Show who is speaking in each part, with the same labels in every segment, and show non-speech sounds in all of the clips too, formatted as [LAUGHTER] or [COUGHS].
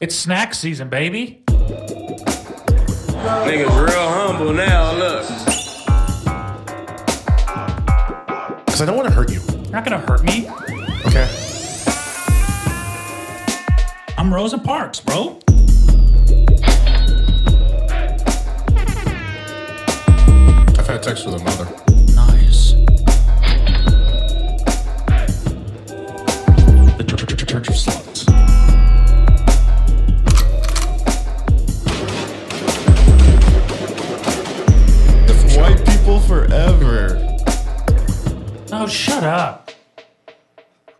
Speaker 1: It's snack season, baby.
Speaker 2: Niggas real humble now. Look.
Speaker 3: Because I don't want to hurt you.
Speaker 1: You're not gonna hurt me.
Speaker 3: Okay.
Speaker 1: I'm Rosa Parks, bro.
Speaker 3: I've had sex with a mother.
Speaker 1: Nice. The Church, church, church of Sluts.
Speaker 3: Different show.
Speaker 4: White people forever.
Speaker 1: No, Oh, shut up.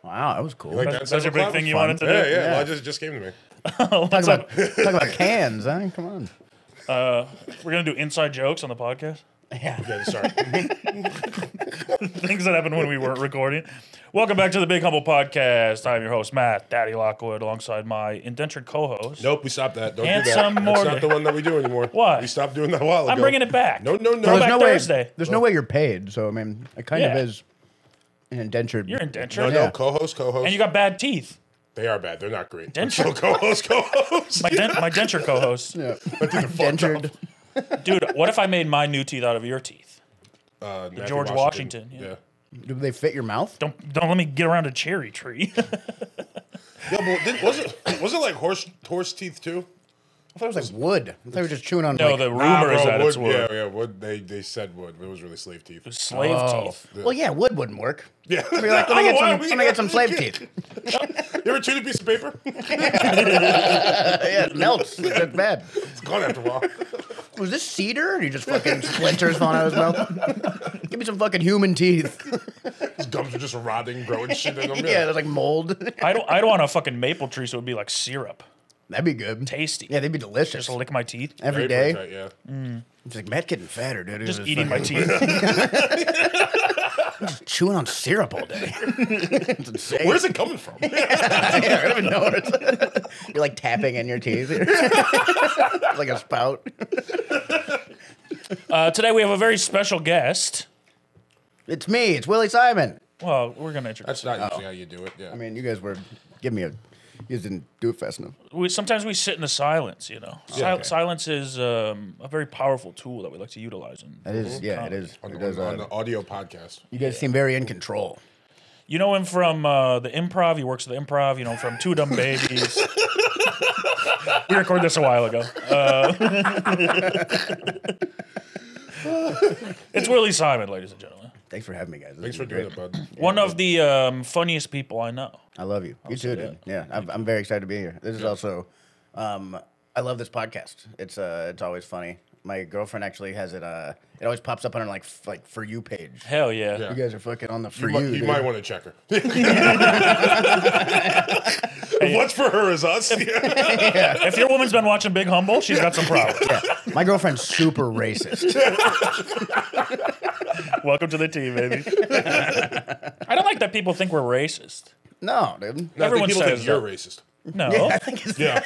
Speaker 4: Wow, that was cool.
Speaker 5: Like
Speaker 4: Talk
Speaker 5: that
Speaker 6: That's a
Speaker 5: Cyberpunk?
Speaker 6: big thing you
Speaker 4: Fun.
Speaker 6: wanted to do.
Speaker 5: Yeah, yeah.
Speaker 4: Yeah.
Speaker 5: Well, it just just came to me.
Speaker 4: about, talk about cans, huh? Come on.
Speaker 6: We're gonna do inside jokes on the podcast. [LAUGHS]
Speaker 4: Yeah.
Speaker 5: Yeah, sorry.
Speaker 6: Things that happened when we weren't recording. Welcome back to the Big Humble Podcast. I'm your host Matt Daddy Lockwood, alongside my indentured co-host.
Speaker 5: nope, we stopped that. Don't do that.
Speaker 6: Handsome
Speaker 5: That's
Speaker 6: Morgan.
Speaker 5: not the one that we do
Speaker 6: [LAUGHS]
Speaker 5: anymore.
Speaker 6: Why?
Speaker 5: We stopped doing that a while ago.
Speaker 6: I'm bringing it back.
Speaker 5: No, no,
Speaker 6: Throw back
Speaker 5: no.
Speaker 4: There's no way.
Speaker 6: Thursday.
Speaker 4: There's no way you're paid. So I mean, it kind
Speaker 6: Yeah.
Speaker 4: of is an indentured.
Speaker 6: You're
Speaker 5: No,
Speaker 6: indentured,
Speaker 5: no.
Speaker 4: Yeah.
Speaker 5: Co-host, co-host.
Speaker 6: and you got bad teeth.
Speaker 5: they are bad. They're not great.
Speaker 6: Denture.
Speaker 5: So
Speaker 6: [LAUGHS]
Speaker 5: co-host, co-host.
Speaker 6: My, dent- my denture
Speaker 5: [LAUGHS]
Speaker 6: co-host,
Speaker 4: [LAUGHS] Yeah.
Speaker 5: Denture.
Speaker 4: indentured.
Speaker 6: dude. What if I made my new teeth out of your teeth?
Speaker 5: Uh, Matthew
Speaker 6: George Washington, yeah.
Speaker 5: Yeah.
Speaker 4: Do they fit your mouth?
Speaker 6: Don't don't let me get around a cherry tree. [LAUGHS]
Speaker 5: Yeah, but did, was it was it like horse horse teeth too?
Speaker 4: I thought it was like wood. I thought it was just chewing on.
Speaker 6: no,
Speaker 4: like,
Speaker 6: the rumor
Speaker 5: Ah, Bro,
Speaker 6: is that
Speaker 5: wood,
Speaker 6: it's wood.
Speaker 5: Yeah, yeah. Wood. They they said wood. but It was really slave teeth.
Speaker 6: Slave
Speaker 1: Oh.
Speaker 6: teeth.
Speaker 4: Well, yeah, wood wouldn't
Speaker 6: [LAUGHS]
Speaker 4: work.
Speaker 5: Yeah.
Speaker 4: I'd be like, let me
Speaker 5: [LAUGHS]
Speaker 4: get
Speaker 5: Why
Speaker 4: some,
Speaker 5: we-
Speaker 4: let me get some slave teeth. [LAUGHS]
Speaker 5: You ever chewed a piece of paper? [LAUGHS] It's
Speaker 4: yeah, it melts. It's just bad.
Speaker 5: gone after a while.
Speaker 4: Was this cedar? And he just
Speaker 6: [LAUGHS]
Speaker 4: fucking splinters falling out of his mouth. Give me some fucking
Speaker 6: [LAUGHS]
Speaker 4: human teeth.
Speaker 5: His gums are just rotting, growing shit in them.
Speaker 4: [LAUGHS] yeah, there's like mold. [LAUGHS]
Speaker 6: I don't I don't want a fucking maple tree, so it would be like syrup,
Speaker 4: That'd be good.
Speaker 6: tasty.
Speaker 4: Yeah, they'd be delicious.
Speaker 6: Just lick my teeth.
Speaker 4: Every
Speaker 5: Paper's
Speaker 4: day.
Speaker 5: right, yeah.
Speaker 4: Just like, Matt getting fatter, dude. He
Speaker 6: Just
Speaker 4: was
Speaker 6: eating my
Speaker 4: fucking
Speaker 6: teeth.
Speaker 4: Chewing on syrup all
Speaker 5: [LAUGHS]
Speaker 4: day. [LAUGHS] it's insane.
Speaker 5: Where's it coming from?
Speaker 4: [LAUGHS] yeah, I don't even notice. You're like tapping in your teeth. [LAUGHS] like a spout.
Speaker 6: Uh, today we have a very special guest.
Speaker 4: It's me. It's Willie Simon.
Speaker 6: Well, we're gonna introduce.
Speaker 5: That's not usually how you do it. Yeah.
Speaker 4: Oh. I mean, you guys were giving me a. You guys didn't do it fast enough.
Speaker 6: We, sometimes we sit in the silence, you know. Sil-
Speaker 5: okay.
Speaker 6: Silence is um, a very powerful tool that we like to utilize. And
Speaker 4: That is, yeah, it is.
Speaker 5: on,
Speaker 4: It
Speaker 5: the,
Speaker 4: does,
Speaker 5: on
Speaker 4: uh,
Speaker 5: the audio podcast.
Speaker 4: you guys seem very in control.
Speaker 6: you know him from uh, the Improv. He works at the Improv. You know him from Two Dumb Babies. we recorded this a while ago. Uh, it's Willie Simon, ladies and gentlemen.
Speaker 4: Thanks for having me, guys.
Speaker 5: Thanks for doing it, bud.
Speaker 6: One of the um, funniest people I know.
Speaker 4: I love
Speaker 5: Oh,
Speaker 4: you. You too, dude. Yeah, I'm, I'm very excited to be here. This is also, um, I love this podcast. It's uh, it's always funny. My girlfriend actually has it. Uh, it always pops up on her like f- like for you page.
Speaker 6: Hell yeah.
Speaker 5: Yeah.
Speaker 4: You guys are fucking on the for
Speaker 5: You,
Speaker 4: you.
Speaker 5: might, you
Speaker 4: dude. [LAUGHS]
Speaker 5: might want to check [LAUGHS] her. What's for her is us. [LAUGHS] Yeah.
Speaker 6: If your woman's been watching Big Humble, she's got some problems.
Speaker 4: My girlfriend's super racist.
Speaker 5: [LAUGHS]
Speaker 6: Welcome to the team, baby. I don't like that people think we're racist.
Speaker 4: No,
Speaker 5: No, I
Speaker 4: dude.
Speaker 5: think
Speaker 6: Everyone
Speaker 5: people
Speaker 6: says
Speaker 5: think you're
Speaker 6: that.
Speaker 5: racist.
Speaker 6: No.
Speaker 4: I think it's,
Speaker 5: Yeah.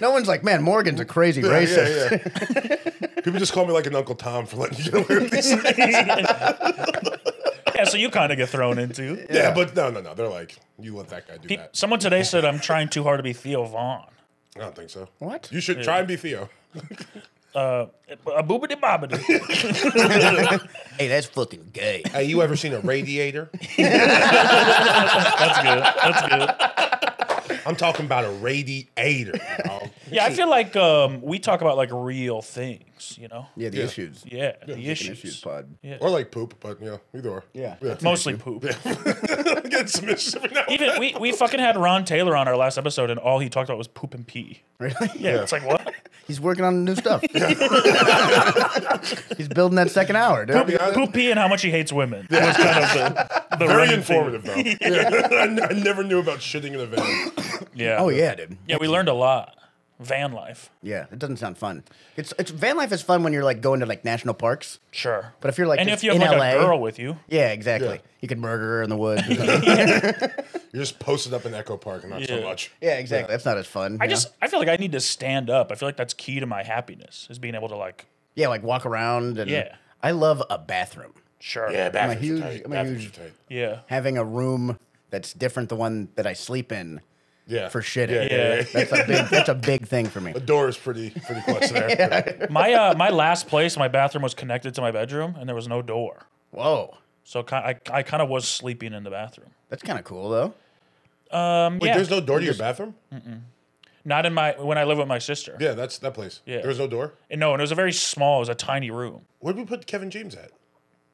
Speaker 4: no one's like, man, Morgan's a crazy [LAUGHS] racist.
Speaker 5: Yeah, yeah,
Speaker 4: [LAUGHS]
Speaker 5: yeah. People just call me like an Uncle Tom for letting you get away with these things.
Speaker 6: Yeah, so you kind of get thrown into.
Speaker 5: Yeah, but no, no, no. They're like, you let that guy do
Speaker 6: Pe-
Speaker 5: that.
Speaker 6: Someone today said I'm trying too hard to be Theo Vaughn.
Speaker 5: I don't think so.
Speaker 4: What?
Speaker 5: You should try and be Theo.
Speaker 6: A boobity bobbity.
Speaker 4: Hey, that's fucking
Speaker 5: [LAUGHS]
Speaker 4: gay.
Speaker 5: Hey, you ever seen a
Speaker 4: [LAUGHS]
Speaker 5: radiator?
Speaker 6: That's good. That's good.
Speaker 5: I'm talking about a radiator. dog.
Speaker 6: Yeah, I feel like um, we talk about like real things, you know?
Speaker 4: Yeah, the
Speaker 5: Yeah.
Speaker 4: issues.
Speaker 6: Yeah, the
Speaker 4: Fucking
Speaker 6: issues.
Speaker 4: issues pod.
Speaker 5: Or like poop, but yeah, [LAUGHS] either or.
Speaker 4: Yeah.
Speaker 6: Mostly poop.
Speaker 5: Get some issues [LAUGHS] every now and
Speaker 6: Even we, we fucking had Ron Taylor on our last episode, and all he talked about was poop and pee.
Speaker 4: Really?
Speaker 6: Yeah, it's like what?
Speaker 4: He's working on
Speaker 5: [LAUGHS]
Speaker 4: new stuff. [LAUGHS] He's building that second hour, dude.
Speaker 5: then. Yeah,
Speaker 6: Poop pee and how much he hates women. That was kind
Speaker 5: [LAUGHS]
Speaker 6: of the, the running
Speaker 5: Very
Speaker 6: theme.
Speaker 5: informative, though. Yeah. I, n- I never knew about shitting in a van.
Speaker 6: Yeah.
Speaker 4: Oh yeah, dude.
Speaker 6: Yeah, we learned a lot. Van life.
Speaker 4: Yeah, it doesn't sound fun. It's it's van life is fun when you're like going to like national parks.
Speaker 6: Sure.
Speaker 4: But if you're like
Speaker 6: and
Speaker 4: just
Speaker 6: if you have
Speaker 4: in
Speaker 6: like a
Speaker 4: LA,
Speaker 6: girl with you,
Speaker 4: yeah, exactly.
Speaker 5: Yeah.
Speaker 4: You could murder her in
Speaker 6: [LAUGHS]
Speaker 4: the woods.
Speaker 5: You're just posted up in Echo Park and not so
Speaker 6: Yeah.
Speaker 5: much.
Speaker 4: yeah, exactly. That's not as fun.
Speaker 6: I
Speaker 4: you know?
Speaker 6: just I feel like I need to stand up. I feel like that's key to my happiness is being able to like
Speaker 4: yeah, like walk around and
Speaker 6: Yeah.
Speaker 4: I love a bathroom.
Speaker 6: sure
Speaker 5: Yeah,
Speaker 4: I'm a
Speaker 5: bathrooms
Speaker 4: huge,
Speaker 5: are tight.
Speaker 4: I'm a
Speaker 5: bathrooms
Speaker 4: huge
Speaker 5: are tight.
Speaker 6: yeah.
Speaker 4: having a room that's different the one that I sleep in
Speaker 5: Yeah.
Speaker 4: for shitting.
Speaker 5: Yeah. yeah, yeah.
Speaker 4: That's a big that's a big thing for me.
Speaker 5: The door is pretty pretty clutch
Speaker 4: [LAUGHS]
Speaker 5: there.
Speaker 6: My uh, my last place, my bathroom was connected to my bedroom, and there was no door.
Speaker 4: Whoa.
Speaker 6: So ki- I, I kind of was sleeping in the bathroom.
Speaker 4: That's kind of cool though.
Speaker 6: Um,
Speaker 5: Wait,
Speaker 6: yeah,
Speaker 5: there's no door to your bathroom?
Speaker 6: not in my when I lived with my sister.
Speaker 5: Yeah, that's that place.
Speaker 6: Yeah.
Speaker 5: There was no door.
Speaker 6: And no, and it was a very small, it was a tiny room.
Speaker 5: Where did we put Kevin James at?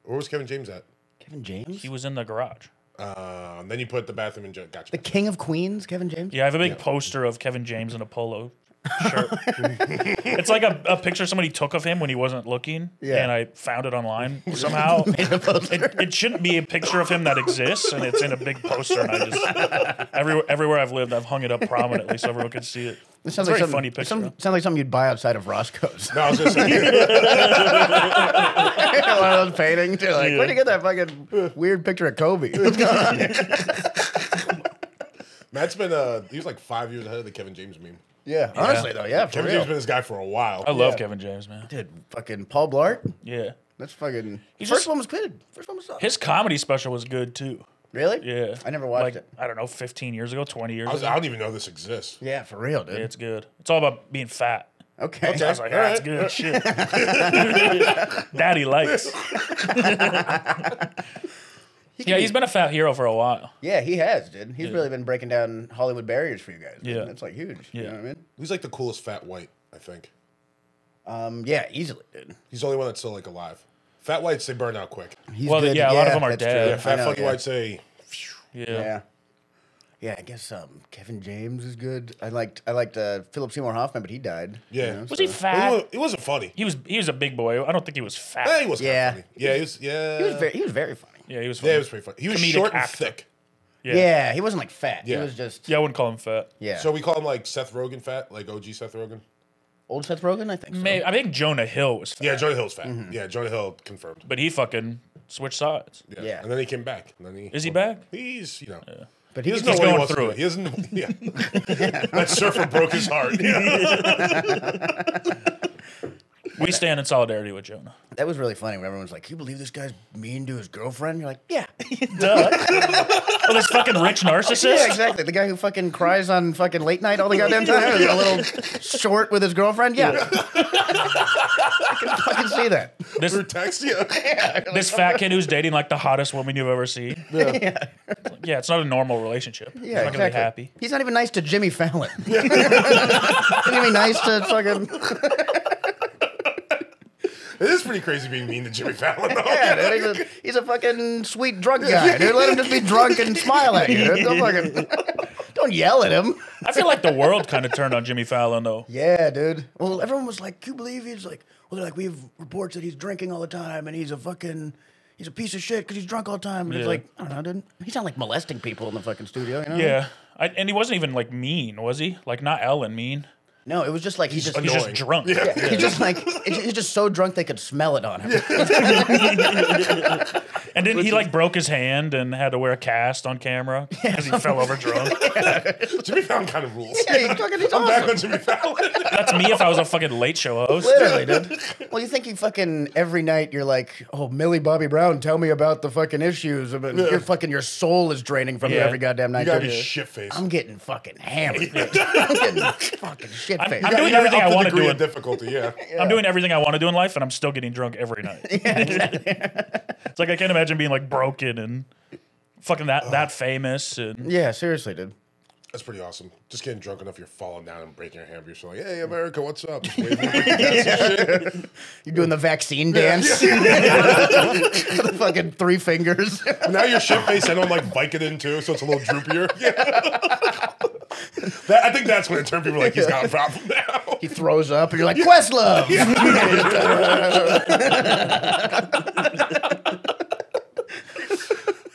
Speaker 5: Where was Kevin James at?
Speaker 4: Kevin James?
Speaker 6: He was in the garage.
Speaker 5: Um, then you put the bathroom in. Gotcha.
Speaker 4: The King of Queens, Kevin James?
Speaker 6: Yeah, I have a big poster of Kevin James in a polo
Speaker 4: [LAUGHS]
Speaker 6: shirt. it's like a, a picture somebody took of him when he wasn't looking.
Speaker 4: Yeah.
Speaker 6: And I found it online
Speaker 4: [LAUGHS]
Speaker 6: somehow. it, it shouldn't be a picture of him that exists, and it's in a big poster. And I just every, everywhere I've lived, I've hung it up prominently so everyone could see it.
Speaker 4: This
Speaker 6: It's
Speaker 4: sounds
Speaker 6: a
Speaker 4: like
Speaker 6: very
Speaker 4: something,
Speaker 6: funny picture.
Speaker 4: some- sounds like something you'd buy outside of Roscoe's.
Speaker 5: [LAUGHS] no, I was gonna
Speaker 4: [LAUGHS]
Speaker 5: say.
Speaker 4: One of those paintings. You're like, where'd you get that fucking weird picture
Speaker 6: [LAUGHS]
Speaker 4: of Kobe? What's going on here?
Speaker 5: Matt's been uh, he was like five years ahead of the Kevin James meme.
Speaker 4: yeah, honestly though, yeah, for
Speaker 5: Kevin
Speaker 4: real.
Speaker 5: James been this guy for a while.
Speaker 6: I love Kevin James, man.
Speaker 4: Dude, fucking Paul Blart.
Speaker 6: Yeah.
Speaker 4: That's fucking.
Speaker 6: just-
Speaker 4: first one was good. First one was up.
Speaker 6: His comedy special was good too.
Speaker 4: really?
Speaker 6: Yeah.
Speaker 4: I never watched
Speaker 6: like,
Speaker 4: it.
Speaker 6: I don't know, 15 years ago, 20 years
Speaker 5: I, was,
Speaker 6: ago.
Speaker 5: I don't even know this exists.
Speaker 4: Yeah, for real, dude.
Speaker 6: Yeah, it's good. It's all about being fat.
Speaker 4: okay.
Speaker 6: I was like,
Speaker 5: All
Speaker 6: that's
Speaker 5: right.
Speaker 6: good [LAUGHS] shit. Daddy likes. yeah, he's been a fat hero for a while.
Speaker 4: Yeah, he has, dude. He's really been breaking down Hollywood barriers for you guys. dude.
Speaker 6: Yeah.
Speaker 4: that's like huge. You
Speaker 6: Yeah.
Speaker 4: know what I mean?
Speaker 5: He's like the coolest fat white. I think
Speaker 4: Um, yeah, easily, dude.
Speaker 5: he's the only one that's still like alive. Fat whites they burn out quick.
Speaker 4: He's
Speaker 6: Well,
Speaker 4: good.
Speaker 6: yeah, a lot of them are
Speaker 4: that's
Speaker 6: dead.
Speaker 4: true.
Speaker 5: Yeah, fat
Speaker 4: I know,
Speaker 5: fucking
Speaker 4: yeah.
Speaker 5: whites say
Speaker 6: Yeah.
Speaker 4: Yeah. Yeah, I guess um, Kevin James is good. I liked I liked uh, Philip Seymour Hoffman, but he died. you
Speaker 5: Yeah.
Speaker 4: know,
Speaker 6: Was
Speaker 4: so-
Speaker 6: he
Speaker 5: Well,
Speaker 6: fat?
Speaker 5: It wasn't funny.
Speaker 6: He was he was a big boy. I don't think he was fat.
Speaker 5: Eh, he was kinda
Speaker 4: Yeah.
Speaker 5: funny. Yeah, he was. Yeah,
Speaker 4: He was very he was very funny. Yeah,
Speaker 6: yeah, he was
Speaker 5: yeah,
Speaker 6: funny.
Speaker 5: he was pretty funny. He was
Speaker 6: Comedic
Speaker 5: short
Speaker 6: actor.
Speaker 5: and thick.
Speaker 6: Yeah.
Speaker 4: he wasn't like fat.
Speaker 5: Yeah.
Speaker 4: He was just
Speaker 6: Yeah, I wouldn't call him fat.
Speaker 4: yeah.
Speaker 5: So we call him like Seth Rogen fat, like OG Seth Rogen.
Speaker 4: old Seth Rogen, I think. So.
Speaker 6: May- I think Jonah Hill was fat.
Speaker 5: Yeah, Jonah Hill's fat.
Speaker 4: Mm-hmm.
Speaker 5: Yeah, Jonah Hill confirmed.
Speaker 6: But he fucking switched sides.
Speaker 5: Yeah.
Speaker 4: Yeah.
Speaker 5: and then he came back. And then he
Speaker 6: Is he back?
Speaker 5: He's you know.
Speaker 4: But
Speaker 5: He
Speaker 4: he
Speaker 5: doesn't
Speaker 4: gets-
Speaker 5: know what he
Speaker 6: going through
Speaker 5: wants to do. He doesn't.
Speaker 6: [LAUGHS]
Speaker 5: Yeah. that surfer broke his heart. [LAUGHS] Yeah.
Speaker 6: We stand in solidarity with Jonah.
Speaker 4: that was really funny when everyone's like, "Can you believe this guy's mean to his girlfriend?" You're like, "Yeah,
Speaker 6: [LAUGHS]
Speaker 4: [LAUGHS]
Speaker 6: Duh. oh, this fucking [LAUGHS] rich narcissist?
Speaker 4: Yeah, exactly. The guy who fucking cries on fucking late night all the
Speaker 6: [LAUGHS]
Speaker 4: goddamn time. Is a little short with his girlfriend. Yeah. [LAUGHS] I can fucking see that.
Speaker 6: This,
Speaker 5: Through text. Yeah.
Speaker 6: this fat kid who's dating like the hottest woman you've ever seen. Yeah, it's, like, yeah, it's not a normal relationship. Yeah,
Speaker 4: Yeah,
Speaker 6: not gonna be
Speaker 4: exactly.
Speaker 6: happy.
Speaker 4: He's not even nice to Jimmy Fallon.
Speaker 6: [LAUGHS]
Speaker 4: [LAUGHS] He's not even nice to fucking.
Speaker 5: It is pretty crazy being mean to Jimmy Fallon. Though.
Speaker 4: Yeah, dude, he's, a, he's a fucking sweet drunk guy, dude. Let him just be drunk and smile at you. Dude. Don't fucking. [LAUGHS] Don't yell at him.
Speaker 6: I feel
Speaker 5: [LAUGHS]
Speaker 6: like the world kind of turned on Jimmy Fallon though.
Speaker 4: Yeah, dude. Well, everyone was like, "Can you believe he's like?" Well, they're like, "We have reports that he's drinking all the time, and he's a fucking, he's a piece of shit because he's drunk all the time." And it's
Speaker 6: Yeah.
Speaker 4: like, I don't know, dude. He's not like molesting people in the fucking studio, you know?
Speaker 6: Yeah, I, and he wasn't even like mean, was he? Like not Ellen mean.
Speaker 4: No, it was just like he just.
Speaker 6: He's just drunk.
Speaker 5: Yeah.
Speaker 4: He's just like it's- he's just so drunk they could smell it on him.
Speaker 6: And then he like broke his hand and had to wear a cast on
Speaker 5: [LAUGHS]
Speaker 6: camera because he fell over drunk.
Speaker 5: Jimmy Fallon kind of rules.
Speaker 4: [LAUGHS] Yeah, he's fucking- he's
Speaker 5: I'm back
Speaker 4: awesome.
Speaker 5: on Jimmy Fallon.
Speaker 6: That's me if I was a fucking late show host.
Speaker 4: Literally, dude. Well, you think he fucking every night you're like, oh, Millie Bobby Brown, tell me about the fucking issues. About your fucking your soul is draining from you
Speaker 6: Yeah.
Speaker 4: every goddamn
Speaker 5: You
Speaker 4: night.
Speaker 5: gotta
Speaker 4: dude.
Speaker 5: be shit faced.
Speaker 4: I'm getting fucking hammered. dude. I'm getting fucking shit faced.
Speaker 6: I'm doing everything I want to do.
Speaker 5: Of
Speaker 6: in-
Speaker 5: difficulty. Yeah.
Speaker 6: I'm doing everything I want to do in life, and I'm still getting drunk every
Speaker 5: [LAUGHS]
Speaker 6: night. [LAUGHS] it's like I can't imagine being like broken and fucking that that famous and
Speaker 4: Yeah, seriously, dude.
Speaker 5: That's pretty awesome. Just getting drunk enough, you're falling down and breaking your hand. You're just like, "Hey, America, what's up?" Just waving your hands and shit.
Speaker 4: You're doing the
Speaker 6: [LAUGHS]
Speaker 4: vaccine dance. [LAUGHS] the fucking three fingers. [LAUGHS]
Speaker 5: Now you're shit faced and on like Vicodin too, so it's a little droopier. Yeah. [LAUGHS] that, I think that's when it turned people like he's got a problem now.
Speaker 4: he throws up, and you're like, Questlove.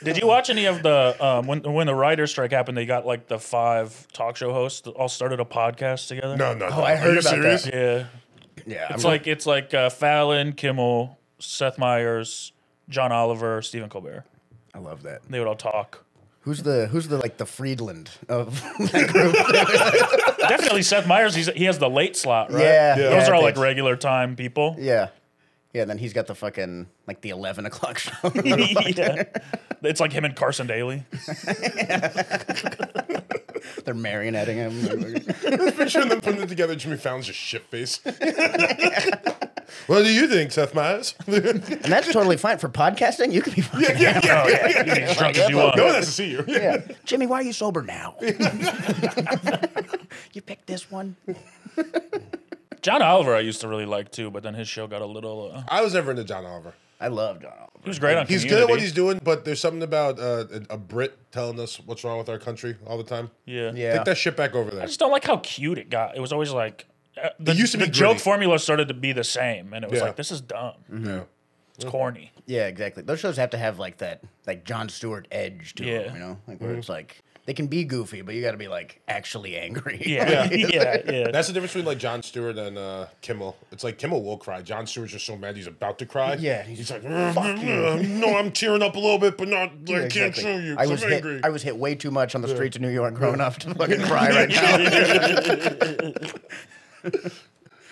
Speaker 6: Did you watch any of the um, when when the writer strike happened? They got like the five talk show hosts that all started a podcast together.
Speaker 5: No, no.
Speaker 4: Oh, I heard about that.
Speaker 6: yeah, [LAUGHS]
Speaker 4: [LAUGHS] Yeah,
Speaker 6: it's like it's like uh, Fallon, Kimmel, Seth Meyers, John Oliver, Stephen Colbert.
Speaker 4: I love that.
Speaker 6: They would all talk.
Speaker 4: Who's the who's the like the Friedland of? [LAUGHS]
Speaker 6: Definitely Seth Meyers. He's, he has the late slot, right?
Speaker 4: Yeah,
Speaker 6: those
Speaker 4: yeah,
Speaker 6: are
Speaker 4: I
Speaker 6: all like
Speaker 4: think so.
Speaker 6: regular time people.
Speaker 4: yeah, Yeah, and then he's got the fucking like the eleven
Speaker 6: [LAUGHS]
Speaker 4: o'clock [LAUGHS] show.
Speaker 6: [LAUGHS] yeah. It's like him and Carson Daly.
Speaker 5: [LAUGHS]
Speaker 4: They're marionetting him.
Speaker 5: Picturing them putting it together, Jimmy Fallon's just shit face. [LAUGHS] what do you think, Seth Meyers? [LAUGHS] no one
Speaker 4: And that's totally fine for podcasting. You can be fucking
Speaker 6: Oh, yeah. You can be as drunk as you want.
Speaker 5: has to see you. Yeah.
Speaker 4: yeah. Jimmy, why are you sober
Speaker 6: [LAUGHS]
Speaker 4: now? [LAUGHS] you picked this one.
Speaker 6: John Oliver, I used to really like too, but then his show got a little. Uh,
Speaker 5: I was never into John Oliver.
Speaker 4: I love John Oliver.
Speaker 6: he was great on
Speaker 5: He's good
Speaker 6: Community.
Speaker 5: at what he's doing, but there's something about uh, a, a Brit telling us what's wrong with our country all the time.
Speaker 6: Yeah.
Speaker 4: Yeah.
Speaker 5: Take that shit back over there.
Speaker 6: I just don't like how cute it got. It was always like uh, the,
Speaker 5: used to
Speaker 6: the
Speaker 5: be
Speaker 6: joke
Speaker 5: gritty.
Speaker 6: formula started to be the same, and it was
Speaker 5: Yeah.
Speaker 6: like this is dumb.
Speaker 5: Yeah.
Speaker 6: It's corny.
Speaker 4: Yeah, exactly. Those shows have to have like that, like John Stewart edge to
Speaker 6: Yeah.
Speaker 4: them, you know, like where
Speaker 5: Mm-hmm.
Speaker 4: it's like they can be goofy, but you got to be like actually angry.
Speaker 6: [LAUGHS]
Speaker 4: [LAUGHS]
Speaker 6: Yeah, yeah, yeah.
Speaker 5: That's the difference between like John Stewart and uh, Kimmel. It's like Kimmel will cry. John Stewart's just so mad he's about to cry.
Speaker 4: Yeah,
Speaker 5: he's,
Speaker 4: he's
Speaker 5: like, "Fuck
Speaker 4: [LAUGHS]
Speaker 5: you. no, I'm tearing up a little bit, but not. I
Speaker 4: Yeah,
Speaker 5: can't
Speaker 4: exactly.
Speaker 5: show you. 'cause
Speaker 4: I was
Speaker 5: I'm
Speaker 4: hit.
Speaker 5: angry.
Speaker 4: I was hit way too much on the streets of New York growing up to fucking
Speaker 5: [LAUGHS]
Speaker 4: cry right now.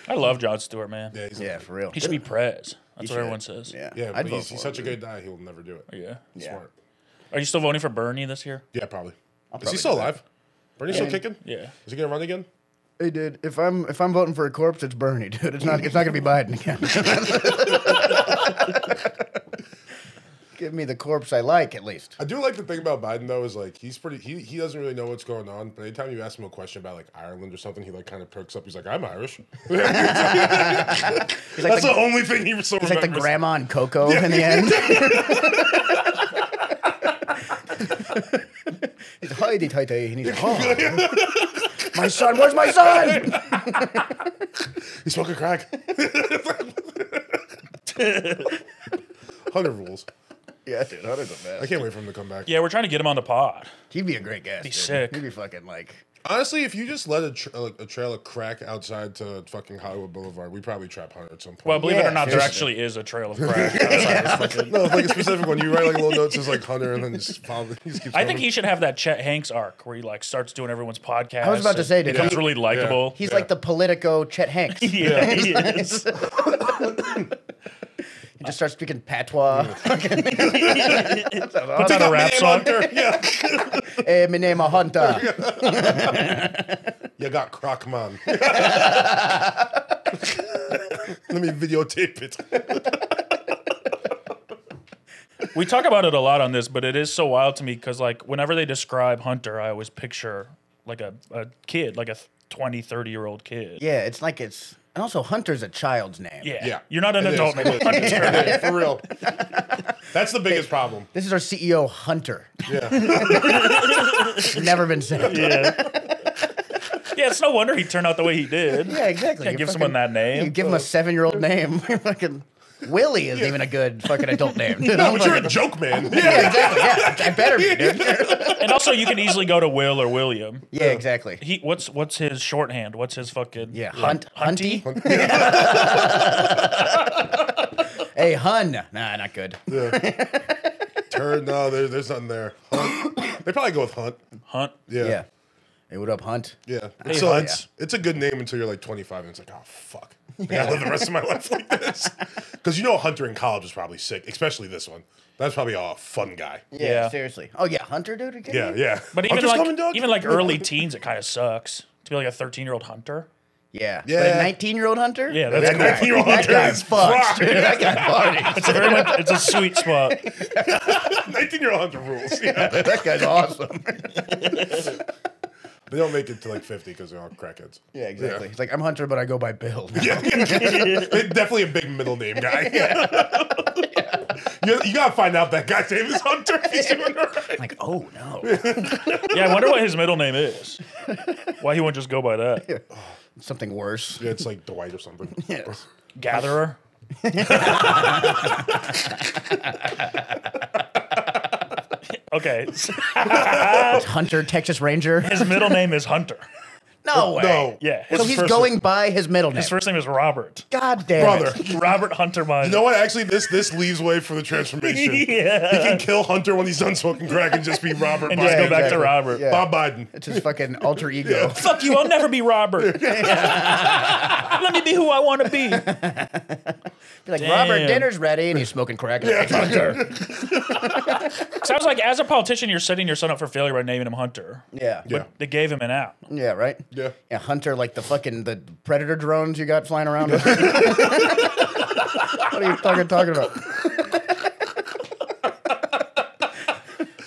Speaker 6: I love John Stewart, man.
Speaker 5: yeah, he's,
Speaker 4: yeah, for real.
Speaker 6: He should be prez. That's what
Speaker 4: should.
Speaker 6: everyone says.
Speaker 4: [LAUGHS] yeah,
Speaker 5: yeah,
Speaker 4: I'd
Speaker 5: but
Speaker 4: vote
Speaker 5: he's, he's
Speaker 4: for
Speaker 5: such a good guy. He will never do it.
Speaker 6: yeah.
Speaker 5: Yeah. Smart.
Speaker 6: Are you still voting for Bernie this year?
Speaker 5: Yeah, probably. Is
Speaker 4: probably
Speaker 5: he still
Speaker 4: do that.
Speaker 5: alive? Bernie's still kicking.
Speaker 6: Yeah.
Speaker 5: Is he gonna run again?
Speaker 4: Hey, dude, if I'm if I'm voting for a corpse, it's Bernie, dude. It's not it's not gonna be Biden again. [LAUGHS] Give me the corpse I like, at least.
Speaker 5: I do like the thing about Biden though is like he's pretty he, he doesn't really know what's going on, but anytime you ask him a question about like Ireland or something, he like kind of perks up. He's like,
Speaker 6: [LAUGHS]
Speaker 5: I'm Irish. [LAUGHS]
Speaker 4: He's like,
Speaker 5: That's
Speaker 4: the,
Speaker 5: the only thing he still
Speaker 4: he's like the
Speaker 5: remembers.
Speaker 4: grandma and Coco in the end. he's hidey tighty, and he's like, oh, my son, where's my son?
Speaker 5: He's smoking crack. [LAUGHS] Hunter rules.
Speaker 4: yeah, dude, Hunter's the
Speaker 5: I
Speaker 4: best.
Speaker 5: can't wait for him to come back.
Speaker 6: Yeah, we're trying to get him on the pod.
Speaker 4: He'd be a great guest. He's
Speaker 6: sick.
Speaker 4: He'd be fucking like,
Speaker 5: Honestly, if you just let a, tra- like a trail of crack outside to fucking Hollywood Boulevard, we probably trap Hunter at some point.
Speaker 6: Well, believe it
Speaker 4: Yeah,
Speaker 6: or not, there
Speaker 4: seriously.
Speaker 6: actually is a trail of crack. outside this [LAUGHS]
Speaker 5: [LAUGHS]
Speaker 6: fucking-
Speaker 5: no, it's like a specific one. You write like little notes as like Hunter, and then just follow. He just keeps
Speaker 6: I think
Speaker 5: going.
Speaker 6: he should have that Chet Hanks arc where he like starts doing everyone's podcast.
Speaker 4: I was about to
Speaker 6: and
Speaker 4: say, dude,
Speaker 6: becomes
Speaker 4: he-
Speaker 6: really likable.
Speaker 4: he's like the Politico Chet Hanks. He
Speaker 6: [LAUGHS] yeah,
Speaker 4: [LAUGHS]
Speaker 6: he is.
Speaker 4: just starts speaking patois. [LAUGHS]
Speaker 6: puts out a rap song.
Speaker 5: Yeah,
Speaker 4: hey, my Eh, name is Hunter.
Speaker 5: you got crack, man. let me videotape it.
Speaker 6: We talk about it a lot on this, but it is so wild to me because, like, whenever they describe Hunter, I always picture like a, a kid, like a th- 20, 30 year old kid.
Speaker 4: Yeah, it's like it's. And also, Hunter's a child's name.
Speaker 6: Yeah.
Speaker 5: Yeah,
Speaker 6: You're not an
Speaker 5: It is,
Speaker 6: adult.
Speaker 5: it
Speaker 6: anymore.
Speaker 5: is. [LAUGHS] It is, for real. That's the biggest problem.
Speaker 4: This is our CEO, Hunter.
Speaker 5: Yeah,
Speaker 4: [LAUGHS] Never been said. Yeah,
Speaker 6: yeah, it's no wonder he turned out the way he did.
Speaker 4: exactly.
Speaker 6: Can't
Speaker 4: You
Speaker 6: give someone that name.
Speaker 4: You give him
Speaker 5: Oh.
Speaker 4: a seven year old name. [LAUGHS] fucking Willie isn't even a good fucking adult name. no,
Speaker 5: but [LAUGHS] you're a joke, man.
Speaker 4: yeah, exactly. Yeah, I better be, dude.
Speaker 5: [LAUGHS]
Speaker 6: and also, you can easily go to Will or William.
Speaker 4: Yeah, exactly.
Speaker 6: He what's what's his shorthand? What's his fucking
Speaker 4: Yeah, Hunt, Hunty.
Speaker 6: Hunty?
Speaker 4: [LAUGHS] Hey, Hun. Nah, not good.
Speaker 5: Turn. No, there, there's nothing there. Hunt. They probably go with Hunt.
Speaker 6: Hunt?
Speaker 5: Yeah.
Speaker 4: Yeah. Hey, what up, Hunt?
Speaker 5: Yeah. so it's it's a good name until you're like 25 and it's like, oh fuck. Like, I live the rest of my life like this. Because you know Hunter in college was probably sick, especially this one. That's probably a fun guy.
Speaker 4: Yeah,
Speaker 6: Yeah.
Speaker 4: seriously. Oh yeah, Hunter, dude. Are you kidding
Speaker 5: Yeah,
Speaker 4: me?
Speaker 5: yeah.
Speaker 6: But even
Speaker 5: Hunter's
Speaker 6: like
Speaker 5: coming, dog?
Speaker 6: even like early teens, it kind of sucks to be like a 13 year old hunter.
Speaker 4: yeah, But
Speaker 5: Yeah.
Speaker 4: a nineteen-year-old Hunter.
Speaker 6: Yeah, that's
Speaker 5: That 19-year-old
Speaker 4: That
Speaker 5: Hunter
Speaker 4: guy's
Speaker 5: is
Speaker 4: fucked. dude. That guy
Speaker 5: [LAUGHS]
Speaker 4: parties.
Speaker 6: It's a very much, it's a sweet spot.
Speaker 5: [LAUGHS] 19 year old Hunter rules. Yeah.
Speaker 4: that [LAUGHS] guy's awesome.
Speaker 5: they don't make it to like 50 because they're all crackheads.
Speaker 4: Yeah, exactly. It's like I'm Hunter, but I go by Bill.
Speaker 5: Yeah. [LAUGHS] They're definitely a big middle name guy. [LAUGHS] Yeah. You, you gotta find out that guy's name is Hunter. if He's doing all right.
Speaker 4: like, oh no,
Speaker 6: Yeah, I wonder what his middle name is. Why he won't just go by that?
Speaker 4: something worse.
Speaker 5: Yeah, it's like Dwight or something.
Speaker 4: Yes.
Speaker 6: Gatherer. [LAUGHS] okay, so
Speaker 4: Hunter, Texas Ranger.
Speaker 6: his middle name is Hunter.
Speaker 4: No way.
Speaker 5: No.
Speaker 6: Yeah, his
Speaker 4: So he's
Speaker 6: first-
Speaker 4: going by his middle name.
Speaker 6: His first name is Robert.
Speaker 4: God damn
Speaker 5: Brother.
Speaker 4: it.
Speaker 6: Robert Hunter Mine.
Speaker 5: You know what? Actually, this this leaves way for the [LAUGHS]
Speaker 6: [LAUGHS]
Speaker 5: transformation.
Speaker 6: Yeah.
Speaker 5: He can kill Hunter when he's done smoking crack and just be Robert
Speaker 6: and
Speaker 5: Biden.
Speaker 6: just go back to
Speaker 4: exactly.
Speaker 6: Robert.
Speaker 4: Yeah.
Speaker 5: Bob Biden.
Speaker 4: It's his fucking alter ego.
Speaker 6: Fuck you,
Speaker 5: [LAUGHS]
Speaker 6: I'll never be Robert. Let me be who I want to be.
Speaker 4: Be like, Robert,
Speaker 6: Damn.
Speaker 4: dinner's ready, and he's smoking crack. And [LAUGHS] he's like, Hunter.
Speaker 6: Sounds like as a politician, you're setting your son up for failure by naming him Hunter.
Speaker 4: Yeah. yeah.
Speaker 5: Yeah.
Speaker 6: They gave him an out.
Speaker 4: right?
Speaker 5: Yeah.
Speaker 4: Yeah, Hunter, like the fucking the predator drones you got flying around. what are you fucking talking about?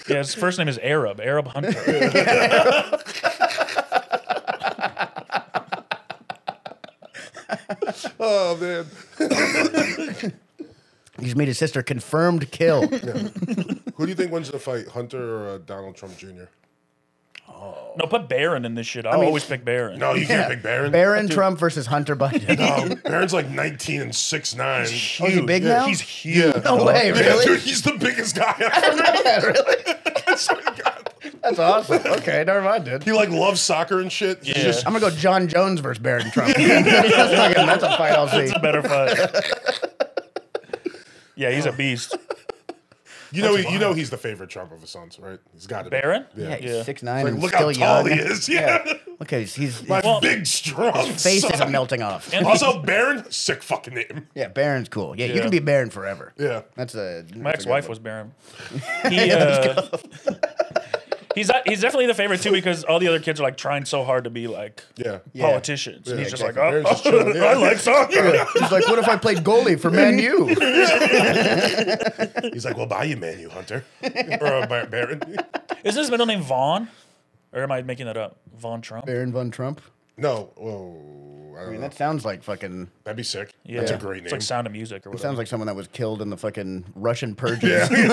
Speaker 6: Yeah, his first name is Arab. Arab Hunter.
Speaker 5: Oh man.
Speaker 4: He's made his sister confirmed kill.
Speaker 5: Who do you think wins the fight, Hunter or uh, Donald Trump Jr.?
Speaker 6: no, put Barron in this shit. I, always pick Barron.
Speaker 5: No, you can't pick Barron.
Speaker 4: Barron Trump versus Hunter Biden.
Speaker 5: [LAUGHS]
Speaker 4: [LAUGHS]
Speaker 5: No, Barron's like 19 and 6'9". nine.
Speaker 4: Oh, is he big now?
Speaker 5: He's huge.
Speaker 4: no way,
Speaker 5: Yeah, dude, [LAUGHS]
Speaker 4: really?
Speaker 5: he's the biggest guy.
Speaker 4: [LAUGHS]
Speaker 5: I've ever
Speaker 4: Yeah, really?
Speaker 5: [LAUGHS] got.
Speaker 4: That's awesome. Okay, never mind, dude.
Speaker 5: He like loves soccer and shit. He's
Speaker 6: Yeah.
Speaker 5: just-
Speaker 4: I'm gonna go John Jones versus Barron Trump. [LAUGHS] that's, fucking- that's a fight I'll see.
Speaker 6: Better
Speaker 5: [LAUGHS]
Speaker 6: fight. yeah, he's a beast.
Speaker 5: you know, you know, he's the favorite Trump of his sons, right? He's got it.
Speaker 6: Barron?
Speaker 4: Yeah,
Speaker 5: Yeah.
Speaker 4: he's
Speaker 6: Yeah.
Speaker 4: six nine
Speaker 5: Like,
Speaker 4: and
Speaker 5: look how
Speaker 4: still
Speaker 5: tall
Speaker 4: young.
Speaker 5: he is. [LAUGHS] Yeah.
Speaker 4: Look, he's, he's his
Speaker 5: My
Speaker 6: Well-
Speaker 5: big strong
Speaker 4: face
Speaker 5: son.
Speaker 4: isn't melting off.
Speaker 6: And
Speaker 5: Also, Barron, sick fucking name.
Speaker 4: Yeah, Barron's cool. Yeah, you
Speaker 6: Yeah.
Speaker 4: can be Barron forever.
Speaker 5: Yeah.
Speaker 4: That's a that's
Speaker 6: My
Speaker 4: a good
Speaker 6: ex-wife
Speaker 4: one.
Speaker 6: was
Speaker 4: [LAUGHS]
Speaker 6: Baron. He, uh, he's not, he's definitely the favorite too because all the other kids are like trying so hard to be like
Speaker 5: Yeah.
Speaker 6: politicians. And he's just
Speaker 5: exactly.
Speaker 6: like,
Speaker 5: Barron's
Speaker 6: oh,
Speaker 5: just chilling.
Speaker 6: [LAUGHS]
Speaker 5: Yeah.
Speaker 6: I like soccer.
Speaker 4: She's like, what if I played goalie for Man U? [LAUGHS]
Speaker 5: He's like, well, buy you, man, you
Speaker 4: [LAUGHS]
Speaker 5: hunter. or uh, Bar- Barron. [LAUGHS]
Speaker 6: Isn't his middle name Vaughn? Or am I making that up? Vaughn Trump?
Speaker 4: Barron von Trump.
Speaker 5: No. Whoa. I
Speaker 4: I
Speaker 5: don't
Speaker 4: mean,
Speaker 5: know.
Speaker 4: that sounds like fucking.
Speaker 5: That'd be sick. That's a great
Speaker 6: It's
Speaker 5: name.
Speaker 6: like Sound of Music or whatever.
Speaker 4: Sounds like someone that was killed in the fucking Russian purges, [LAUGHS] dude,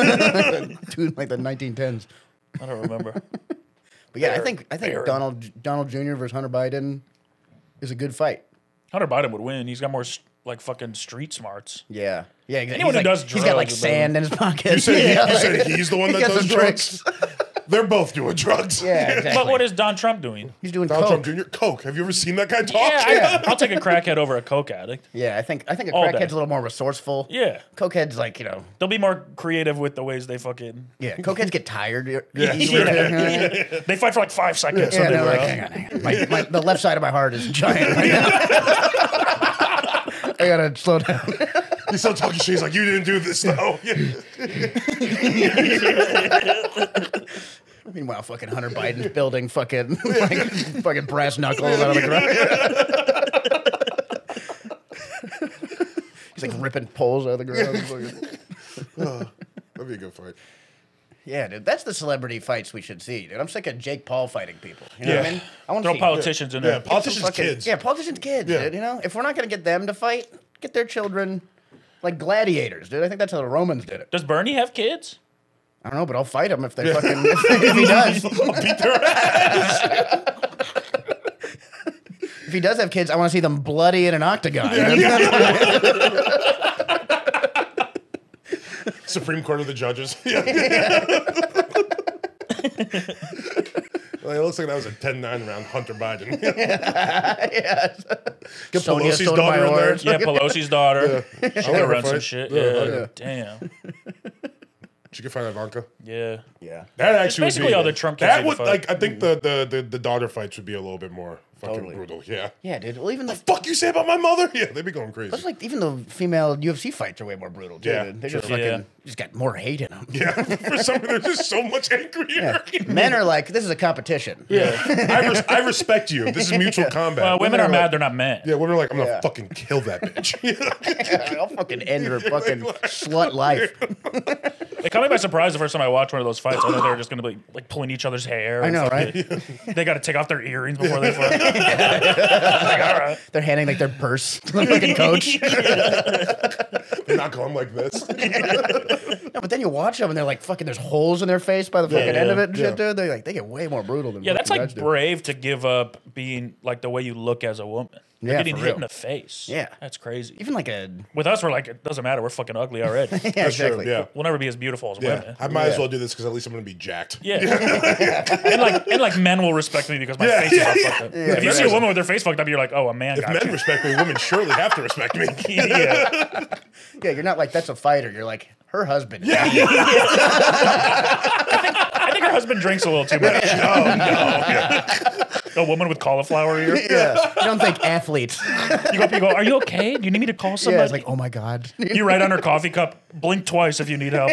Speaker 4: like the 1910s.
Speaker 6: I don't remember.
Speaker 4: But yeah, I think I think
Speaker 6: Barron.
Speaker 4: Donald Donald Jr. versus Hunter Biden is a good fight.
Speaker 6: Hunter Biden would win. He's got more s- like fucking street smarts.
Speaker 4: Yeah, yeah. Anyone
Speaker 6: Anyone who does
Speaker 4: he's got like
Speaker 6: drugs is better.
Speaker 4: sand in his pocket.
Speaker 5: You said,
Speaker 4: [LAUGHS] yeah,
Speaker 5: you said he's the one that
Speaker 4: got
Speaker 5: does
Speaker 4: some
Speaker 5: drugs. They're both doing drugs.
Speaker 4: yeah, exactly.
Speaker 6: But what is Don Trump doing?
Speaker 4: he's
Speaker 5: [LAUGHS]
Speaker 4: doing
Speaker 5: Donald
Speaker 4: coke.
Speaker 5: Trump Jr. Coke. Have you ever seen that guy talk?
Speaker 6: Yeah, I, I'll take a crackhead over a coke addict.
Speaker 4: Yeah, I think I think a
Speaker 6: All day.
Speaker 4: crackhead's a little more resourceful.
Speaker 6: Yeah.
Speaker 4: cokehead's like you know.
Speaker 6: They'll be more creative with the ways they fucking
Speaker 5: [LAUGHS]
Speaker 4: Yeah, cokeheads get tired. [LAUGHS] e-
Speaker 6: [LAUGHS]
Speaker 4: easily.
Speaker 6: Yeah. they fight for like five seconds.
Speaker 4: Yeah,
Speaker 6: and they
Speaker 4: they're like,
Speaker 6: were, uh,
Speaker 4: hang on, hang on. My, my, the left side of my heart is giant right now. [LAUGHS] I gotta slow down. [LAUGHS]
Speaker 5: He's still talking shit. He's like, you didn't do this, though. Yeah.
Speaker 4: Meanwhile, fucking Hunter Biden's building fucking [LAUGHS] like, fucking brass knuckles out of the ground. He's like ripping poles out of the ground. Fucking-
Speaker 5: That'd be a good fight.
Speaker 4: yeah, dude, that's the celebrity fights we should see, dude. I'm sick of Jake Paul fighting people. You know what I
Speaker 6: Yeah.
Speaker 4: mean? I want to
Speaker 6: throw
Speaker 4: see
Speaker 6: politicians in
Speaker 5: Yeah,
Speaker 6: there.
Speaker 5: politicians'
Speaker 4: fucking-
Speaker 5: kids.
Speaker 4: Yeah, politicians' kids,
Speaker 5: Yeah.
Speaker 4: dude. You know, if we're not gonna get them to fight, get their children. Like gladiators, dude. I think that's how the Romans did it.
Speaker 6: Does Bernie have kids?
Speaker 4: I don't know, but I'll fight him if they fucking [LAUGHS] if, if
Speaker 5: [LAUGHS]
Speaker 4: he does.
Speaker 5: [LAUGHS] Beat their ass.
Speaker 4: If he does have kids, I want to see them bloody in an octagon. You know what I mean? [LAUGHS]
Speaker 5: Supreme Court of the judges. [LAUGHS] Yeah.
Speaker 4: [LAUGHS]
Speaker 5: well, it looks like that was a 10-9 round Hunter
Speaker 4: [LAUGHS]
Speaker 5: Biden. [LAUGHS]
Speaker 4: Get
Speaker 5: Pelosi's daughter in there.
Speaker 6: Yeah, Pelosi's daughter. She
Speaker 5: I'll
Speaker 6: could
Speaker 5: never
Speaker 6: run some
Speaker 5: fight.
Speaker 6: shit.
Speaker 5: Yeah,
Speaker 6: Yeah,
Speaker 5: I'll
Speaker 6: damn.
Speaker 5: Did you get find Ivanka?
Speaker 6: Yeah.
Speaker 4: Yeah.
Speaker 5: That actually
Speaker 6: basically
Speaker 5: would be,
Speaker 6: all the Mm-hmm. Trump kids
Speaker 5: That
Speaker 6: need
Speaker 5: would
Speaker 6: to
Speaker 5: like. I think the, the the the daughter fights would be a little bit more fucking
Speaker 4: Totally.
Speaker 5: brutal. Yeah.
Speaker 4: Yeah, dude. Well, even like
Speaker 5: Fuck you say about my mother? [LAUGHS] Yeah, they'd be going crazy.
Speaker 4: those like even the female UFC fights are way more brutal. Too,
Speaker 5: Yeah,
Speaker 4: dude. they
Speaker 5: true.
Speaker 4: just fucking
Speaker 6: Yeah.
Speaker 4: just got more hate in them.
Speaker 5: Yeah, [LAUGHS] for some reason, there's just so much anger here.
Speaker 4: [LAUGHS] Men are like, this is a competition.
Speaker 5: [LAUGHS] I, res- I respect you. This is mutual combat.
Speaker 6: Uh, women are
Speaker 4: are
Speaker 6: mad
Speaker 4: like-
Speaker 6: they're not men.
Speaker 5: yeah, women are like, I'm
Speaker 4: Yeah.
Speaker 5: gonna fucking kill that bitch. [LAUGHS]
Speaker 4: I'll fucking end her fucking slut life.
Speaker 6: It caught me by surprise the first time I watched one of those fights. I thought they were just going to be like pulling each other's hair.
Speaker 4: I
Speaker 6: and
Speaker 4: know,
Speaker 6: fucking- [LAUGHS]
Speaker 4: right?
Speaker 6: They got to take off their earrings before they fight. [LAUGHS] Like, all right.
Speaker 4: They're handing like their purse [LAUGHS] to the fucking coach.
Speaker 5: They're not going like
Speaker 4: [LAUGHS]
Speaker 5: this.
Speaker 4: No, but then you watch them and they're like, fucking, there's holes in their face by the fucking end of
Speaker 6: yeah,
Speaker 4: it and shit, dude. They like they get way more brutal than
Speaker 6: [LAUGHS] Yeah, that's
Speaker 4: fucking
Speaker 6: like
Speaker 4: guys do.
Speaker 6: brave to give up being like the way you look as a woman. You're
Speaker 4: Yeah,
Speaker 6: getting
Speaker 4: for
Speaker 6: hit in
Speaker 4: real.
Speaker 6: the face.
Speaker 4: Yeah.
Speaker 6: That's crazy.
Speaker 4: even like a
Speaker 6: With us, we're like, it doesn't matter. We're fucking ugly already.
Speaker 4: yeah,
Speaker 5: That's true,
Speaker 4: exactly.
Speaker 5: Yeah.
Speaker 6: we'll never be as beautiful as
Speaker 5: Yeah.
Speaker 6: women.
Speaker 5: I might as
Speaker 4: Yeah.
Speaker 5: well do this because at least I'm gonna be jacked.
Speaker 6: Yeah. and like and like men will respect me because my
Speaker 5: Yeah,
Speaker 6: face is
Speaker 5: yeah,
Speaker 6: all
Speaker 5: yeah.
Speaker 6: fucked up. if you see a woman with their face fucked up, you're like, oh, a man
Speaker 5: If
Speaker 6: got
Speaker 5: [LAUGHS] men respect me, women surely have to respect me.
Speaker 6: you.
Speaker 5: [LAUGHS]
Speaker 6: [LAUGHS] yeah.
Speaker 4: Yeah, you're not like that's a fighter. You're like her husband.
Speaker 6: I think her husband drinks a little too much.
Speaker 5: Oh no.
Speaker 6: a woman with cauliflower ear.
Speaker 4: Yeah. [LAUGHS] you don't think athlete.
Speaker 6: You go, you go, are you okay? Do you need me to call
Speaker 4: Yeah, it's
Speaker 6: somebody?
Speaker 4: like, oh my God.
Speaker 6: you write on her coffee cup, blink twice if you need help.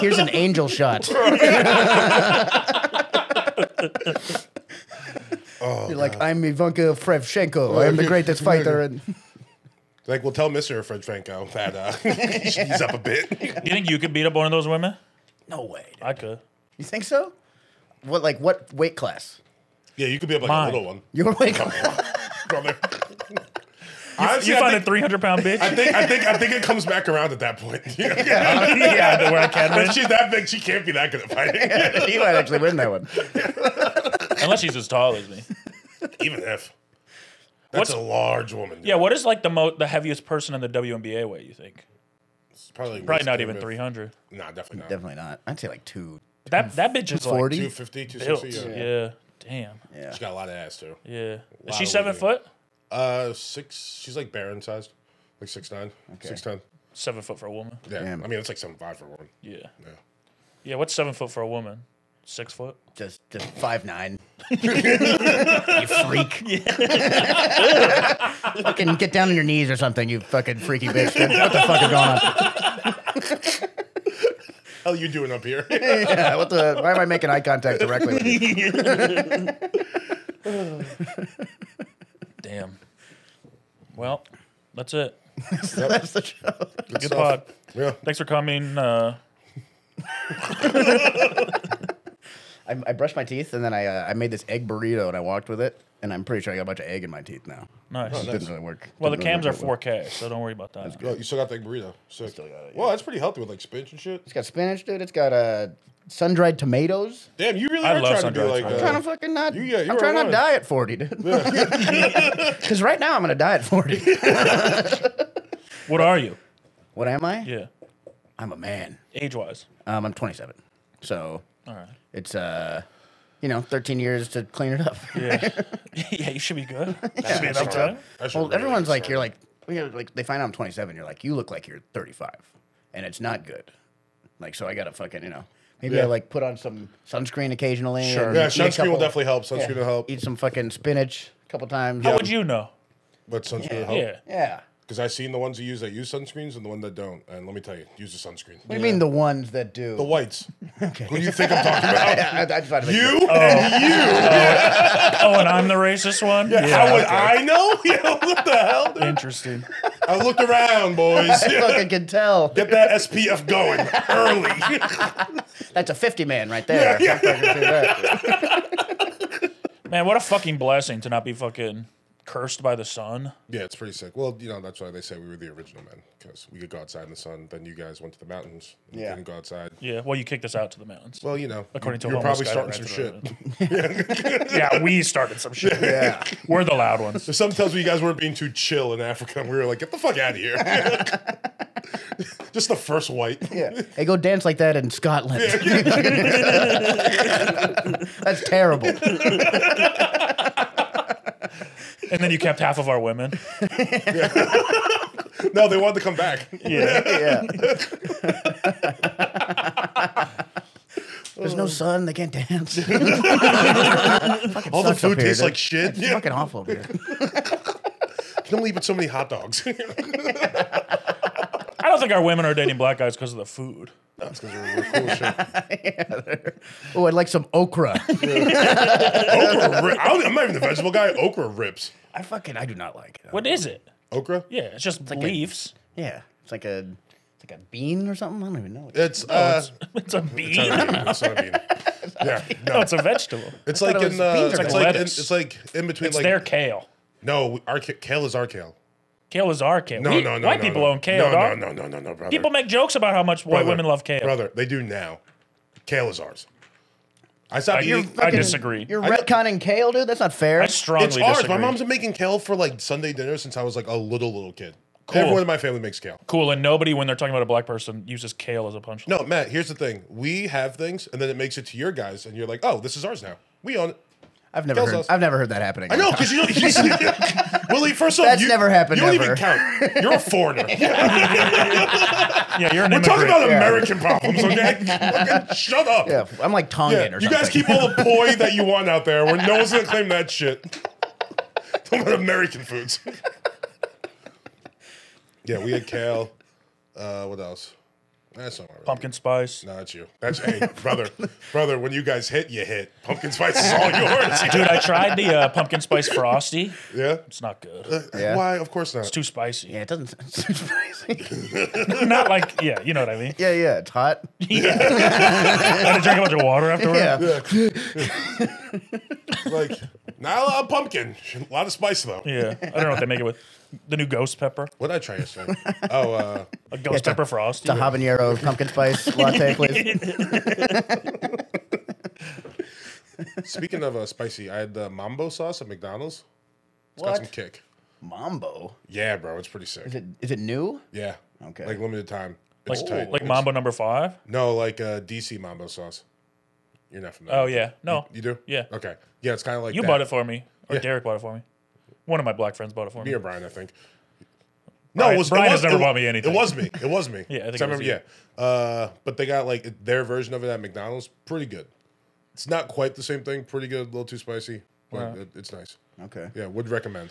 Speaker 4: Here's an angel shot. [LAUGHS] You're like, I'm Ivanka Frevchenko. I'm the greatest fighter. And
Speaker 5: Like, well, tell Mister Fred Franco that uh, [LAUGHS] he should ease up a bit. [LAUGHS]
Speaker 6: you think you could beat up one of those women?
Speaker 4: no way. dude.
Speaker 6: I could.
Speaker 4: You think so? What like what weight class? [LAUGHS]
Speaker 5: Yeah, you could be up like
Speaker 6: Mine.
Speaker 5: a
Speaker 6: [LAUGHS]
Speaker 5: little one,
Speaker 4: Your weight class?
Speaker 5: brother. Honestly,
Speaker 6: You
Speaker 5: I
Speaker 6: find a
Speaker 5: think-
Speaker 6: 300 pound bitch? [LAUGHS]
Speaker 5: I think I think I think it comes back around at that point. [LAUGHS] Yeah.
Speaker 6: yeah, where I can win.
Speaker 5: If she's that big, she can't be that good at fighting. [LAUGHS]
Speaker 4: you might actually win that one.
Speaker 6: Unless she's as tall as me.
Speaker 5: Even if that's
Speaker 6: What's-
Speaker 5: a large woman. dude.
Speaker 6: Yeah, what is like the mo- the heaviest person in the WNBA weight, you think?
Speaker 5: It's probably
Speaker 6: Probably not even 300.
Speaker 5: Nah, definitely not.
Speaker 4: Definitely not. I'd say like two.
Speaker 6: That that bitch is like
Speaker 4: 40?
Speaker 5: 250,
Speaker 6: built.
Speaker 5: 260.
Speaker 6: Yeah.
Speaker 5: Yeah.
Speaker 6: Damn.
Speaker 5: She's got a lot of ass too.
Speaker 6: Yeah. Is
Speaker 5: Wow,
Speaker 6: she seven
Speaker 5: really.
Speaker 6: foot?
Speaker 5: Uh, six. She's like Baron sized, like six nine, six ten.
Speaker 6: Seven foot for a woman.
Speaker 5: Yeah,
Speaker 4: Damn.
Speaker 5: I mean it's like seven five for a woman.
Speaker 6: Yeah.
Speaker 5: Yeah.
Speaker 6: Yeah, what's seven foot for a woman? Six [LAUGHS] foot?
Speaker 4: Just just five nine. you freak.
Speaker 6: [LAUGHS]
Speaker 4: fucking get down on your knees or something, you fucking freaky bitch. What the fuck is going on?
Speaker 5: Hell, you doing up
Speaker 4: [LAUGHS]
Speaker 5: here? [LAUGHS]
Speaker 4: Yeah, what the why am I making eye contact directly with you?
Speaker 6: Damn. Well, that's it.
Speaker 4: That's the show.
Speaker 6: Good pod.
Speaker 5: yeah.
Speaker 6: Thanks for coming. Uh,
Speaker 4: I, I brushed my teeth and then I uh, I made this egg burrito and I walked with it and I'm pretty sure I got a bunch of egg in my teeth now.
Speaker 6: nice.
Speaker 4: Didn't really work.
Speaker 6: Well, the
Speaker 4: Didn't really
Speaker 6: cams are
Speaker 4: work out well.
Speaker 6: 4K, so don't worry about that.
Speaker 5: Yo, you still got that burrito. Sick.
Speaker 4: got it,
Speaker 5: Well, that's pretty healthy with like spinach and shit.
Speaker 4: It's got spinach, dude. It's got uh, sun dried tomatoes.
Speaker 5: Damn, you really
Speaker 6: I
Speaker 5: are
Speaker 6: love
Speaker 5: trying to be
Speaker 6: sun-dried
Speaker 5: like.
Speaker 6: tomatoes.
Speaker 4: trying
Speaker 5: Uh,
Speaker 4: to fucking not.
Speaker 5: You- yeah, you
Speaker 4: I'm
Speaker 5: were
Speaker 4: trying not to
Speaker 5: right.
Speaker 4: die at
Speaker 5: [LAUGHS]
Speaker 4: 40, dude. [LAUGHS] Because right now I'm gonna die at 40.
Speaker 6: What are you?
Speaker 4: What am I?
Speaker 6: Yeah.
Speaker 4: I'm a man.
Speaker 6: Age [LAUGHS] wise.
Speaker 4: Um, I'm 27. So
Speaker 6: All right.
Speaker 4: it's uh, you know, 13 years to clean it up. [LAUGHS]
Speaker 6: Yeah. yeah, you should be [LAUGHS] good. That should be enough time.
Speaker 5: I should
Speaker 4: well,
Speaker 5: really
Speaker 4: everyone's like,
Speaker 5: start-
Speaker 4: you're like, you know, like they find out I'm 27. You're like, you look like you're 35, and it's not good. Like, so I gotta fucking, you know, maybe I
Speaker 5: Yeah.
Speaker 4: like put on some sunscreen occasionally.
Speaker 6: Sure.
Speaker 4: and
Speaker 5: Yeah,
Speaker 4: eat a
Speaker 5: sunscreen will
Speaker 4: couple-
Speaker 5: definitely help. Sunscreen will help.
Speaker 4: Eat some fucking spinach a couple times.
Speaker 6: How would you know?
Speaker 5: But sunscreen will help.
Speaker 6: Yeah.
Speaker 4: Yeah.
Speaker 5: Because I've seen the ones who use that use sunscreens and the one that don't. And let me tell you, use the sunscreen.
Speaker 4: What do you mean the ones that do?
Speaker 5: The whites.
Speaker 4: Okay.
Speaker 5: Who do you think I'm talking about?
Speaker 4: [LAUGHS] Yeah, [LAUGHS] I, I just wanted to make sure.
Speaker 5: You and you.
Speaker 6: Oh, and I'm the racist one? Yeah.
Speaker 5: How would I know? [LAUGHS] You know, what the hell? dude?
Speaker 6: Interesting.
Speaker 5: I looked around,
Speaker 4: [LAUGHS]
Speaker 5: boys.
Speaker 4: I fucking can tell.
Speaker 5: Get that SPF going
Speaker 4: [LAUGHS]
Speaker 5: early.
Speaker 4: That's a 50 man right there.
Speaker 5: Yeah, [LAUGHS]
Speaker 6: Man, what a fucking blessing to not be fucking cursed by the sun.
Speaker 5: yeah, it's pretty sick. Well, you know, that's why they say we were the original men because we could go outside in the sun. Then you guys went to the mountains. You
Speaker 4: Yeah.
Speaker 5: Didn't go outside.
Speaker 6: Yeah. Well, you kicked us out to the mountains.
Speaker 5: Well, you know,
Speaker 6: According to
Speaker 5: you're
Speaker 6: a
Speaker 5: probably
Speaker 6: homeless
Speaker 5: starting
Speaker 6: guy
Speaker 5: some
Speaker 6: that
Speaker 5: shit.
Speaker 6: ran through the- yeah, we started some shit. Yeah. We're the loud ones.
Speaker 5: Some tells me you guys weren't being too chill in Africa. And we were like, get the fuck out of here. [LAUGHS] Just the first white.
Speaker 4: Hey, go dance like that in Scotland. [LAUGHS] That's terrible.
Speaker 6: And then you kept half of our women.
Speaker 5: No, they wanted to come
Speaker 4: [LAUGHS]
Speaker 5: back.
Speaker 6: Yeah.
Speaker 4: Yeah. There's no sun. They
Speaker 5: [LAUGHS]
Speaker 4: can't dance.
Speaker 5: All the
Speaker 4: sucks up
Speaker 5: food
Speaker 4: here,
Speaker 5: tastes
Speaker 4: dude.
Speaker 5: like shit. Yeah.
Speaker 4: Fucking awful over here.
Speaker 5: Can only eat but so many hot dogs. [LAUGHS]
Speaker 6: I don't think our women are dating black guys because of the food.
Speaker 5: That's 'cause we're- we're cool as shit.
Speaker 4: [LAUGHS] Oh, I'd like some
Speaker 5: [LAUGHS]
Speaker 4: okra.
Speaker 5: Okra ri- I don't- I'm not even the vegetable guy. Okra rips.
Speaker 4: I fucking I do not like it.
Speaker 6: What is it?
Speaker 5: Okra?
Speaker 6: Yeah, it's just
Speaker 4: like a-
Speaker 6: leaves.
Speaker 4: Yeah, it's like a it's like a bean or something. I don't even know. What
Speaker 5: It's uh,
Speaker 6: It's a bean.
Speaker 5: it's not a bean. It's not a
Speaker 4: [LAUGHS]
Speaker 5: bean. Yeah,
Speaker 6: [LAUGHS] No,
Speaker 5: no.
Speaker 6: it's a vegetable.
Speaker 5: It's like
Speaker 4: thought
Speaker 5: in
Speaker 4: it was
Speaker 5: uh,
Speaker 4: beans
Speaker 5: it's
Speaker 4: or
Speaker 5: like in,
Speaker 6: lettuce.
Speaker 5: it's like in between
Speaker 6: It's
Speaker 5: like
Speaker 6: their kale.
Speaker 5: no, our ca- kale is our kale.
Speaker 6: Kale is our kale.
Speaker 5: No,
Speaker 6: We-
Speaker 5: no, no.
Speaker 6: White
Speaker 5: no,
Speaker 6: people
Speaker 5: no.
Speaker 6: own kale,
Speaker 5: No,
Speaker 6: dog.
Speaker 5: no, no, no, no, no, brother.
Speaker 6: People make jokes about how much white
Speaker 5: Brother.
Speaker 6: women love kale.
Speaker 5: Brother, they do now. Kale is ours. I stopped
Speaker 6: I,
Speaker 5: eating.
Speaker 6: I
Speaker 4: fucking-
Speaker 6: disagree.
Speaker 4: You're
Speaker 5: I-
Speaker 4: retconning kale, dude. That's not fair.
Speaker 6: I strongly
Speaker 5: It's ours.
Speaker 6: disagree.
Speaker 5: My mom's been making kale for like Sunday dinner since I was like a little little kid. Everyone in my family makes kale.
Speaker 6: cool, and nobody, when they're talking about a black person, uses kale as a punchline.
Speaker 5: No, Matt. Here's the thing: we have things, and then it makes it to your guys, and you're like, "Oh, this is ours now. We own it."
Speaker 4: I've never
Speaker 5: tells
Speaker 4: heard.
Speaker 5: us-
Speaker 4: I've never heard that happening.
Speaker 5: I know because [LAUGHS] you know he's, Willie. First off,
Speaker 4: That's
Speaker 5: you,
Speaker 4: never happened
Speaker 5: You don't
Speaker 4: ever.
Speaker 5: even count. You're a foreigner.
Speaker 6: Yeah, [LAUGHS] you're an
Speaker 5: We're talking
Speaker 6: immigrant.
Speaker 5: about
Speaker 4: Yeah.
Speaker 5: American problems, okay? Fucking Shut up.
Speaker 4: [LAUGHS] Yeah, I'm like Tongan
Speaker 5: Yeah,
Speaker 4: or
Speaker 5: you
Speaker 4: something.
Speaker 5: guys keep
Speaker 4: [LAUGHS]
Speaker 5: all the poi that you want out there, where no one's gonna claim that shit. [LAUGHS] Talking about American foods. [LAUGHS] yeah, we had kale. Uh, what else? That's not really.
Speaker 6: [LAUGHS] pumpkin spice.
Speaker 5: No, that's you. That's hey, brother, brother. When you guys hit, you hit. Pumpkin spice is all
Speaker 4: [LAUGHS]
Speaker 5: yours.
Speaker 6: Dude, I tried the uh, pumpkin spice frosty.
Speaker 5: yeah.
Speaker 6: It's not good.
Speaker 4: Yeah.
Speaker 5: Why? Of course not.
Speaker 6: Too spicy.
Speaker 4: yeah, it doesn't sound [LAUGHS] spicy.
Speaker 6: Not like yeah, you know what I mean.
Speaker 4: yeah, yeah,
Speaker 5: [LAUGHS]
Speaker 4: it's hot.
Speaker 6: I had to drink a bunch of water afterward.
Speaker 4: Yeah.
Speaker 5: like not a lot of pumpkin. A lot of spice though.
Speaker 6: Yeah, I don't know what they make it with. The new ghost pepper,
Speaker 5: What did I try
Speaker 4: [LAUGHS]
Speaker 5: yesterday? oh, uh,
Speaker 6: a ghost
Speaker 4: the-
Speaker 6: pepper frost.
Speaker 4: The habanero
Speaker 5: [LAUGHS]
Speaker 4: pumpkin spice latte, please.
Speaker 5: speaking of uh, spicy, I had the mambo sauce at McDonald's. It's got
Speaker 4: What?
Speaker 5: some kick.
Speaker 4: Mambo.
Speaker 5: Yeah, bro, it's pretty sick.
Speaker 4: Is it, is it new?
Speaker 5: Yeah.
Speaker 4: Okay.
Speaker 5: Like limited time. It's
Speaker 6: like,
Speaker 5: tight.
Speaker 6: like
Speaker 5: It's-
Speaker 6: Mambo number five.
Speaker 5: No, like uh, DC mambo sauce. You're not familiar.
Speaker 6: Oh yeah, no,
Speaker 5: You do?
Speaker 6: Yeah.
Speaker 5: Okay. Yeah, it's kind of like
Speaker 6: you
Speaker 5: that.
Speaker 6: bought it for me, or
Speaker 5: Yeah.
Speaker 6: Derek bought it for me. One of my black friends bought it for me.
Speaker 5: Me or Brian, I think. No,
Speaker 6: Brian-
Speaker 5: it was
Speaker 6: Brian
Speaker 5: it
Speaker 6: has
Speaker 5: was,
Speaker 6: never
Speaker 5: it wa-
Speaker 6: bought me anything.
Speaker 5: It was me. It was me.
Speaker 6: [LAUGHS] Yeah, I think
Speaker 5: So
Speaker 6: it was
Speaker 5: remember- Yeah, uh, but they got like their version of it at McDonald's. Pretty good. It's not quite the same thing. Pretty good. A little too spicy, but it, it's nice.
Speaker 4: Okay.
Speaker 5: Yeah, would recommend.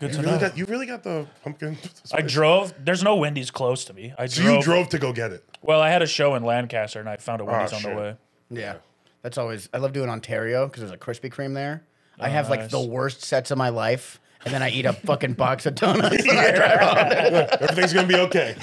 Speaker 6: Good
Speaker 5: You
Speaker 6: to
Speaker 5: really,
Speaker 6: know.
Speaker 5: got, you really got the pumpkin. [LAUGHS]
Speaker 6: I drove. There's no Wendy's close to me. I
Speaker 5: So
Speaker 6: drove,
Speaker 5: you drove to go get it.
Speaker 6: Well, I had a show in Lancaster, and I found a Wendy's on
Speaker 5: shit.
Speaker 6: the way.
Speaker 4: Yeah. That's always, I love doing Ontario because there's a Krispy Kreme there. I have like
Speaker 6: nice.
Speaker 4: the worst sets of my life. And then I eat a fucking
Speaker 5: [LAUGHS]
Speaker 4: box of donuts.
Speaker 5: Everything's gonna be okay.
Speaker 6: [LAUGHS]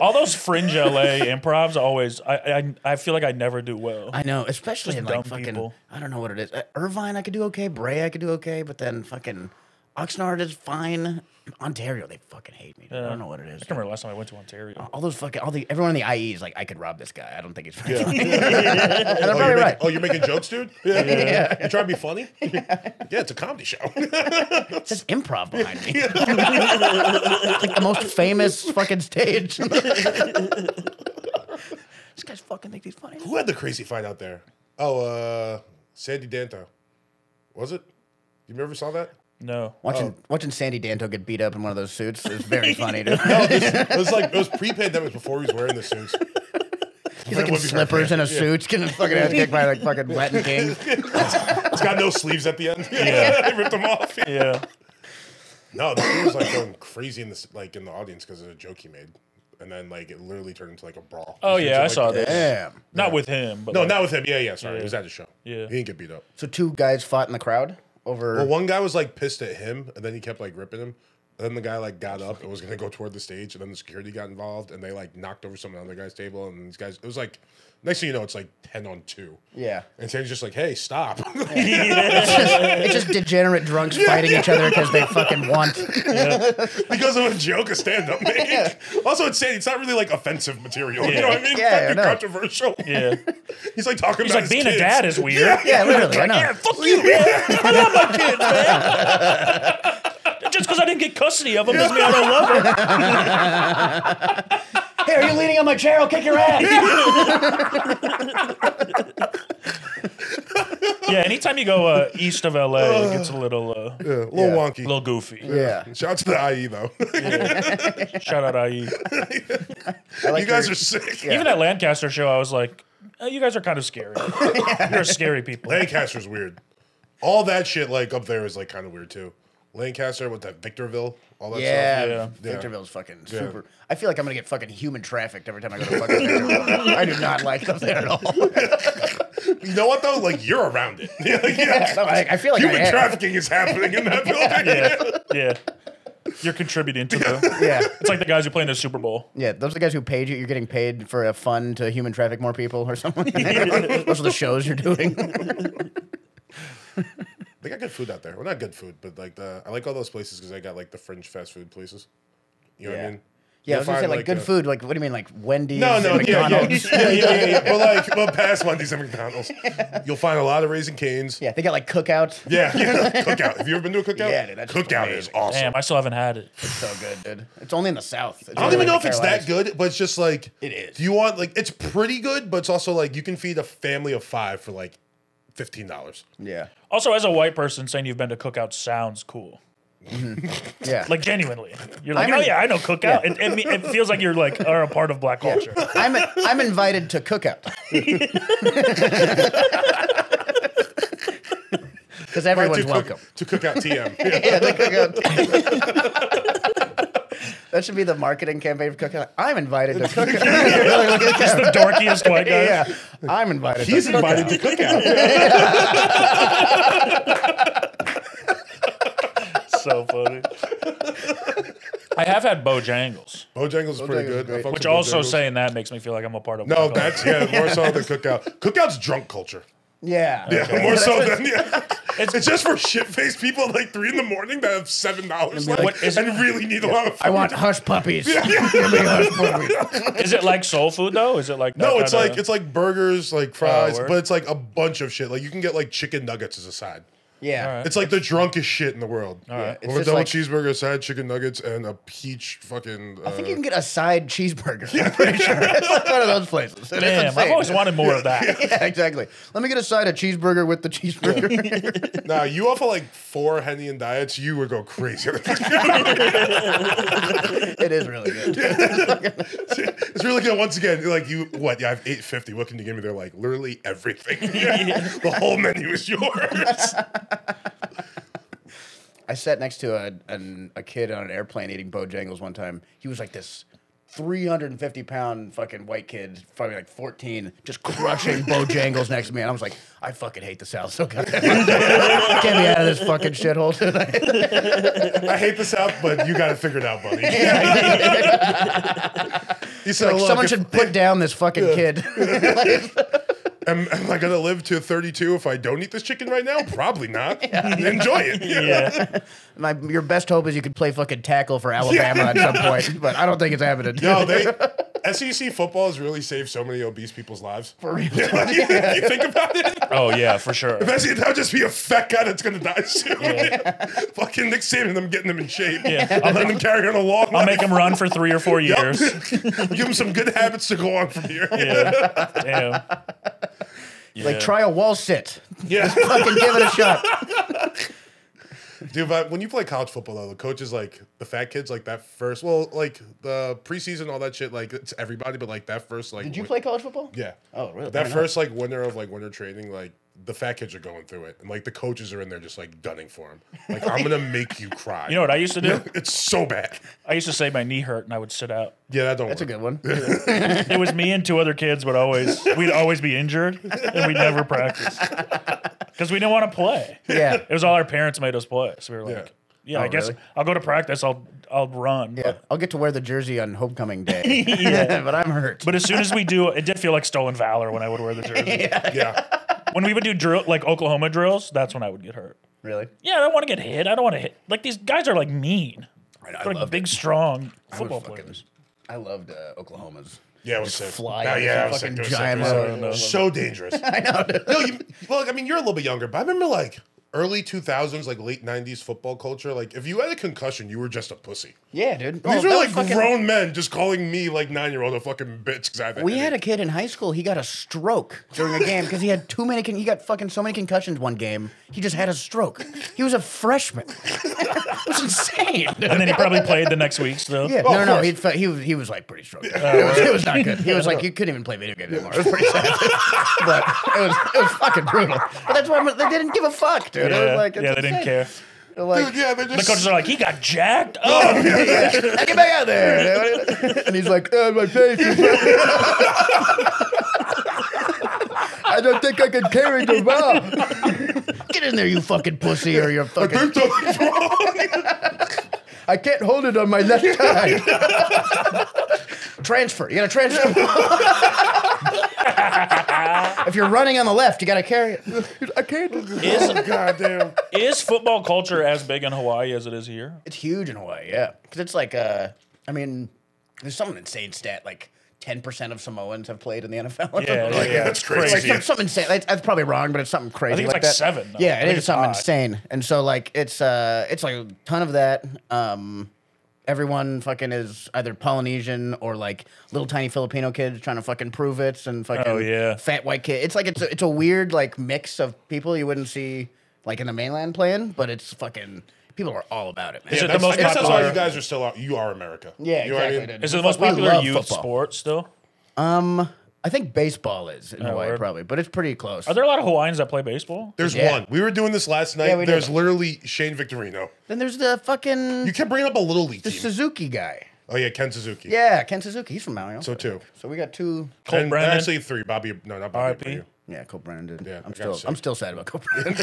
Speaker 6: All those fringe
Speaker 5: [LAUGHS]
Speaker 6: LA improvs always. I, I I feel like I never do well.
Speaker 4: I know, especially in like
Speaker 6: dumb
Speaker 4: fucking,
Speaker 6: people.
Speaker 4: I don't know what it is. Uh, Irvine, I could do okay. Bray, I could do okay. But then fucking Oxnard is fine. Ontario, they fucking hate me. dude. I don't know what it is.
Speaker 6: I can't remember the last time I went to Ontario.
Speaker 4: All those fucking, all the, everyone in the IE is like, I could rob this guy. I don't think he's fucking. [LAUGHS]
Speaker 5: Yeah.
Speaker 6: [LAUGHS]
Speaker 4: And
Speaker 5: [LAUGHS] Oh,
Speaker 4: I'm
Speaker 5: you're
Speaker 4: probably right.
Speaker 5: making, oh, you're making jokes,
Speaker 4: [LAUGHS]
Speaker 5: dude? Yeah. You trying to be funny? Yeah, it's a comedy show. [LAUGHS]
Speaker 4: It says improv behind me. It's [LAUGHS] like the most famous fucking stage. [LAUGHS] this guy's fucking make these funny.
Speaker 5: Who had the crazy fight out there? Oh, uh, Sandy Danto. Was it? You never saw
Speaker 4: [LAUGHS]
Speaker 5: that?
Speaker 6: No.
Speaker 4: Watching watching Sandy Danto get beat up in one of those suits is very funny.
Speaker 6: [LAUGHS]
Speaker 4: Dude.
Speaker 5: It was like, it was pre pandemic before he was wearing the
Speaker 4: [LAUGHS]
Speaker 5: suits.
Speaker 4: He's like in slippers and a suit, getting his fucking ass kicked by like
Speaker 6: [LAUGHS]
Speaker 4: fucking Latin King.
Speaker 5: It's got no sleeves at
Speaker 4: [LAUGHS]
Speaker 5: the end. [LAUGHS] they ripped them off. [LAUGHS]
Speaker 6: Yeah.
Speaker 5: No, the dude was like going crazy in this, like in the audience because of a joke he made. And then like it literally turned into like a brawl.
Speaker 6: Oh
Speaker 5: It was
Speaker 6: yeah, I
Speaker 5: like-
Speaker 6: saw this.
Speaker 4: Damn.
Speaker 6: Not with him, but
Speaker 5: No,
Speaker 6: like- [LAUGHS]
Speaker 5: not with him. Yeah, yeah, sorry. It was at his show.
Speaker 6: Yeah.
Speaker 5: He didn't get beat up.
Speaker 4: So two guys fought in the crowd over.
Speaker 5: Well, one guy was like pissed at him, and then he kept like ripping him. And then the guy like got up and was gonna go toward the stage, and then the security got involved, and they like knocked over some other guy's table, and these guys. It was like next thing you know, it's like ten on two.
Speaker 4: Yeah.
Speaker 5: And Sandy's just like, "Hey, stop!"
Speaker 4: [LAUGHS]
Speaker 5: [LAUGHS]
Speaker 4: It's just degenerate drunks fighting each other because they fucking [LAUGHS] want.
Speaker 5: because of a joke a stand up made. also, it's Sandy. It's not really like offensive material. You know what I mean?
Speaker 4: Yeah,
Speaker 5: Fucking
Speaker 4: I know.
Speaker 5: controversial.
Speaker 6: Yeah.
Speaker 5: He's like talking
Speaker 6: He's
Speaker 5: about
Speaker 6: like
Speaker 5: his
Speaker 6: being a
Speaker 5: kids.
Speaker 6: dad
Speaker 5: [LAUGHS]
Speaker 6: is weird.
Speaker 4: Yeah, literally. I know.
Speaker 6: fuck you, man. I love my kids, man. Just because I didn't get custody of them doesn't mean I don't love them.
Speaker 4: Hey, are you leaning on my chair? I'll kick your ass. [LAUGHS]
Speaker 6: [LAUGHS] Yeah, anytime you go uh, east of LA, it gets a little uh,
Speaker 5: Yeah, a little
Speaker 4: Yeah.
Speaker 5: wonky.
Speaker 6: little goofy.
Speaker 4: Yeah.
Speaker 5: Shout out to the IE though.
Speaker 6: Shout out IE.
Speaker 5: [LAUGHS] you guys are sick.
Speaker 6: Even at Lancaster show, I was like, "Uh, you guys are kind of scary. You're scary people.
Speaker 5: Lancaster's weird. All that shit like up there is like kind of weird too. Lancaster with that Victorville, all that
Speaker 4: Yeah,
Speaker 5: stuff.
Speaker 6: Yeah.
Speaker 4: Victorville's fucking super. I feel like I'm gonna get fucking human trafficked every time I go to fucking Victorville. I do not like up there at all. [LAUGHS]
Speaker 5: You know what though? Like you're around it. [LAUGHS] Yeah, like, yeah.
Speaker 4: No, I, I feel [LAUGHS] like I
Speaker 5: Human
Speaker 4: am.
Speaker 5: trafficking is happening in
Speaker 4: [LAUGHS]
Speaker 5: that building.
Speaker 6: Yeah, you're contributing to the.
Speaker 4: Yeah,
Speaker 6: It's like the guys who play in the Super Bowl.
Speaker 4: yeah. Those are the guys who paid you. You're getting paid for a fund to human traffic more people or [LAUGHS] something. those are the shows you're [LAUGHS] doing.
Speaker 5: [LAUGHS] They got good food out there. Well, not good food, but like the I like all those places because they got like the fringe fast food places. You know what
Speaker 4: Yeah.
Speaker 5: I mean?
Speaker 4: Yeah, I
Speaker 5: You'll
Speaker 4: was gonna say
Speaker 5: find,
Speaker 4: like, good
Speaker 5: a-
Speaker 4: food. Like what do you mean like Wendy's?
Speaker 5: No, no,
Speaker 4: and
Speaker 5: yeah, yeah,
Speaker 4: McDonald's?
Speaker 5: yeah, yeah, yeah, yeah. But
Speaker 4: [LAUGHS]
Speaker 5: like, but past Wendy's and McDonald's, you'll find a lot of Raising Canes.
Speaker 4: Yeah, they got like cookouts.
Speaker 5: Yeah, yeah. [LAUGHS] cookout. Have you ever been to a cookout?
Speaker 4: Yeah, dude, that's
Speaker 5: cookout is awesome.
Speaker 6: Damn, I still haven't had it.
Speaker 4: It's so good, dude. It's only in the South.
Speaker 5: I don't even know if it's that good, but it's just like
Speaker 4: It is.
Speaker 5: Do you want like it's pretty good, but it's also like you can feed a family of five for like fifteen dollars.
Speaker 4: Yeah.
Speaker 6: Also, as a white person, saying you've been to cookouts sounds cool.
Speaker 4: Yeah.
Speaker 5: [LAUGHS]
Speaker 6: Like genuinely, you're like,
Speaker 4: I'm
Speaker 6: oh
Speaker 4: in-
Speaker 6: yeah, I know cookout. It, it, me- it feels like you're like are a part of black culture.
Speaker 4: I'm I'm invited
Speaker 5: [LAUGHS]
Speaker 4: to cookout. Because everyone's
Speaker 5: to
Speaker 4: welcome.
Speaker 5: Cook, to cook out [LAUGHS] TM. Yeah.
Speaker 4: Yeah, the cookout. [LAUGHS] that should be the marketing campaign for cookout. I'm invited to cookout. Really look at that.
Speaker 6: The dorkiest white guy.
Speaker 4: yeah, I'm invited.
Speaker 5: He's
Speaker 4: to
Speaker 5: invited to cook [LAUGHS] out.
Speaker 6: so funny. I have had Bojangles,
Speaker 5: Bojangles is pretty
Speaker 4: Bojangles
Speaker 5: good.
Speaker 4: is
Speaker 5: I fuck
Speaker 6: which
Speaker 5: with
Speaker 6: also
Speaker 5: Bojangles.
Speaker 6: saying that makes me feel like I'm a part of.
Speaker 5: no,
Speaker 6: black culture.
Speaker 5: that's yeah, more so than cookout. Cookout's
Speaker 6: [LAUGHS]
Speaker 5: drunk culture.
Speaker 4: Yeah.
Speaker 5: Yeah, more so than yeah. It's, just for shit faced people at like three in the morning that have seven dollars
Speaker 4: And
Speaker 5: left
Speaker 4: be
Speaker 6: like- What is-
Speaker 5: and really need a lot of. Food.
Speaker 4: I want hush puppies. Give me hush puppies.
Speaker 6: [LAUGHS] Is it like soul food though? Is it like that
Speaker 5: No, it's
Speaker 6: kinda-
Speaker 5: like it's like burgers, like fries,
Speaker 6: word.
Speaker 5: but it's like a bunch of shit. Like you can get like chicken nuggets as a side.
Speaker 4: Yeah.
Speaker 5: It's like the drunkest shit in the world. All
Speaker 4: right. It's
Speaker 5: With a
Speaker 4: just
Speaker 5: double
Speaker 4: like-
Speaker 5: cheeseburger, side chicken nuggets, and a peach fucking. Uh,
Speaker 4: I think you can get a side cheeseburger. I'm pretty sure. It's like one of those places. It
Speaker 6: damn.
Speaker 4: is
Speaker 6: I've
Speaker 4: insane.
Speaker 6: always wanted more of that.
Speaker 4: [LAUGHS]
Speaker 5: [LAUGHS]
Speaker 4: Yeah, exactly. Let me get a side of cheeseburger with the cheeseburger. [LAUGHS]
Speaker 5: Nah, you off of like four Henny and diets, you would go crazy. [LAUGHS]
Speaker 4: it is really good.
Speaker 5: it's really good. Once again, like you, what? Yeah, I have eight fifty. What can you give me? They're like literally everything. [LAUGHS]
Speaker 4: [LAUGHS]
Speaker 5: the whole menu is yours.
Speaker 4: I sat next to a an, a kid on an airplane eating Bojangles one time. He was like this. 350 pound fucking white kid, probably like 14, just crushing Bojangles next to me. And I was like, I fucking hate the South so goddamn much. [LAUGHS] Get me out of this fucking shithole tonight.
Speaker 5: I hate this out, but you got to figure it out,
Speaker 4: [LAUGHS]
Speaker 5: buddy. [LAUGHS] he said,
Speaker 4: Like,
Speaker 5: "Look,
Speaker 4: someone
Speaker 5: if-
Speaker 4: should put down this fucking kid. Like,
Speaker 5: Am, am I gonna live to 32 if I don't eat this chicken right now? Probably
Speaker 4: [LAUGHS]
Speaker 5: not. Enjoy it.
Speaker 6: Yeah.
Speaker 4: my, your best hope is you could play fucking tackle for Alabama at some point, but I don't think it's happening.
Speaker 5: No, they SEC football has really saved so many obese people's lives.
Speaker 4: For real.
Speaker 5: [LAUGHS] Like, you, you think about it.
Speaker 6: Oh yeah, for sure.
Speaker 5: Imagine that would just be a fat guy that's gonna die soon. [LAUGHS] Fucking Nick Saban, them getting them in shape.
Speaker 6: Yeah.
Speaker 5: I'm letting them carry on a long.
Speaker 6: I'll make him run for three or four years.
Speaker 5: [LAUGHS] Give him some good habits to go on from here.
Speaker 6: Yeah. Damn.
Speaker 4: Like
Speaker 6: Yeah.
Speaker 4: try a wall sit.
Speaker 5: [LAUGHS]
Speaker 4: [LAUGHS]
Speaker 5: Yeah.
Speaker 4: Fucking give it a shot.
Speaker 5: Dude, but when you play college football, though, the coach is like the fat kids, like that first, well, like the preseason, all that shit, like it's everybody, but like that first, like
Speaker 4: Did you
Speaker 5: win-
Speaker 4: play college football?
Speaker 5: Yeah.
Speaker 4: Oh, really?
Speaker 5: That
Speaker 4: Fair
Speaker 5: first like winter of like winter training, like the fat kids are going through it, and like the coaches are in there just like gunning for him. Like I'm gonna make you
Speaker 6: [LAUGHS]
Speaker 5: cry.
Speaker 6: You know what I used to do?
Speaker 5: it's so bad.
Speaker 6: I used to say my knee hurt and I would sit out.
Speaker 5: Yeah, that don't.
Speaker 4: That's a good one.
Speaker 6: It was me and two other kids would always we'd always be injured and we'd never practice because we didn't want to play.
Speaker 4: [LAUGHS] Yeah.
Speaker 6: It was all our parents made us play. So we were like, yeah, I guess
Speaker 4: Oh, really?
Speaker 6: I'll go to practice. I'll I'll run.
Speaker 4: Yeah. I'll get to wear the jersey on
Speaker 5: [LAUGHS]
Speaker 4: homecoming day.
Speaker 6: [LAUGHS]
Speaker 4: [LAUGHS] but I'm hurt.
Speaker 6: But as soon as we do, it did feel like stolen valor when I would wear the
Speaker 4: [LAUGHS]
Speaker 6: jersey.
Speaker 5: Yeah,
Speaker 6: When we would do drill like Oklahoma drills, that's when I would get hurt.
Speaker 4: really?
Speaker 6: Yeah, I don't want to get hit. I don't want to hit. Like these guys are like mean. They're like big, strong football
Speaker 4: fucking-
Speaker 6: players.
Speaker 4: I loved uh, Oklahoma's.
Speaker 5: yeah, it was sick.
Speaker 4: fly
Speaker 5: Nah,
Speaker 4: out
Speaker 5: yeah, it
Speaker 4: some
Speaker 5: was sick.
Speaker 4: fucking
Speaker 5: It was sick.
Speaker 4: giant
Speaker 5: It was sick.
Speaker 4: load.
Speaker 5: It was So
Speaker 4: [LAUGHS]
Speaker 5: dangerous. I know. No, you, look, I mean, you're a little bit younger, but I remember like early 2000s, like late 90s football culture. Like if you had a concussion, you were just a pussy.
Speaker 4: Yeah, dude.
Speaker 5: These
Speaker 4: Oh,
Speaker 5: were
Speaker 4: that was
Speaker 5: like
Speaker 4: fucking-
Speaker 5: grown men just calling me like nine year old a fucking bitch because I had that
Speaker 4: We had a
Speaker 5: headache.
Speaker 4: kid in high school. He got a stroke during a game because he had too many. Con- he got fucking so many concussions one game. He just had a stroke. He was a freshman. [LAUGHS] it was insane. dude.
Speaker 6: And then he probably played the next week still.
Speaker 4: Yeah,
Speaker 5: Well,
Speaker 4: no,
Speaker 5: of
Speaker 4: no,
Speaker 5: course.
Speaker 4: he fe- he was he was like pretty strong. It, was, it was not good. He was like you couldn't even play video games anymore. It was pretty sad, but it was it was fucking brutal. But that's why I'm- they didn't give a fuck, dude. It
Speaker 6: Yeah,
Speaker 4: was like, it's
Speaker 6: uh, yeah, they didn't
Speaker 4: insane.
Speaker 6: care.
Speaker 4: They're like,
Speaker 5: Dude, yeah, they're just
Speaker 6: The coaches
Speaker 5: [LAUGHS]
Speaker 6: are like, he got jacked up.
Speaker 4: [LAUGHS] "Now get back out there, dude." and he's like, oh, my face. is- [LAUGHS] I don't think I can carry the ball. Get in there, you fucking pussy, or you're
Speaker 5: I
Speaker 4: fucking.
Speaker 5: think something's
Speaker 4: [LAUGHS]
Speaker 5: wrong.
Speaker 4: I can't hold it on my [LAUGHS] left side. transfer. You gotta transfer. if you're running on the left, you gotta carry it. I can't.
Speaker 6: Is,
Speaker 5: [LAUGHS] God damn.
Speaker 6: is football culture as big in Hawaii as it is here?
Speaker 4: It's huge in Hawaii, yeah. Because it's like, uh, I mean, there's some insane stat like 10% of Samoans have played in the NFL.
Speaker 6: Yeah, yeah,
Speaker 4: [LAUGHS] Like,
Speaker 6: yeah.
Speaker 5: that's
Speaker 6: it's
Speaker 5: crazy.
Speaker 4: Like some, something insane. That's, that's probably wrong, but it's something crazy.
Speaker 6: think it's
Speaker 4: like,
Speaker 6: like
Speaker 4: that.
Speaker 6: seven, though. I
Speaker 4: Yeah,
Speaker 6: think
Speaker 4: it is
Speaker 6: it's
Speaker 4: something
Speaker 6: odd.
Speaker 4: insane. And so like it's uh it's like a ton of that. Um, everyone fucking is either Polynesian or like little tiny Filipino kids trying to fucking prove it and fucking
Speaker 6: Oh, yeah.
Speaker 4: fat white kid. It's like it's a, it's a weird like mix of people you wouldn't see like in the mainland playing, but it's fucking people are all about it, man.
Speaker 6: Is it the
Speaker 5: That's,
Speaker 6: most
Speaker 5: I guess that's why
Speaker 6: popular-
Speaker 5: you guys are still out. You are America.
Speaker 4: Yeah,
Speaker 5: you
Speaker 4: exactly.
Speaker 5: I mean?
Speaker 4: dude.
Speaker 6: Is it the most
Speaker 4: We
Speaker 6: popular
Speaker 4: love
Speaker 6: youth
Speaker 4: football.
Speaker 6: sport still?
Speaker 4: I think baseball is in Hawaii
Speaker 6: word.
Speaker 4: probably, but it's pretty close.
Speaker 6: Are there a lot of Hawaiians that play baseball?
Speaker 5: There's
Speaker 4: Yeah.
Speaker 5: one. We were doing this last night.
Speaker 4: Yeah, we did.
Speaker 5: There's literally Shane Victorino.
Speaker 4: then there's the fucking
Speaker 5: You kept bringing up a little league
Speaker 4: the
Speaker 5: team.
Speaker 4: Suzuki guy.
Speaker 5: oh yeah, Ken Suzuki.
Speaker 4: Yeah, Ken Suzuki. He's from Maui. Also.
Speaker 5: So two.
Speaker 4: So we got two.
Speaker 6: Cole
Speaker 5: and
Speaker 6: Brennan.
Speaker 5: actually three. Bobby. No, not Bobby.
Speaker 6: R.I.P..
Speaker 5: Abreu.
Speaker 4: Yeah, Cole Brennan did.
Speaker 5: Yeah, I
Speaker 4: I'm
Speaker 5: got
Speaker 4: still
Speaker 5: sick.
Speaker 4: I'm still sad about Cole
Speaker 5: [LAUGHS]
Speaker 4: Brennan.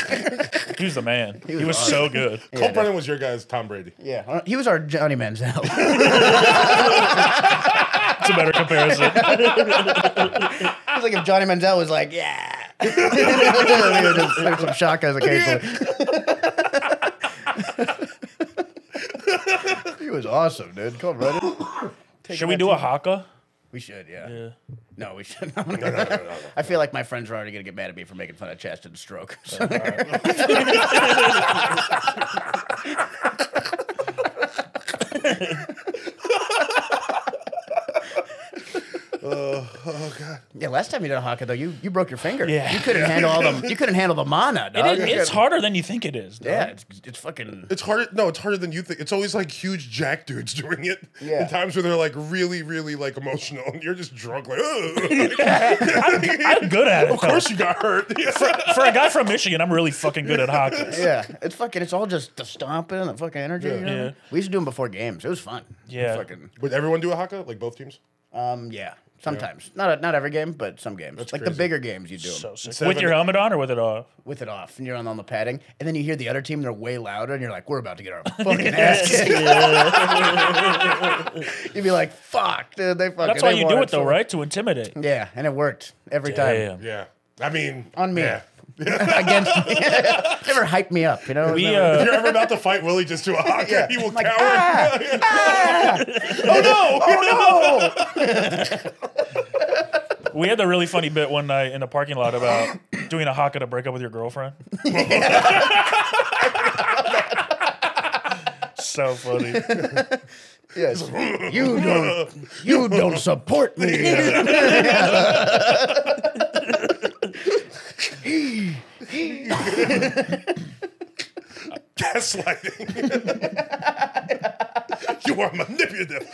Speaker 6: He was the man. He was,
Speaker 4: awesome.
Speaker 6: so good.
Speaker 5: Cole Brennan was your guy's Tom Brady.
Speaker 4: [LAUGHS] yeah, uh, he was our Johnny Manziel. [LAUGHS]
Speaker 6: It's a better
Speaker 4: [LAUGHS]
Speaker 6: comparison.
Speaker 4: It's like if Johnny Manziel was like, yeah. [LAUGHS] we were just doing some shotguns occasionally.
Speaker 5: [LAUGHS]
Speaker 4: [LAUGHS] he was awesome, dude. Come on, brother.
Speaker 6: Should we do a haka?
Speaker 4: We should, yeah. [LAUGHS] No, we should. not I feel like my friends are already gonna get mad at me for making fun of chest and [LAUGHS] stroke. So- Oh, yeah, last time you did a haka though, you, you broke your finger.
Speaker 6: Yeah.
Speaker 4: you couldn't handle all the you couldn't handle the mana.
Speaker 6: It
Speaker 4: Dog.
Speaker 6: is, it's harder than you think it is. Though.
Speaker 4: Yeah, it's, it's fucking.
Speaker 5: It's harder. No, it's harder than you think. It's always like huge jack dudes [LAUGHS] doing it.
Speaker 4: Yeah.
Speaker 5: In times where they're like really, really like emotional, and you're just drunk. Like,
Speaker 6: [LAUGHS] I'm good at it.
Speaker 5: of course you got hurt.
Speaker 6: though. [LAUGHS] For a guy from Michigan, I'm really fucking good at
Speaker 4: [LAUGHS]
Speaker 6: hockey.
Speaker 4: Yeah, it's fucking. It's all just the stomping and the fucking energy. You know?
Speaker 6: Yeah.
Speaker 4: We used to do them before games. It was fun.
Speaker 6: Yeah.
Speaker 4: Fucking.
Speaker 5: Would everyone do a haka? Like both teams?
Speaker 4: Um. Yeah. Sometimes. Not a, not every game, but some games. like the
Speaker 5: crazy.
Speaker 4: bigger games, you do 'em
Speaker 6: So sick.
Speaker 5: Instead
Speaker 6: With
Speaker 5: of
Speaker 6: your
Speaker 5: an-
Speaker 6: helmet on or with it off?
Speaker 4: with it off, and you're on, on the padding, and then you hear the other team. They're way louder, and you're like, "We're about to
Speaker 6: [LAUGHS]
Speaker 4: get our fucking ass kicked." [LAUGHS] You'd be like, "Fuck, dude, they fucking."
Speaker 6: That's why
Speaker 4: they
Speaker 6: you do
Speaker 4: wanted
Speaker 6: it though,
Speaker 4: some-"
Speaker 6: right? To intimidate.
Speaker 4: Yeah, and it worked every time
Speaker 6: Damn.
Speaker 5: Yeah. I mean,
Speaker 4: On me.
Speaker 5: Yeah.
Speaker 4: [LAUGHS] against me. Never hyped me up, you know.
Speaker 6: We
Speaker 4: Never-
Speaker 5: If
Speaker 6: uh,
Speaker 5: you're ever about to fight Willie, just do a haka.
Speaker 4: Yeah.
Speaker 5: He will
Speaker 4: I'm like,
Speaker 5: cower.
Speaker 4: "Ah!
Speaker 5: [LAUGHS] oh no!
Speaker 4: oh no!
Speaker 6: [LAUGHS]
Speaker 4: [LAUGHS]
Speaker 6: we had the really funny bit one night in the parking lot about doing a haka to break up with your girlfriend. so funny. uh,
Speaker 4: Yes, you don't. You don't support me.
Speaker 5: [LAUGHS] Gaslighting. [LAUGHS] you are manipulative.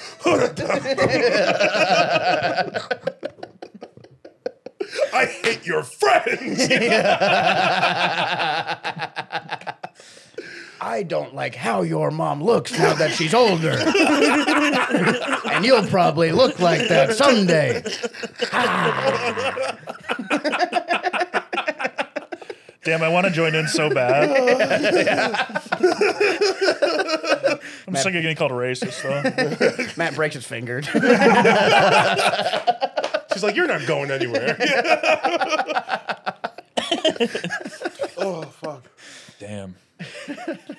Speaker 5: [LAUGHS] I hate your friends.
Speaker 4: [LAUGHS] I don't like how your mom looks now that she's older. and you'll probably look like that someday.
Speaker 6: Damn, I want to join in so
Speaker 5: [LAUGHS]
Speaker 6: bad. [LAUGHS] I'm sick of getting called racist, though.
Speaker 5: [LAUGHS]
Speaker 4: Matt breaks his [LAUGHS] finger.
Speaker 5: She's like, you're not going
Speaker 4: [LAUGHS]
Speaker 5: anywhere. [LAUGHS]
Speaker 4: Oh,
Speaker 6: Damn.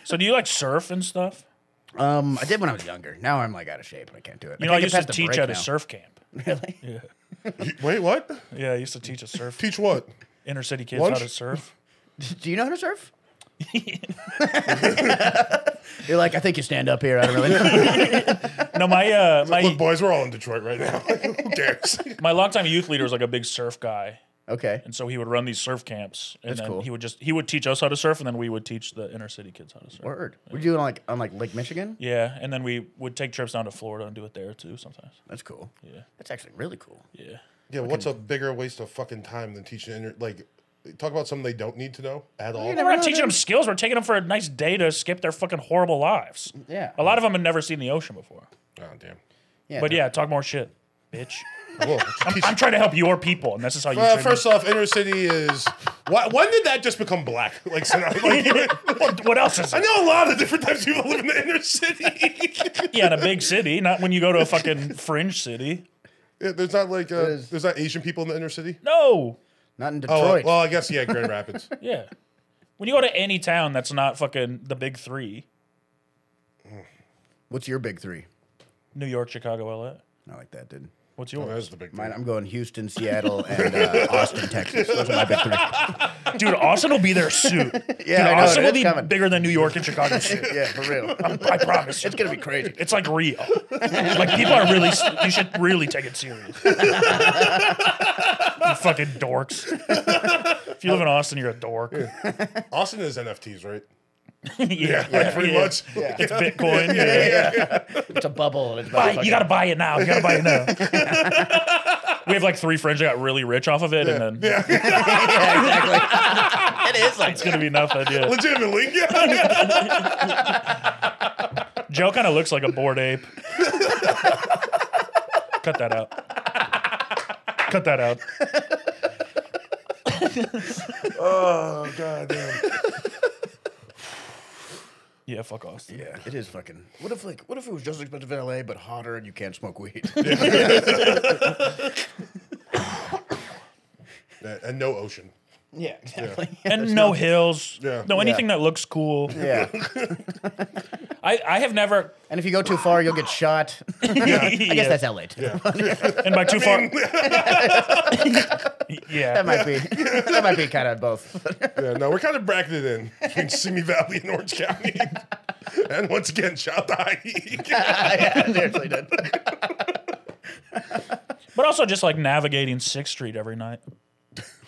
Speaker 6: So, do you like surf and stuff?
Speaker 4: um, I did when I was younger. Now I'm like out of shape. I can't do it.
Speaker 6: You know, I,
Speaker 4: can't get
Speaker 6: used to
Speaker 4: past the
Speaker 6: teach
Speaker 4: break
Speaker 6: at a
Speaker 4: now.
Speaker 6: surf camp.
Speaker 4: Really?
Speaker 5: Wait, what?
Speaker 6: Yeah, I used to teach a
Speaker 5: [LAUGHS]
Speaker 6: surf
Speaker 5: Teach what?
Speaker 6: inner city kids
Speaker 5: Lunch?
Speaker 6: how to surf.
Speaker 4: Do you know how to
Speaker 6: [LAUGHS]
Speaker 4: surf? You're like, I think you stand up here. I don't
Speaker 6: [LAUGHS]
Speaker 4: really know.
Speaker 6: No, my
Speaker 5: [LAUGHS]
Speaker 6: uh,
Speaker 5: Look,
Speaker 6: my
Speaker 5: boys, we're all in Detroit right now. [LAUGHS] Who cares?
Speaker 6: my longtime youth leader was like a big surf guy,
Speaker 4: Okay.
Speaker 6: and so he would run these surf camps, and then
Speaker 4: cool.
Speaker 6: he would just he would teach us how to surf, and then we would teach the inner city kids how to surf.
Speaker 4: Word. Were you doing like on like Lake Michigan?
Speaker 6: Yeah, and then we would take trips down to Florida and do it there too sometimes.
Speaker 4: That's cool. Yeah. That's actually really cool.
Speaker 6: Yeah,
Speaker 5: Yeah, what's a bigger waste of fucking time than teaching? Inter- like, talk about something they don't need to know at all.
Speaker 6: we're not teaching them skills. We're taking them for a nice day to escape their fucking horrible lives.
Speaker 4: Yeah.
Speaker 6: a lot of them had never seen the ocean before.
Speaker 5: Oh damn.
Speaker 4: Yeah.
Speaker 6: But yeah, talk more shit,
Speaker 4: [LAUGHS]
Speaker 6: bitch.
Speaker 5: Whoa, [LAUGHS] teach-
Speaker 6: I'm trying to help your people, and this is how you.
Speaker 5: Uh,
Speaker 6: treat
Speaker 5: first off, inner city is. Why, when did that just become black? [LAUGHS] Like, so now, like
Speaker 6: me. [LAUGHS] what, what else is
Speaker 5: I
Speaker 6: it?
Speaker 5: know a lot of different types of people live in the inner city.
Speaker 6: Yeah, in a big city, not when you go to a fucking fringe city.
Speaker 5: Yeah, there's not like uh,
Speaker 4: is-
Speaker 5: there's not Asian people in the inner city.
Speaker 6: No.
Speaker 4: Not in
Speaker 5: Oh
Speaker 4: Detroit.
Speaker 5: well, I guess yeah, Grand [LAUGHS] Rapids.
Speaker 6: Yeah. When you go to any town that's not fucking the big three,
Speaker 4: What's your big three?
Speaker 6: New York, Chicago, LA.
Speaker 4: I like that, dude.
Speaker 6: What's
Speaker 5: Oh,
Speaker 6: yours?
Speaker 5: that's the big
Speaker 4: Mine,
Speaker 5: thing.
Speaker 4: I'm going Houston, Seattle, and uh, Austin, Texas. Those are my big three.
Speaker 6: Dude, Austin will be there
Speaker 4: [LAUGHS]
Speaker 6: soon. yeah, Dude,
Speaker 4: I know,
Speaker 6: Austin
Speaker 4: dude,
Speaker 6: will
Speaker 4: it's
Speaker 6: be
Speaker 4: coming.
Speaker 6: bigger than New York and Chicago soon.
Speaker 4: [LAUGHS] Yeah, for real. [LAUGHS]
Speaker 6: I promise. you.
Speaker 4: It's gonna be crazy.
Speaker 6: It's like Rio. like people are really. You should really take it serious. [LAUGHS] you fucking dorks. if you live in Austin, you're a dork. Yeah,
Speaker 5: Austin is NFTs, right?
Speaker 6: [LAUGHS]
Speaker 5: [LAUGHS]
Speaker 6: yeah,
Speaker 5: Pretty
Speaker 6: yeah.
Speaker 5: much. [LAUGHS]
Speaker 6: It's Bitcoin. yeah.
Speaker 4: It's a bubble. And it's
Speaker 6: Buy-
Speaker 4: about
Speaker 6: you got to buy it now. You got to buy it now. we have like three friends that got really rich off of it, and then
Speaker 4: It is like
Speaker 6: it's gonna be nothing.
Speaker 5: [LAUGHS]
Speaker 6: Yeah.
Speaker 5: Legitimately, yeah.
Speaker 6: Joe kind of looks like a bored ape. Cut that out. Cut that out.
Speaker 5: oh god damn.
Speaker 6: Yeah, fuck Austin.
Speaker 4: Yeah, it is fucking. What if like, what if it was just as expensive in LA but hotter and you can't smoke weed?
Speaker 5: That- [LAUGHS] And no ocean.
Speaker 4: yeah, exactly.
Speaker 6: and no hills.
Speaker 5: Yeah.
Speaker 6: No anything that looks cool.
Speaker 4: [LAUGHS] Yeah.
Speaker 6: I, I have
Speaker 5: [LAUGHS]
Speaker 6: never.
Speaker 4: and if you go too far, you'll get [LAUGHS] shot. I guess
Speaker 6: Yeah.
Speaker 4: that's LA. Too.
Speaker 6: and by too
Speaker 5: [LAUGHS]
Speaker 6: far. [LAUGHS] yeah.
Speaker 4: That [LAUGHS] might be. That might be kind of both.
Speaker 5: Yeah, no, we're kind of bracketed in between Simi Valley and Orange County. [LAUGHS] and once again, shout out to
Speaker 4: [LAUGHS] yeah, seriously, dude.
Speaker 6: But also just like navigating Sixth Street every night.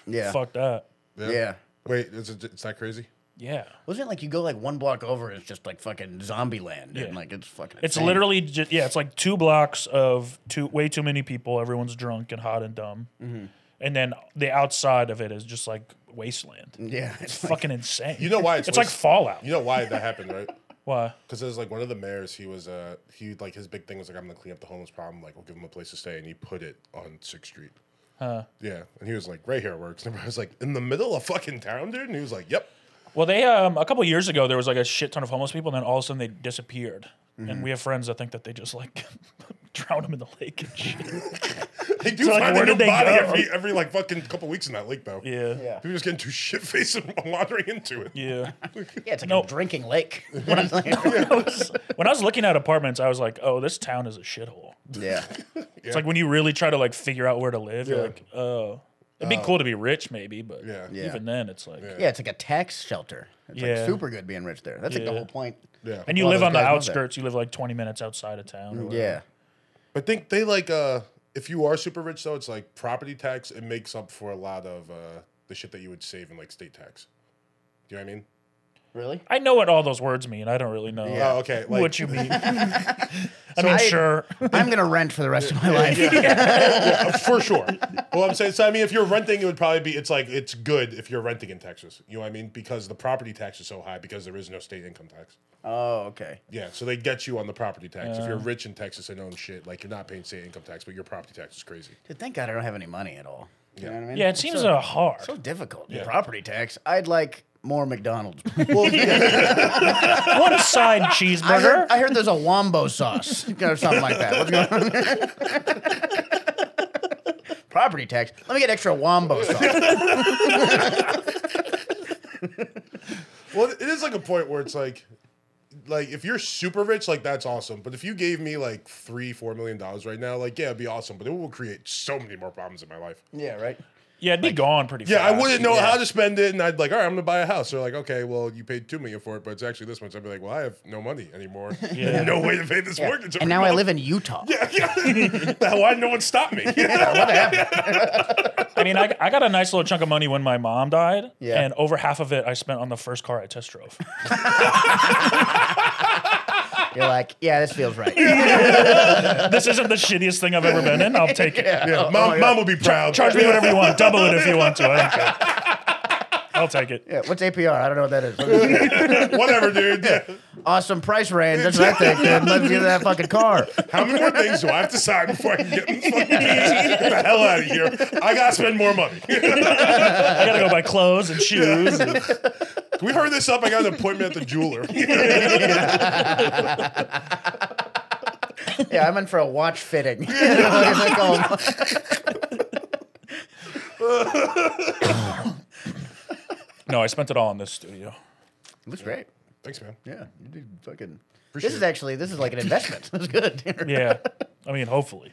Speaker 4: Yeah.
Speaker 6: Fuck that.
Speaker 4: Yeah.
Speaker 5: Wait, is it, it's not crazy?
Speaker 6: Yeah.
Speaker 4: Wasn't it like you go like one block over, it's just like fucking zombie land, dude.
Speaker 6: Yeah.
Speaker 4: Like it's fucking.
Speaker 6: It's
Speaker 4: insane.
Speaker 6: literally just, yeah. It's like two blocks of two way too many people. Everyone's drunk and hot and dumb.
Speaker 5: Mm-hmm.
Speaker 6: And then the outside of it is just like wasteland.
Speaker 4: [LAUGHS] Yeah. It's
Speaker 6: Fucking insane.
Speaker 5: Mm. You know why it's
Speaker 6: It's like
Speaker 5: waste-
Speaker 6: Fallout.
Speaker 5: You know why that happened, right?
Speaker 6: Why?
Speaker 5: Because it was like one of the mayors. He was uh he like his big thing was like I'm gonna clean up the homeless problem. Like we'll give him a place to stay, and he put it on Sixth Street. Huh. Yeah, and he was like, right here it works. And [LAUGHS] I was like, in the middle of fucking town, dude. And he was
Speaker 6: [LAUGHS]
Speaker 5: like, yep.
Speaker 6: Well, they um a couple years ago there was like a shit ton of homeless people, and then all of a sudden they disappeared.
Speaker 5: Mm-hmm.
Speaker 6: And we have friends that think that they just like [LAUGHS] drowned them in the lake and shit.
Speaker 5: They do
Speaker 6: So, like,
Speaker 5: find
Speaker 6: where
Speaker 5: a new
Speaker 6: did they
Speaker 5: body
Speaker 6: go?
Speaker 5: every every like fucking couple weeks in that lake though.
Speaker 6: Yeah. Yeah.
Speaker 5: People just getting too [LAUGHS] shit faced and wandering into it.
Speaker 4: [LAUGHS]
Speaker 6: Yeah.
Speaker 4: yeah. It's like
Speaker 6: Nope.
Speaker 4: a drinking lake. [LAUGHS] What I'm saying.
Speaker 6: when I was looking at apartments, I was like, oh, this town is a shithole.
Speaker 4: [LAUGHS] yeah.
Speaker 6: It's like when you really try to like figure out where to live, you're
Speaker 5: Yeah.
Speaker 6: like, oh, it'd be cool to be rich maybe, but
Speaker 5: Yeah.
Speaker 4: Yeah.
Speaker 6: even then it's like,
Speaker 4: Yeah. It's like a tax shelter. It's
Speaker 6: Yeah.
Speaker 4: like super good being rich there. That's like the
Speaker 6: Yeah.
Speaker 4: whole point.
Speaker 5: Yeah.
Speaker 6: and you
Speaker 4: Well,
Speaker 6: live
Speaker 4: those
Speaker 6: on the
Speaker 4: guys love that.
Speaker 6: outskirts, you live like 20 minutes outside of town. Or whatever.
Speaker 4: Yeah.
Speaker 5: I think they like uh if you are super rich though, it's like property tax, it makes up for a lot of uh the shit that you would save in like state tax. Do you know what I mean?
Speaker 4: Really?
Speaker 6: I know what all those words mean. I don't really know
Speaker 5: Oh, okay. Like
Speaker 6: what you mean. I mean,
Speaker 4: I-
Speaker 6: sure.
Speaker 4: [LAUGHS] I'm gonna rent for the rest of my
Speaker 5: [LAUGHS]
Speaker 4: life. [LAUGHS]
Speaker 5: yeah, for sure. Well I'm saying so I mean if you're renting it would probably be it's like it's good if you're renting in Texas. You know what I mean? Because the property tax is so high because there is no state income tax.
Speaker 4: Oh, okay.
Speaker 5: Yeah, so they get you on the property tax. if you're rich in Texas and own shit, like you're not paying state income tax, but your property tax is crazy.
Speaker 4: Dude, thank God I don't have any money at all. You know what I mean?
Speaker 6: Yeah, it seems uh, hard.
Speaker 4: so difficult. Property tax. I'd like more [LAUGHS] McDonald's.
Speaker 6: One
Speaker 5: [LAUGHS]
Speaker 6: side
Speaker 4: I heard,
Speaker 6: cheeseburger.
Speaker 4: I heard there's a wombo sauce [LAUGHS] or something like that. What's going on? Property tax. Let me get extra wombo sauce.
Speaker 5: Well, it is like a point where it's like, like if you're super rich, like that's awesome. But if you gave me like three, four million dollars right now, like yeah, it'd be awesome. But it will create so many more problems in my life.
Speaker 4: yeah, right.
Speaker 6: yeah, it'd be gone pretty
Speaker 5: Yeah,
Speaker 6: fast.
Speaker 5: I wouldn't know how to spend it, and I'd like, all right, I'm gonna buy a house. They're like, okay, well, you paid two million for it, but it's actually this much. I'd be like, well, I have no money anymore.
Speaker 6: Yeah.
Speaker 5: [LAUGHS] no way to pay this mortgage.
Speaker 4: And [LAUGHS] now I live in Utah.
Speaker 5: Why no one stopped me?
Speaker 6: I mean, I, I got a nice little chunk of money when my mom died,
Speaker 4: Yeah.
Speaker 6: and over half of it I spent on the first car I test drove.
Speaker 4: You're like, yeah, this feels right.
Speaker 6: this isn't the shittiest thing I've ever been in. I'll take it.
Speaker 5: yeah, mom, mom will be proud.
Speaker 6: Charge me whatever you want. Double it if you want to. I don't care. I'll take it.
Speaker 4: Yeah, what's APR? I don't know what that is.
Speaker 5: whatever, dude. Yeah.
Speaker 4: awesome price range. That's what I think, dude. Let's get that fucking [LAUGHS] car.
Speaker 5: How many more things do I have to sign before I can get, this fucking [LAUGHS] get the hell out of here? I gotta spend more money.
Speaker 6: I gotta go buy clothes and shoes. and-
Speaker 5: Can we hurry this up? I got an appointment at the jeweler. [LAUGHS]
Speaker 4: Yeah, I'm in for a watch fitting. [LAUGHS] Like, oh,
Speaker 6: no, I spent it all in this studio.
Speaker 4: it looks great.
Speaker 5: Thanks, man.
Speaker 4: Yeah, you did fucking.
Speaker 5: Appreciate
Speaker 4: this is
Speaker 5: it.
Speaker 4: [LAUGHS] actually this is like an investment. That's good.
Speaker 6: Yeah. I mean, hopefully.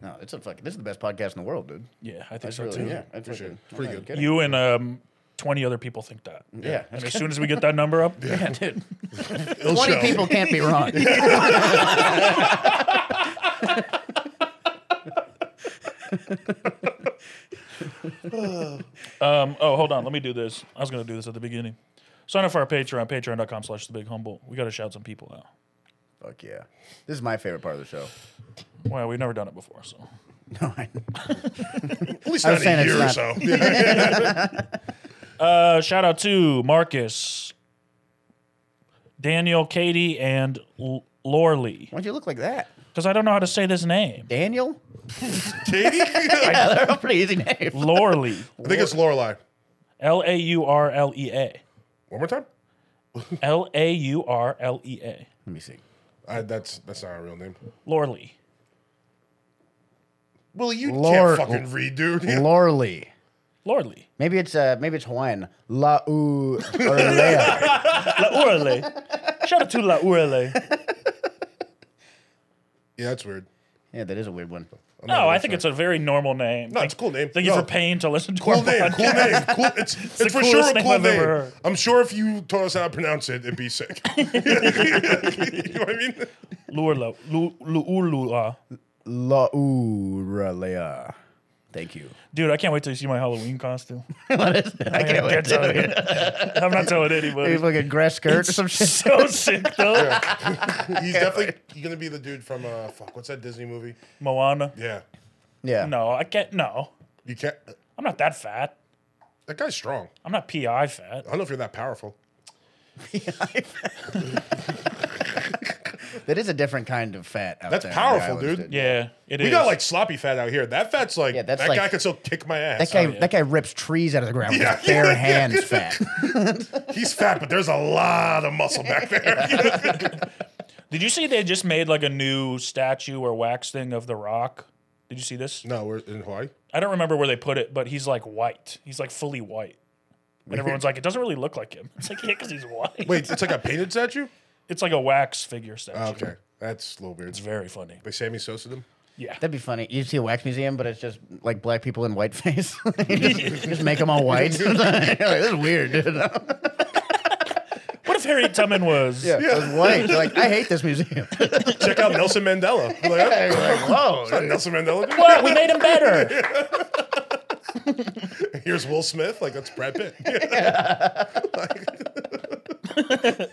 Speaker 4: No, it's a fucking. This is the best podcast in the world, dude.
Speaker 6: Yeah, I think
Speaker 4: That's
Speaker 5: Oh,
Speaker 6: so
Speaker 4: really
Speaker 6: too.
Speaker 4: yeah. That's
Speaker 5: Appreciate
Speaker 4: fucking-
Speaker 5: it. Pretty
Speaker 4: I'm
Speaker 5: good.
Speaker 4: kidding.
Speaker 6: You and um, 20 other people think that.
Speaker 4: Yeah,
Speaker 6: And as soon as we get that number up,
Speaker 4: [LAUGHS] yeah, dude.
Speaker 5: It'll
Speaker 4: Twenty
Speaker 5: show.
Speaker 4: people
Speaker 5: [LAUGHS]
Speaker 4: can't be wrong.
Speaker 6: Um, oh, hold on. Let me do this. I was going to do this at the beginning. Sign up for our Patreon, patreon.com slash the big humble. We got to shout some people out.
Speaker 4: Fuck yeah. This is my favorite part of the show.
Speaker 6: Well, we've never done it before, so.
Speaker 4: [LAUGHS] No, I, [LAUGHS]
Speaker 5: At least
Speaker 4: I
Speaker 5: not
Speaker 4: was saying
Speaker 5: a
Speaker 4: it's
Speaker 5: year or
Speaker 4: not-
Speaker 5: so. Yeah.
Speaker 6: Uh, shout out to Marcus, Daniel, Katie, and L- Lorley.
Speaker 4: why'd you look like that,
Speaker 6: Because I don't know how to say this name.
Speaker 4: [LAUGHS] Daniel?
Speaker 5: Katie? I
Speaker 4: Yeah, they're a pretty easy name.
Speaker 5: [LAUGHS]
Speaker 6: Lorley.
Speaker 5: think it's Lorelai.
Speaker 6: L A U R L E A.
Speaker 5: One more time.
Speaker 6: L A U R L E A.
Speaker 4: Let me see.
Speaker 5: I, that's that's not a real name.
Speaker 6: Lorley.
Speaker 5: Well, you
Speaker 4: Lor-
Speaker 5: can't fucking read, dude.
Speaker 4: Lorley.
Speaker 6: Lorley.
Speaker 4: Maybe it's uh, maybe it's Hawaiian. La u [LAUGHS] Orlea.
Speaker 6: La
Speaker 5: [LAUGHS]
Speaker 6: Urle. Shout out to La Urle.
Speaker 5: Yeah, that's weird.
Speaker 4: Yeah, that is a weird one.
Speaker 5: I'm not
Speaker 6: No, I
Speaker 5: really
Speaker 6: think
Speaker 5: sure.
Speaker 6: it's a very normal name.
Speaker 5: No, it's a cool name.
Speaker 6: Thank you
Speaker 5: No.
Speaker 6: for paying to listen to
Speaker 5: cool
Speaker 6: our
Speaker 5: name.
Speaker 6: podcast.
Speaker 5: Cool name. Cool. It's, it's,
Speaker 6: the
Speaker 5: for sure
Speaker 6: coolest
Speaker 5: a
Speaker 6: name
Speaker 5: cool
Speaker 6: I've
Speaker 5: name.
Speaker 6: ever heard.
Speaker 5: I'm sure if you taught us how to pronounce it, it'd
Speaker 6: [LAUGHS]
Speaker 5: be sick. [LAUGHS] you know what I mean?
Speaker 6: Lurla. Lu- Lu- Ulula.
Speaker 4: La Uralea. Thank you.
Speaker 6: Dude, I can't wait till you see my Halloween costume.
Speaker 4: what is it?
Speaker 6: [LAUGHS]
Speaker 4: I can't wait.
Speaker 6: That's
Speaker 4: to
Speaker 6: all
Speaker 4: do it.
Speaker 6: good. [LAUGHS] I'm not
Speaker 5: [LAUGHS]
Speaker 6: telling anybody.
Speaker 4: Maybe like a grass skirt or some shit.
Speaker 6: so sick though.
Speaker 5: He's definitely gonna be the dude from uh, fuck. What's that Disney movie?
Speaker 6: Moana.
Speaker 5: Yeah,
Speaker 4: Yeah.
Speaker 6: No, I can't. No,
Speaker 5: you can't.
Speaker 6: I'm not that fat.
Speaker 5: That guy's strong.
Speaker 6: I'm not PI fat.
Speaker 5: I don't know if you're that powerful.
Speaker 4: That is a different kind of fat. Out
Speaker 5: That's
Speaker 4: there
Speaker 5: powerful,
Speaker 4: on the
Speaker 5: dude.
Speaker 4: islands,
Speaker 6: Yeah, it is.
Speaker 5: We got like sloppy fat out here. That fat's like
Speaker 4: Yeah, that's
Speaker 5: that
Speaker 4: like-
Speaker 5: guy could still kick my ass.
Speaker 4: That guy, that guy rips trees out of the ground
Speaker 5: Yeah. [LAUGHS]
Speaker 4: with his bare hands. Fat.
Speaker 5: He's fat, but there's a lot of muscle
Speaker 4: [LAUGHS]
Speaker 5: back there. [LAUGHS]
Speaker 6: Did you see they just made like a new statue or wax thing of The Rock? Did you see this?
Speaker 5: no, we're in Hawaii.
Speaker 6: I don't remember where they put it, but he's like white. He's like fully white. And everyone's like, it doesn't really look like him. [LAUGHS] It's like, yeah, because he's white.
Speaker 5: Wait, it's like a painted statue.
Speaker 6: It's like a wax figure statue.
Speaker 5: Okay, that's a little weird.
Speaker 6: It's very funny.
Speaker 5: They Sammy Sosa them.
Speaker 4: That'd be funny. You see a wax museum, but it's just like black people in white face. [LAUGHS] You just, just make them all white. You're like, this is weird, dude. [LAUGHS]
Speaker 6: What if Harriet Tubman
Speaker 5: [LAUGHS]
Speaker 6: was?
Speaker 4: Yeah, it was white. They're like, I hate this
Speaker 7: [LAUGHS]
Speaker 4: museum.
Speaker 5: Check out Nelson
Speaker 4: [LAUGHS]
Speaker 5: Mandela. Like,
Speaker 4: They're like,
Speaker 5: [LAUGHS]
Speaker 4: whoa.
Speaker 5: "Oh, Nelson Mandela. dude."
Speaker 6: What? We made him better.
Speaker 5: [LAUGHS] Here's Will Smith. Like that's Brad
Speaker 4: [LAUGHS]
Speaker 5: Pitt. Like-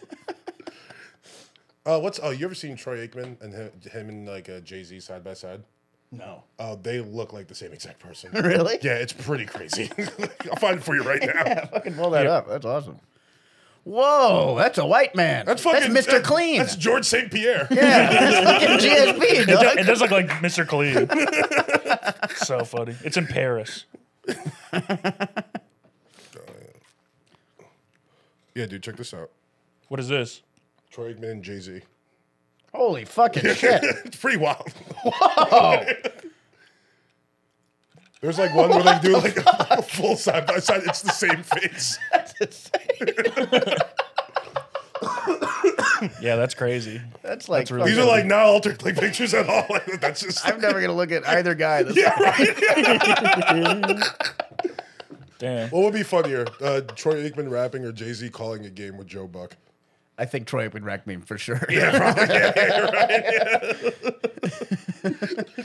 Speaker 5: [LAUGHS] uh, what's oh? You ever seen Troy Aikman and him, him and like uh, Jay Z side by side?
Speaker 4: No.
Speaker 5: Oh, they look like the same exact person.
Speaker 4: [LAUGHS] Really?
Speaker 5: Yeah, it's pretty crazy. [LAUGHS] I'll find it for you right
Speaker 4: [LAUGHS]
Speaker 5: now.
Speaker 4: Fucking [LAUGHS] pull that up. That's awesome. Whoa, that's a white man.
Speaker 5: That's fucking
Speaker 4: Mr.
Speaker 5: that-
Speaker 4: Clean.
Speaker 5: That's George St. Pierre.
Speaker 4: yeah, that's fucking GSP, dog.
Speaker 6: It does look like Mr.
Speaker 5: [LAUGHS]
Speaker 6: Clean. so funny. It's in Paris.
Speaker 5: [LAUGHS] Yeah, dude, check this out.
Speaker 6: What is this?
Speaker 5: Troy Aikman and Jay Z.
Speaker 4: Holy fucking shit.
Speaker 5: [LAUGHS] It's pretty wild. [LAUGHS] There's like one where they do like [LAUGHS] a, full side by side. It's the same face.
Speaker 4: [LAUGHS]
Speaker 6: Yeah, that's crazy.
Speaker 4: That's like,
Speaker 5: These are
Speaker 4: fucking-
Speaker 5: like not altered like pictures at all. [LAUGHS] Like, that's just
Speaker 4: I'm never going to look at either guy. That's
Speaker 5: yeah, right.
Speaker 6: Damn.
Speaker 5: What would be funnier, uh, Troy Aikman rapping or Jay Z calling a game with Joe [LAUGHS] Buck?
Speaker 4: I think Troy would wreck me for sure.
Speaker 7: [LAUGHS]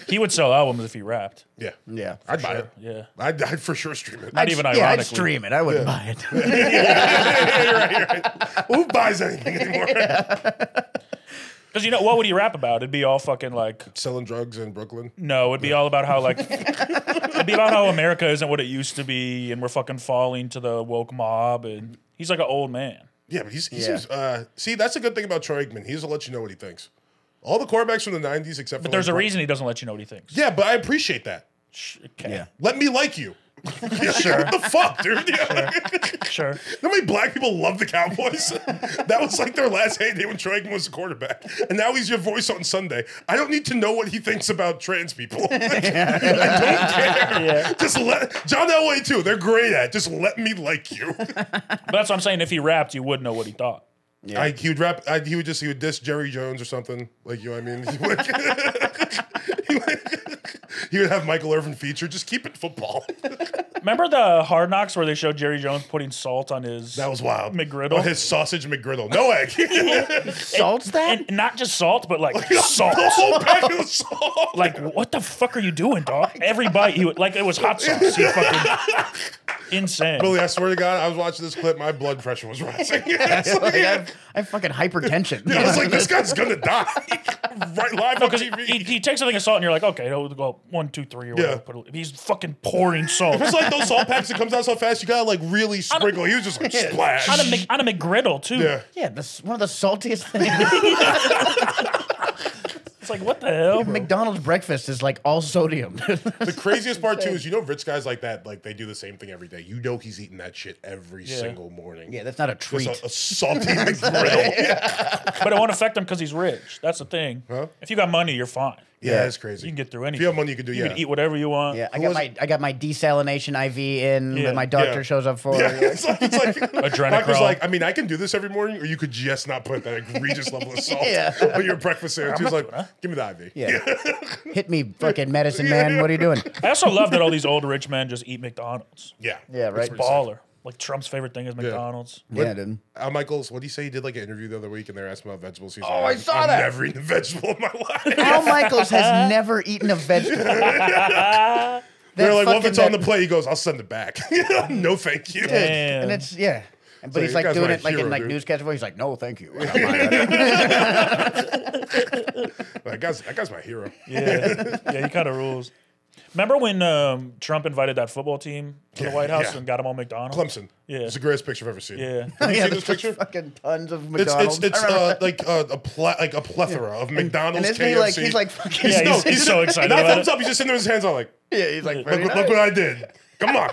Speaker 6: He would sell albums if he rapped.
Speaker 5: [LAUGHS] Yeah,
Speaker 4: Yeah.
Speaker 5: I'd buy it.
Speaker 6: Yeah.
Speaker 5: I'd, I'd for sure stream [LAUGHS] it.
Speaker 6: Not even
Speaker 4: yeah,
Speaker 6: ironically.
Speaker 4: I'd stream it. I wouldn't
Speaker 5: [LAUGHS]
Speaker 4: buy it.
Speaker 5: Yeah, you're right, you're right. Who buys anything anymore?
Speaker 6: Because you know what would he rap about? It'd be all fucking like
Speaker 5: Selling drugs in Brooklyn.
Speaker 6: no. It'd be all about how
Speaker 4: [LAUGHS]
Speaker 6: like it'd be about how America isn't what it used to be, and we're fucking falling to the woke mob. And he's like an old man.
Speaker 5: Yeah, but he's, he
Speaker 4: Yeah.
Speaker 5: seems. Uh, see, that's the good thing about Troy Aikman. He's to let you know what he thinks. All the quarterbacks from the '90s, except for
Speaker 6: But there's
Speaker 5: like
Speaker 6: a
Speaker 5: Brett-
Speaker 6: reason he doesn't let you know what he thinks.
Speaker 5: Yeah, but I appreciate that.
Speaker 6: Okay.
Speaker 4: Yeah.
Speaker 5: Let me like you. sure. What the fuck, dude? [LAUGHS] Yeah.
Speaker 6: Sure.
Speaker 5: You know how many black people love the Cowboys? [LAUGHS] that was like their last heyday when Troy Aikman was the quarterback, and now he's your voice on Sunday. I don't need to know what he thinks about trans people. [LAUGHS] I don't care. Just let John Elway too. They're great at. it. Just let me like you.
Speaker 6: But that's what I'm saying. If he rapped, you would know what he thought.
Speaker 5: I, he would rap. I, he would just he [LAUGHS] would diss Jerry Jones or something like you. Know what I mean, He would- he would- He would have Michael Irvin featured. Just keep it football.
Speaker 6: Remember the Hard Knocks where they showed Jerry Jones putting salt on his
Speaker 5: That was wild.
Speaker 6: McGriddle?
Speaker 5: On his sausage McGriddle. No [LAUGHS] egg.
Speaker 7: Salts that?
Speaker 6: and not just salt, but
Speaker 4: [LAUGHS]
Speaker 6: like salt.
Speaker 5: A whole pack of salt.
Speaker 6: Like what the fuck are you doing, dog?
Speaker 5: Oh
Speaker 6: Every bite he would like it was hot sauce. He
Speaker 5: [LAUGHS]
Speaker 6: fucking insane.
Speaker 5: Billy, I swear to God, I was watching this clip. My blood pressure was rising. [LAUGHS] It's like,
Speaker 7: Like, I, I have fucking hypertension.
Speaker 5: I was like, this guy's gonna die. [LAUGHS] right live on
Speaker 6: Because he,
Speaker 5: TV.
Speaker 6: he, he takes something of salt and you're like, okay, it'll go one, two, three, or whatever.
Speaker 5: Yeah.
Speaker 6: Put a- He's fucking pouring salt.
Speaker 5: It's like those salt packs that comes out so fast, you gotta like really sprinkle. He was just like splash.
Speaker 6: on, a, Mc- on a McGriddle, too.
Speaker 5: yeah.
Speaker 7: yeah, this one of the saltiest things.
Speaker 4: [LAUGHS]
Speaker 6: It's like, what the hell?
Speaker 5: [LAUGHS]
Speaker 7: McDonald's breakfast is like
Speaker 4: [LAUGHS]
Speaker 7: all sodium.
Speaker 5: The craziest part too is you know rich guys like that, like they do the same thing every day. You know he's eating that shit every single morning.
Speaker 7: yeah, that's not a
Speaker 5: Just
Speaker 7: treat.
Speaker 5: a, a
Speaker 7: [LAUGHS]
Speaker 5: salty McGriddle. yeah.
Speaker 6: but it won't affect him because he's rich. That's the thing. If you got money, you're fine.
Speaker 5: yeah, that's crazy.
Speaker 6: You can get through
Speaker 5: If
Speaker 6: anything.
Speaker 5: you have money, you can do
Speaker 6: You
Speaker 5: yeah. [LAUGHS]
Speaker 6: can eat whatever you want.
Speaker 7: yeah, I
Speaker 5: Who
Speaker 7: got
Speaker 5: was-
Speaker 7: my I got my desalination IV in
Speaker 6: Yeah,
Speaker 7: that my doctor
Speaker 5: yeah.
Speaker 7: shows up for.
Speaker 5: Yeah, it's like,
Speaker 6: [LAUGHS]
Speaker 5: it's like Mike was
Speaker 6: Adrenochrome.
Speaker 5: like, I mean, I can do this every morning, or you could just not put that egregious level of salt
Speaker 7: Yeah.
Speaker 5: on your breakfast sandwich. He's like, give me the IV.
Speaker 7: Yeah. Hit me,
Speaker 4: [LAUGHS]
Speaker 7: fucking medicine man. What are you doing?
Speaker 6: I also love that all
Speaker 5: [LAUGHS]
Speaker 6: these old rich men just eat McDonald's.
Speaker 5: yeah,
Speaker 7: Yeah, right.
Speaker 5: pretty sick.
Speaker 6: Baller. Like Trump's favorite thing is McDonald's.
Speaker 7: Yeah,
Speaker 5: [LAUGHS]
Speaker 7: dude.
Speaker 5: Al Uh, Michaels, what do you say? He did like an interview the other week, and they're asking about vegetables. He's
Speaker 7: Oh, I
Speaker 5: like,
Speaker 7: saw
Speaker 5: I'm
Speaker 7: that."
Speaker 5: Never eaten a vegetable in my [LAUGHS] life.
Speaker 7: Al Michaels has never eaten a vegetable.
Speaker 5: they're like, well, if
Speaker 7: fucking-
Speaker 5: it's on the
Speaker 7: that-
Speaker 5: plate, he goes, I'll send it back. [LAUGHS] no, thank you.
Speaker 6: Damn.
Speaker 7: and it's yeah. But
Speaker 5: So
Speaker 7: he's
Speaker 5: you
Speaker 7: like
Speaker 5: guys
Speaker 7: doing
Speaker 5: are
Speaker 7: it like
Speaker 5: hero,
Speaker 7: in like
Speaker 5: dude.
Speaker 7: newscast voice. He's like, no, thank you.
Speaker 5: That guy's that guy's
Speaker 6: [LAUGHS]
Speaker 5: my hero.
Speaker 6: Yeah, yeah, he kind of rules. Remember when um, Trump invited that football team to the
Speaker 5: Yeah,
Speaker 6: White House
Speaker 5: yeah.
Speaker 6: and got them all McDonald's?
Speaker 5: Clemson.
Speaker 6: Yeah.
Speaker 5: it's the greatest picture I've ever seen.
Speaker 6: Yeah.
Speaker 5: [LAUGHS] Have you seen this
Speaker 7: yeah, there's just
Speaker 5: picture?
Speaker 7: fucking tons of
Speaker 5: It's
Speaker 7: McDonald's.
Speaker 5: it's it's uh, like uh, a ple- like a plethora of McDonald's.
Speaker 7: and isn't
Speaker 5: KFC.
Speaker 7: he like
Speaker 5: [LAUGHS]
Speaker 7: he's like fucking
Speaker 6: Yeah,
Speaker 5: no,
Speaker 6: he's- he's so excited
Speaker 5: Not
Speaker 6: about
Speaker 5: thumbs
Speaker 6: it.
Speaker 5: up. He's just sitting there with his hands on like,
Speaker 7: yeah,
Speaker 6: [LAUGHS]
Speaker 7: he's like
Speaker 5: look,
Speaker 7: very
Speaker 5: what-
Speaker 7: nice.
Speaker 5: look what I did. Come on,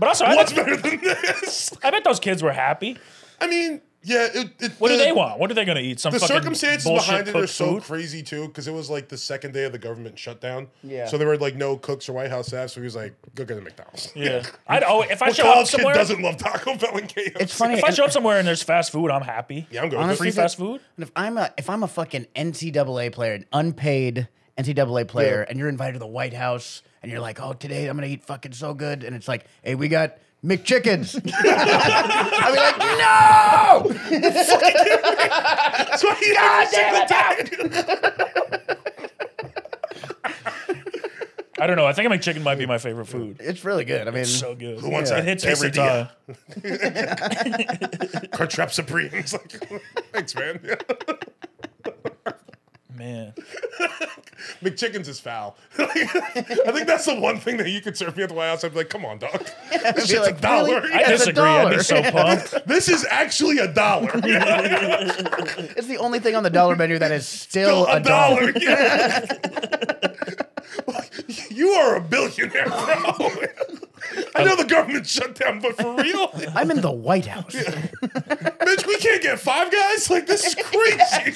Speaker 6: But also, I
Speaker 5: what's
Speaker 6: bet,
Speaker 5: better than this?
Speaker 6: I bet those kids were happy.
Speaker 5: I mean, yeah. It, it,
Speaker 6: What do
Speaker 5: the-
Speaker 6: they want? What are they going to eat? Some
Speaker 5: The
Speaker 6: fucking
Speaker 5: circumstances
Speaker 6: bullshit
Speaker 5: behind it
Speaker 6: cooked
Speaker 5: are so
Speaker 6: food?
Speaker 5: crazy too, because it was like the second day of the government shutdown.
Speaker 7: Yeah.
Speaker 5: So there were like no cooks or White House staff, so he was like, "Go get a McDonald's."
Speaker 6: Yeah. I'd always, if I
Speaker 5: What
Speaker 6: show up
Speaker 5: college kid
Speaker 6: somewhere,
Speaker 5: doesn't love Taco Bell and KFC?
Speaker 7: It's funny.
Speaker 6: if I
Speaker 7: and-
Speaker 6: show up somewhere and there's fast food, I'm happy.
Speaker 5: Yeah, I'm going.
Speaker 7: honestly,
Speaker 6: free
Speaker 5: [LAUGHS]
Speaker 7: that-
Speaker 6: fast food?
Speaker 7: And if I'm a if I'm a fucking NCAA player, an unpaid NCAA player, and you're invited to the White House, and you're like, oh, today I'm gonna eat fucking so good, and it's like, hey, we got. McChickens. I'd be like, no!
Speaker 5: That's why he
Speaker 7: God
Speaker 5: every single
Speaker 7: damn it,
Speaker 5: time-
Speaker 6: I don't know. I think a McChicken might be my favorite food.
Speaker 7: It's really good. I mean,
Speaker 6: It's so good.
Speaker 5: Who wants
Speaker 6: it
Speaker 5: that
Speaker 6: hits every
Speaker 5: quesadilla?
Speaker 6: time.
Speaker 5: Crunchwrap Supreme. [LAUGHS] It's like, thanks, man. [LAUGHS]
Speaker 6: Man.
Speaker 5: McChickens is foul. [LAUGHS] I think that's the one thing that you could serve me at the White House. I'd be like, come on,
Speaker 7: [LAUGHS]
Speaker 5: dog. This shit's a
Speaker 7: like, really?
Speaker 5: dollar.
Speaker 7: Yeah,
Speaker 6: I
Speaker 7: it's a
Speaker 6: disagree. I'd be
Speaker 7: dollar. [LAUGHS]
Speaker 6: so pumped.
Speaker 5: [LAUGHS] This is actually a dollar. [LAUGHS]
Speaker 7: it's the only thing on the dollar menu that is still,
Speaker 5: a
Speaker 7: a dollar.
Speaker 5: dollar. Yeah.
Speaker 7: [LAUGHS]
Speaker 5: you are a billionaire,
Speaker 7: [LAUGHS]
Speaker 5: bro. I know the government shut down, but for real,
Speaker 7: I'm in the White House.
Speaker 5: bitch, we can't get five guys. Like this is
Speaker 7: [LAUGHS]
Speaker 5: crazy.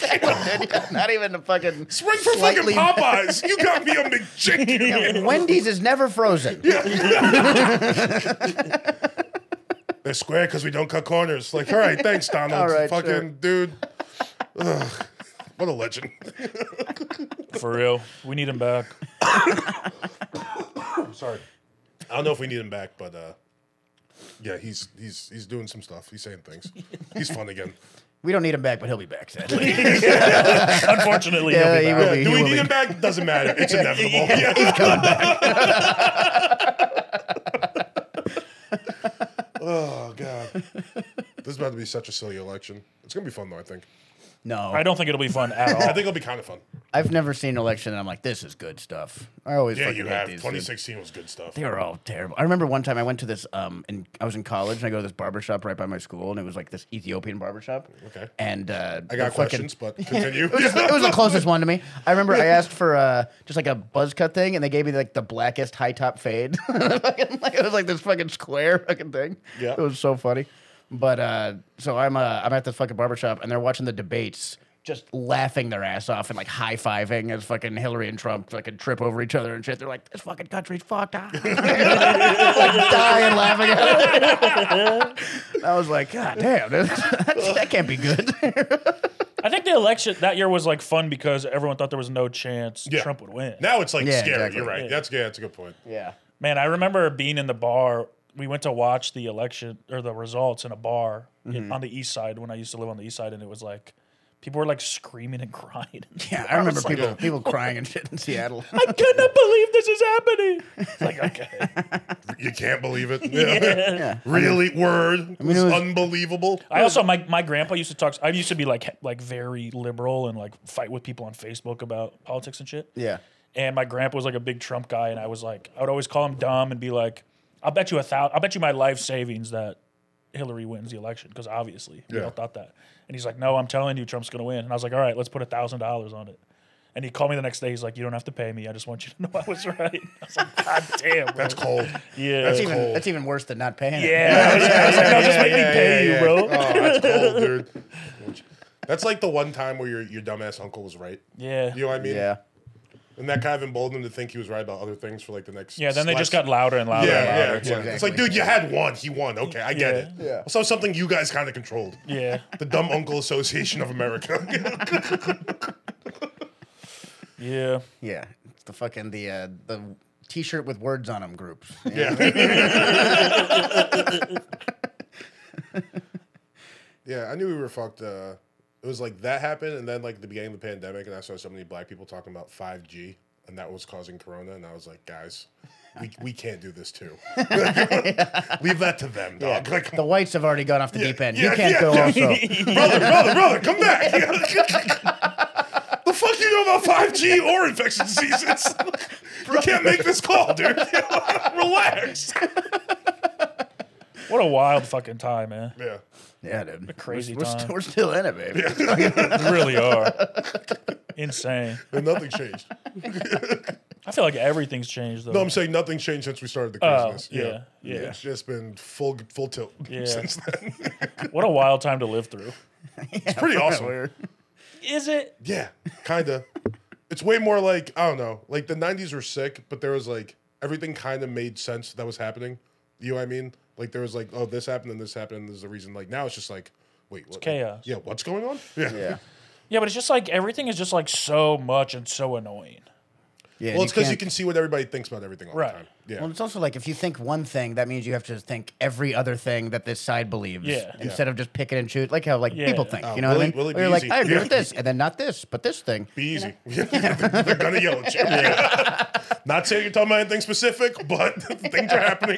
Speaker 7: Not even the fucking.
Speaker 5: Spring for
Speaker 7: Slightly-
Speaker 5: fucking Popeyes. You got me a McChicken.
Speaker 7: [LAUGHS] Wendy's is never frozen.
Speaker 5: They're square because we don't cut corners. Like, all right,
Speaker 7: [LAUGHS]
Speaker 5: thanks, Donald.
Speaker 7: All right,
Speaker 5: Fucking
Speaker 7: sure.
Speaker 5: dude. Ugh. What a legend.
Speaker 6: For real. We need him back.
Speaker 5: Sorry. I don't know if we need him back, but uh, yeah, he's he's he's doing some stuff. He's saying things. He's fun again.
Speaker 7: We don't need him back, but he'll be back, [LAUGHS] sadly.
Speaker 6: Unfortunately, he'll
Speaker 7: Yeah,
Speaker 6: be
Speaker 7: he
Speaker 6: back.
Speaker 7: will
Speaker 5: Yeah,
Speaker 7: be.
Speaker 5: do we
Speaker 7: he will
Speaker 5: need
Speaker 7: be.
Speaker 5: him back? Doesn't matter.
Speaker 7: [LAUGHS]
Speaker 5: It's inevitable. Yeah. [LAUGHS] oh god. This is about to be such a silly election. It's gonna be fun though, I think.
Speaker 7: No,
Speaker 6: I don't think it'll be fun at all.
Speaker 7: [LAUGHS]
Speaker 5: I think it'll be kind of fun.
Speaker 7: I've never seen an election, and I'm like, this is good stuff. I always
Speaker 5: Yeah,
Speaker 7: fucking
Speaker 5: you
Speaker 7: hate
Speaker 5: have.
Speaker 7: these.
Speaker 5: 2016 was good stuff.
Speaker 7: They were all terrible. I remember one time I went to this, um, and I was in college, and I go to this barber shop right by my school, and it was like this Ethiopian barber shop.
Speaker 5: Okay.
Speaker 7: And uh,
Speaker 5: I got questions, but continue.
Speaker 7: it was the closest one to me. I remember I asked for uh, just like a buzz cut thing, and they gave me like the blackest high top fade. [LAUGHS] Like, it was like this fucking square fucking thing.
Speaker 5: Yeah.
Speaker 7: it was so funny. But uh, so I'm uh, I'm at this fucking barbershop, and they're watching the debates. Just laughing their ass off and like high fiving as fucking Hillary and Trump fucking trip over each other and shit. They're like, this fucking country's fucked up. [LAUGHS] like dying laughing at [LAUGHS]
Speaker 5: [LAUGHS]
Speaker 7: it. I was like, God damn, dude. that can't be good.
Speaker 6: I think the election that year was like fun because everyone thought there was no chance
Speaker 5: Yeah.
Speaker 6: Trump would win.
Speaker 5: Now it's like
Speaker 4: Yeah,
Speaker 5: scary.
Speaker 4: exactly.
Speaker 5: You're right. That's yeah, that's a good point.
Speaker 4: Yeah.
Speaker 6: Man, I remember being in the bar. We went to watch the election or the results in a bar
Speaker 5: Mm-hmm.
Speaker 6: in- on the east side when I used to live on the east side, and it was like people were like screaming and [LAUGHS]
Speaker 5: [LAUGHS]
Speaker 6: crying.
Speaker 4: Yeah, I uh, remember people [LAUGHS] people crying and shit in [LAUGHS] Seattle.
Speaker 6: I cannot believe this is happening. It's like okay,
Speaker 5: You can't believe it. Yeah.
Speaker 4: yeah.
Speaker 5: really? Word?
Speaker 4: mean, it
Speaker 5: It's
Speaker 4: was-
Speaker 5: unbelievable.
Speaker 6: I also my, my grandpa used to talk. I used to be like he- like very liberal and like fight with people on Facebook about politics and shit.
Speaker 4: Yeah.
Speaker 6: And my grandpa was like a big Trump guy, and I was like, I would always call him dumb and be like, I'll bet you a thousand, I'll bet you my life savings that Hillary wins the election because obviously we all
Speaker 5: Yeah.
Speaker 6: thought that. And he's like, No, I'm telling you, Trump's gonna win. And I was like, All right, let's put a thousand dollars on it. And he called me the next day. He's like, "You don't have to pay me. I just want you to [LAUGHS] know I was right." I was like, "God damn, bro."
Speaker 5: That's cold.
Speaker 6: yeah,
Speaker 4: That's even that's even worse than not paying. it.
Speaker 6: [LAUGHS] yeah." I was, I was like, "No, just
Speaker 5: Yeah,
Speaker 6: make me
Speaker 5: yeah,
Speaker 6: pay
Speaker 5: yeah,
Speaker 6: you,
Speaker 5: yeah.
Speaker 6: bro."
Speaker 5: Oh, that's cold, dude. That's like the one time where your your dumbass uncle was right.
Speaker 6: [LAUGHS] Yeah.
Speaker 5: You know what I mean?
Speaker 4: Yeah.
Speaker 5: And that kind of emboldened him to think he was right about other things for like the next.
Speaker 6: Yeah, then they just
Speaker 5: last-
Speaker 6: got louder and louder.
Speaker 5: Yeah,
Speaker 6: and
Speaker 5: yeah,
Speaker 6: louder.
Speaker 5: it's, like, it's like, dude, you had one. He won. Okay, I get it.
Speaker 6: Yeah.
Speaker 5: Yeah. So something you guys kind of controlled.
Speaker 6: Yeah.
Speaker 5: The Dumb Uncle Association of America. [LAUGHS]
Speaker 6: Yeah.
Speaker 4: Yeah. It's the fucking the uh, the t-shirt with words on
Speaker 5: [LAUGHS]
Speaker 4: them groups. Yeah.
Speaker 5: yeah. yeah, I knew we were fucked. Uh, it was like that happened, and then like the beginning of the pandemic, and I saw so many black people talking about 5G, and that was causing corona, and I was like, guys, we, we can't do this too. [LAUGHS] Leave that to them, dog. Like,
Speaker 4: The whites have already gone off the deep end.
Speaker 5: yeah,
Speaker 4: you can't
Speaker 5: yeah, [LAUGHS]
Speaker 4: go
Speaker 5: yeah.
Speaker 4: also.
Speaker 5: brother, brother, brother, come back. [LAUGHS] the fuck you know about 5G or infectious diseases? [LAUGHS] you can't make this call, dude. [LAUGHS] Relax.
Speaker 6: What a wild fucking time, man.
Speaker 5: Yeah.
Speaker 4: Yeah, dude.
Speaker 6: crazy
Speaker 4: we're, we're,
Speaker 6: time.
Speaker 4: st- we're still in it, baby.
Speaker 6: You really are. [LAUGHS] Insane.
Speaker 5: And nothing changed.
Speaker 6: I feel like everything's changed though.
Speaker 5: No, I'm saying nothing changed since we started the
Speaker 6: Oh,
Speaker 5: craziness.
Speaker 6: yeah, yeah.
Speaker 5: It's just been full full tilt
Speaker 6: Yeah.
Speaker 5: [LAUGHS] since then.
Speaker 6: what a wild time to live through.
Speaker 5: It's pretty awesome.
Speaker 6: Is it?
Speaker 5: Yeah, kind of. it's way more like I don't know. Like the '90s were sick, but there was like everything kind of made sense that was happening. You know what I mean? Like there was like, oh, this happened and this happened. And this is the reason. Like now it's just like, wait, what?
Speaker 6: chaos.
Speaker 5: Yeah, what's going on? Yeah.
Speaker 4: Yeah.
Speaker 6: Yeah, but it's just like everything is just like so much and so annoying.
Speaker 4: Yeah.
Speaker 5: Well, it's because you
Speaker 4: can't-
Speaker 5: can see what everybody thinks about everything all
Speaker 6: Right.
Speaker 5: the time. Yeah.
Speaker 4: Well, it's also like if you think [LAUGHS] one thing, that means you have to think every other thing that this side believes.
Speaker 6: Yeah.
Speaker 4: Instead of just picking and choose, like how like
Speaker 6: Yeah.
Speaker 4: people think.
Speaker 5: Oh,
Speaker 4: you know
Speaker 5: will
Speaker 4: what I
Speaker 5: it-
Speaker 4: mean?
Speaker 5: will it be
Speaker 4: We're like,
Speaker 5: easy?
Speaker 4: I agree
Speaker 5: Yeah.
Speaker 4: with this, and then not this, but this thing.
Speaker 5: Be [LAUGHS] easy. They're gonna yell
Speaker 6: [LAUGHS]
Speaker 5: at you. [LAUGHS] Not saying you're talking about anything specific, but [LAUGHS] things are happening.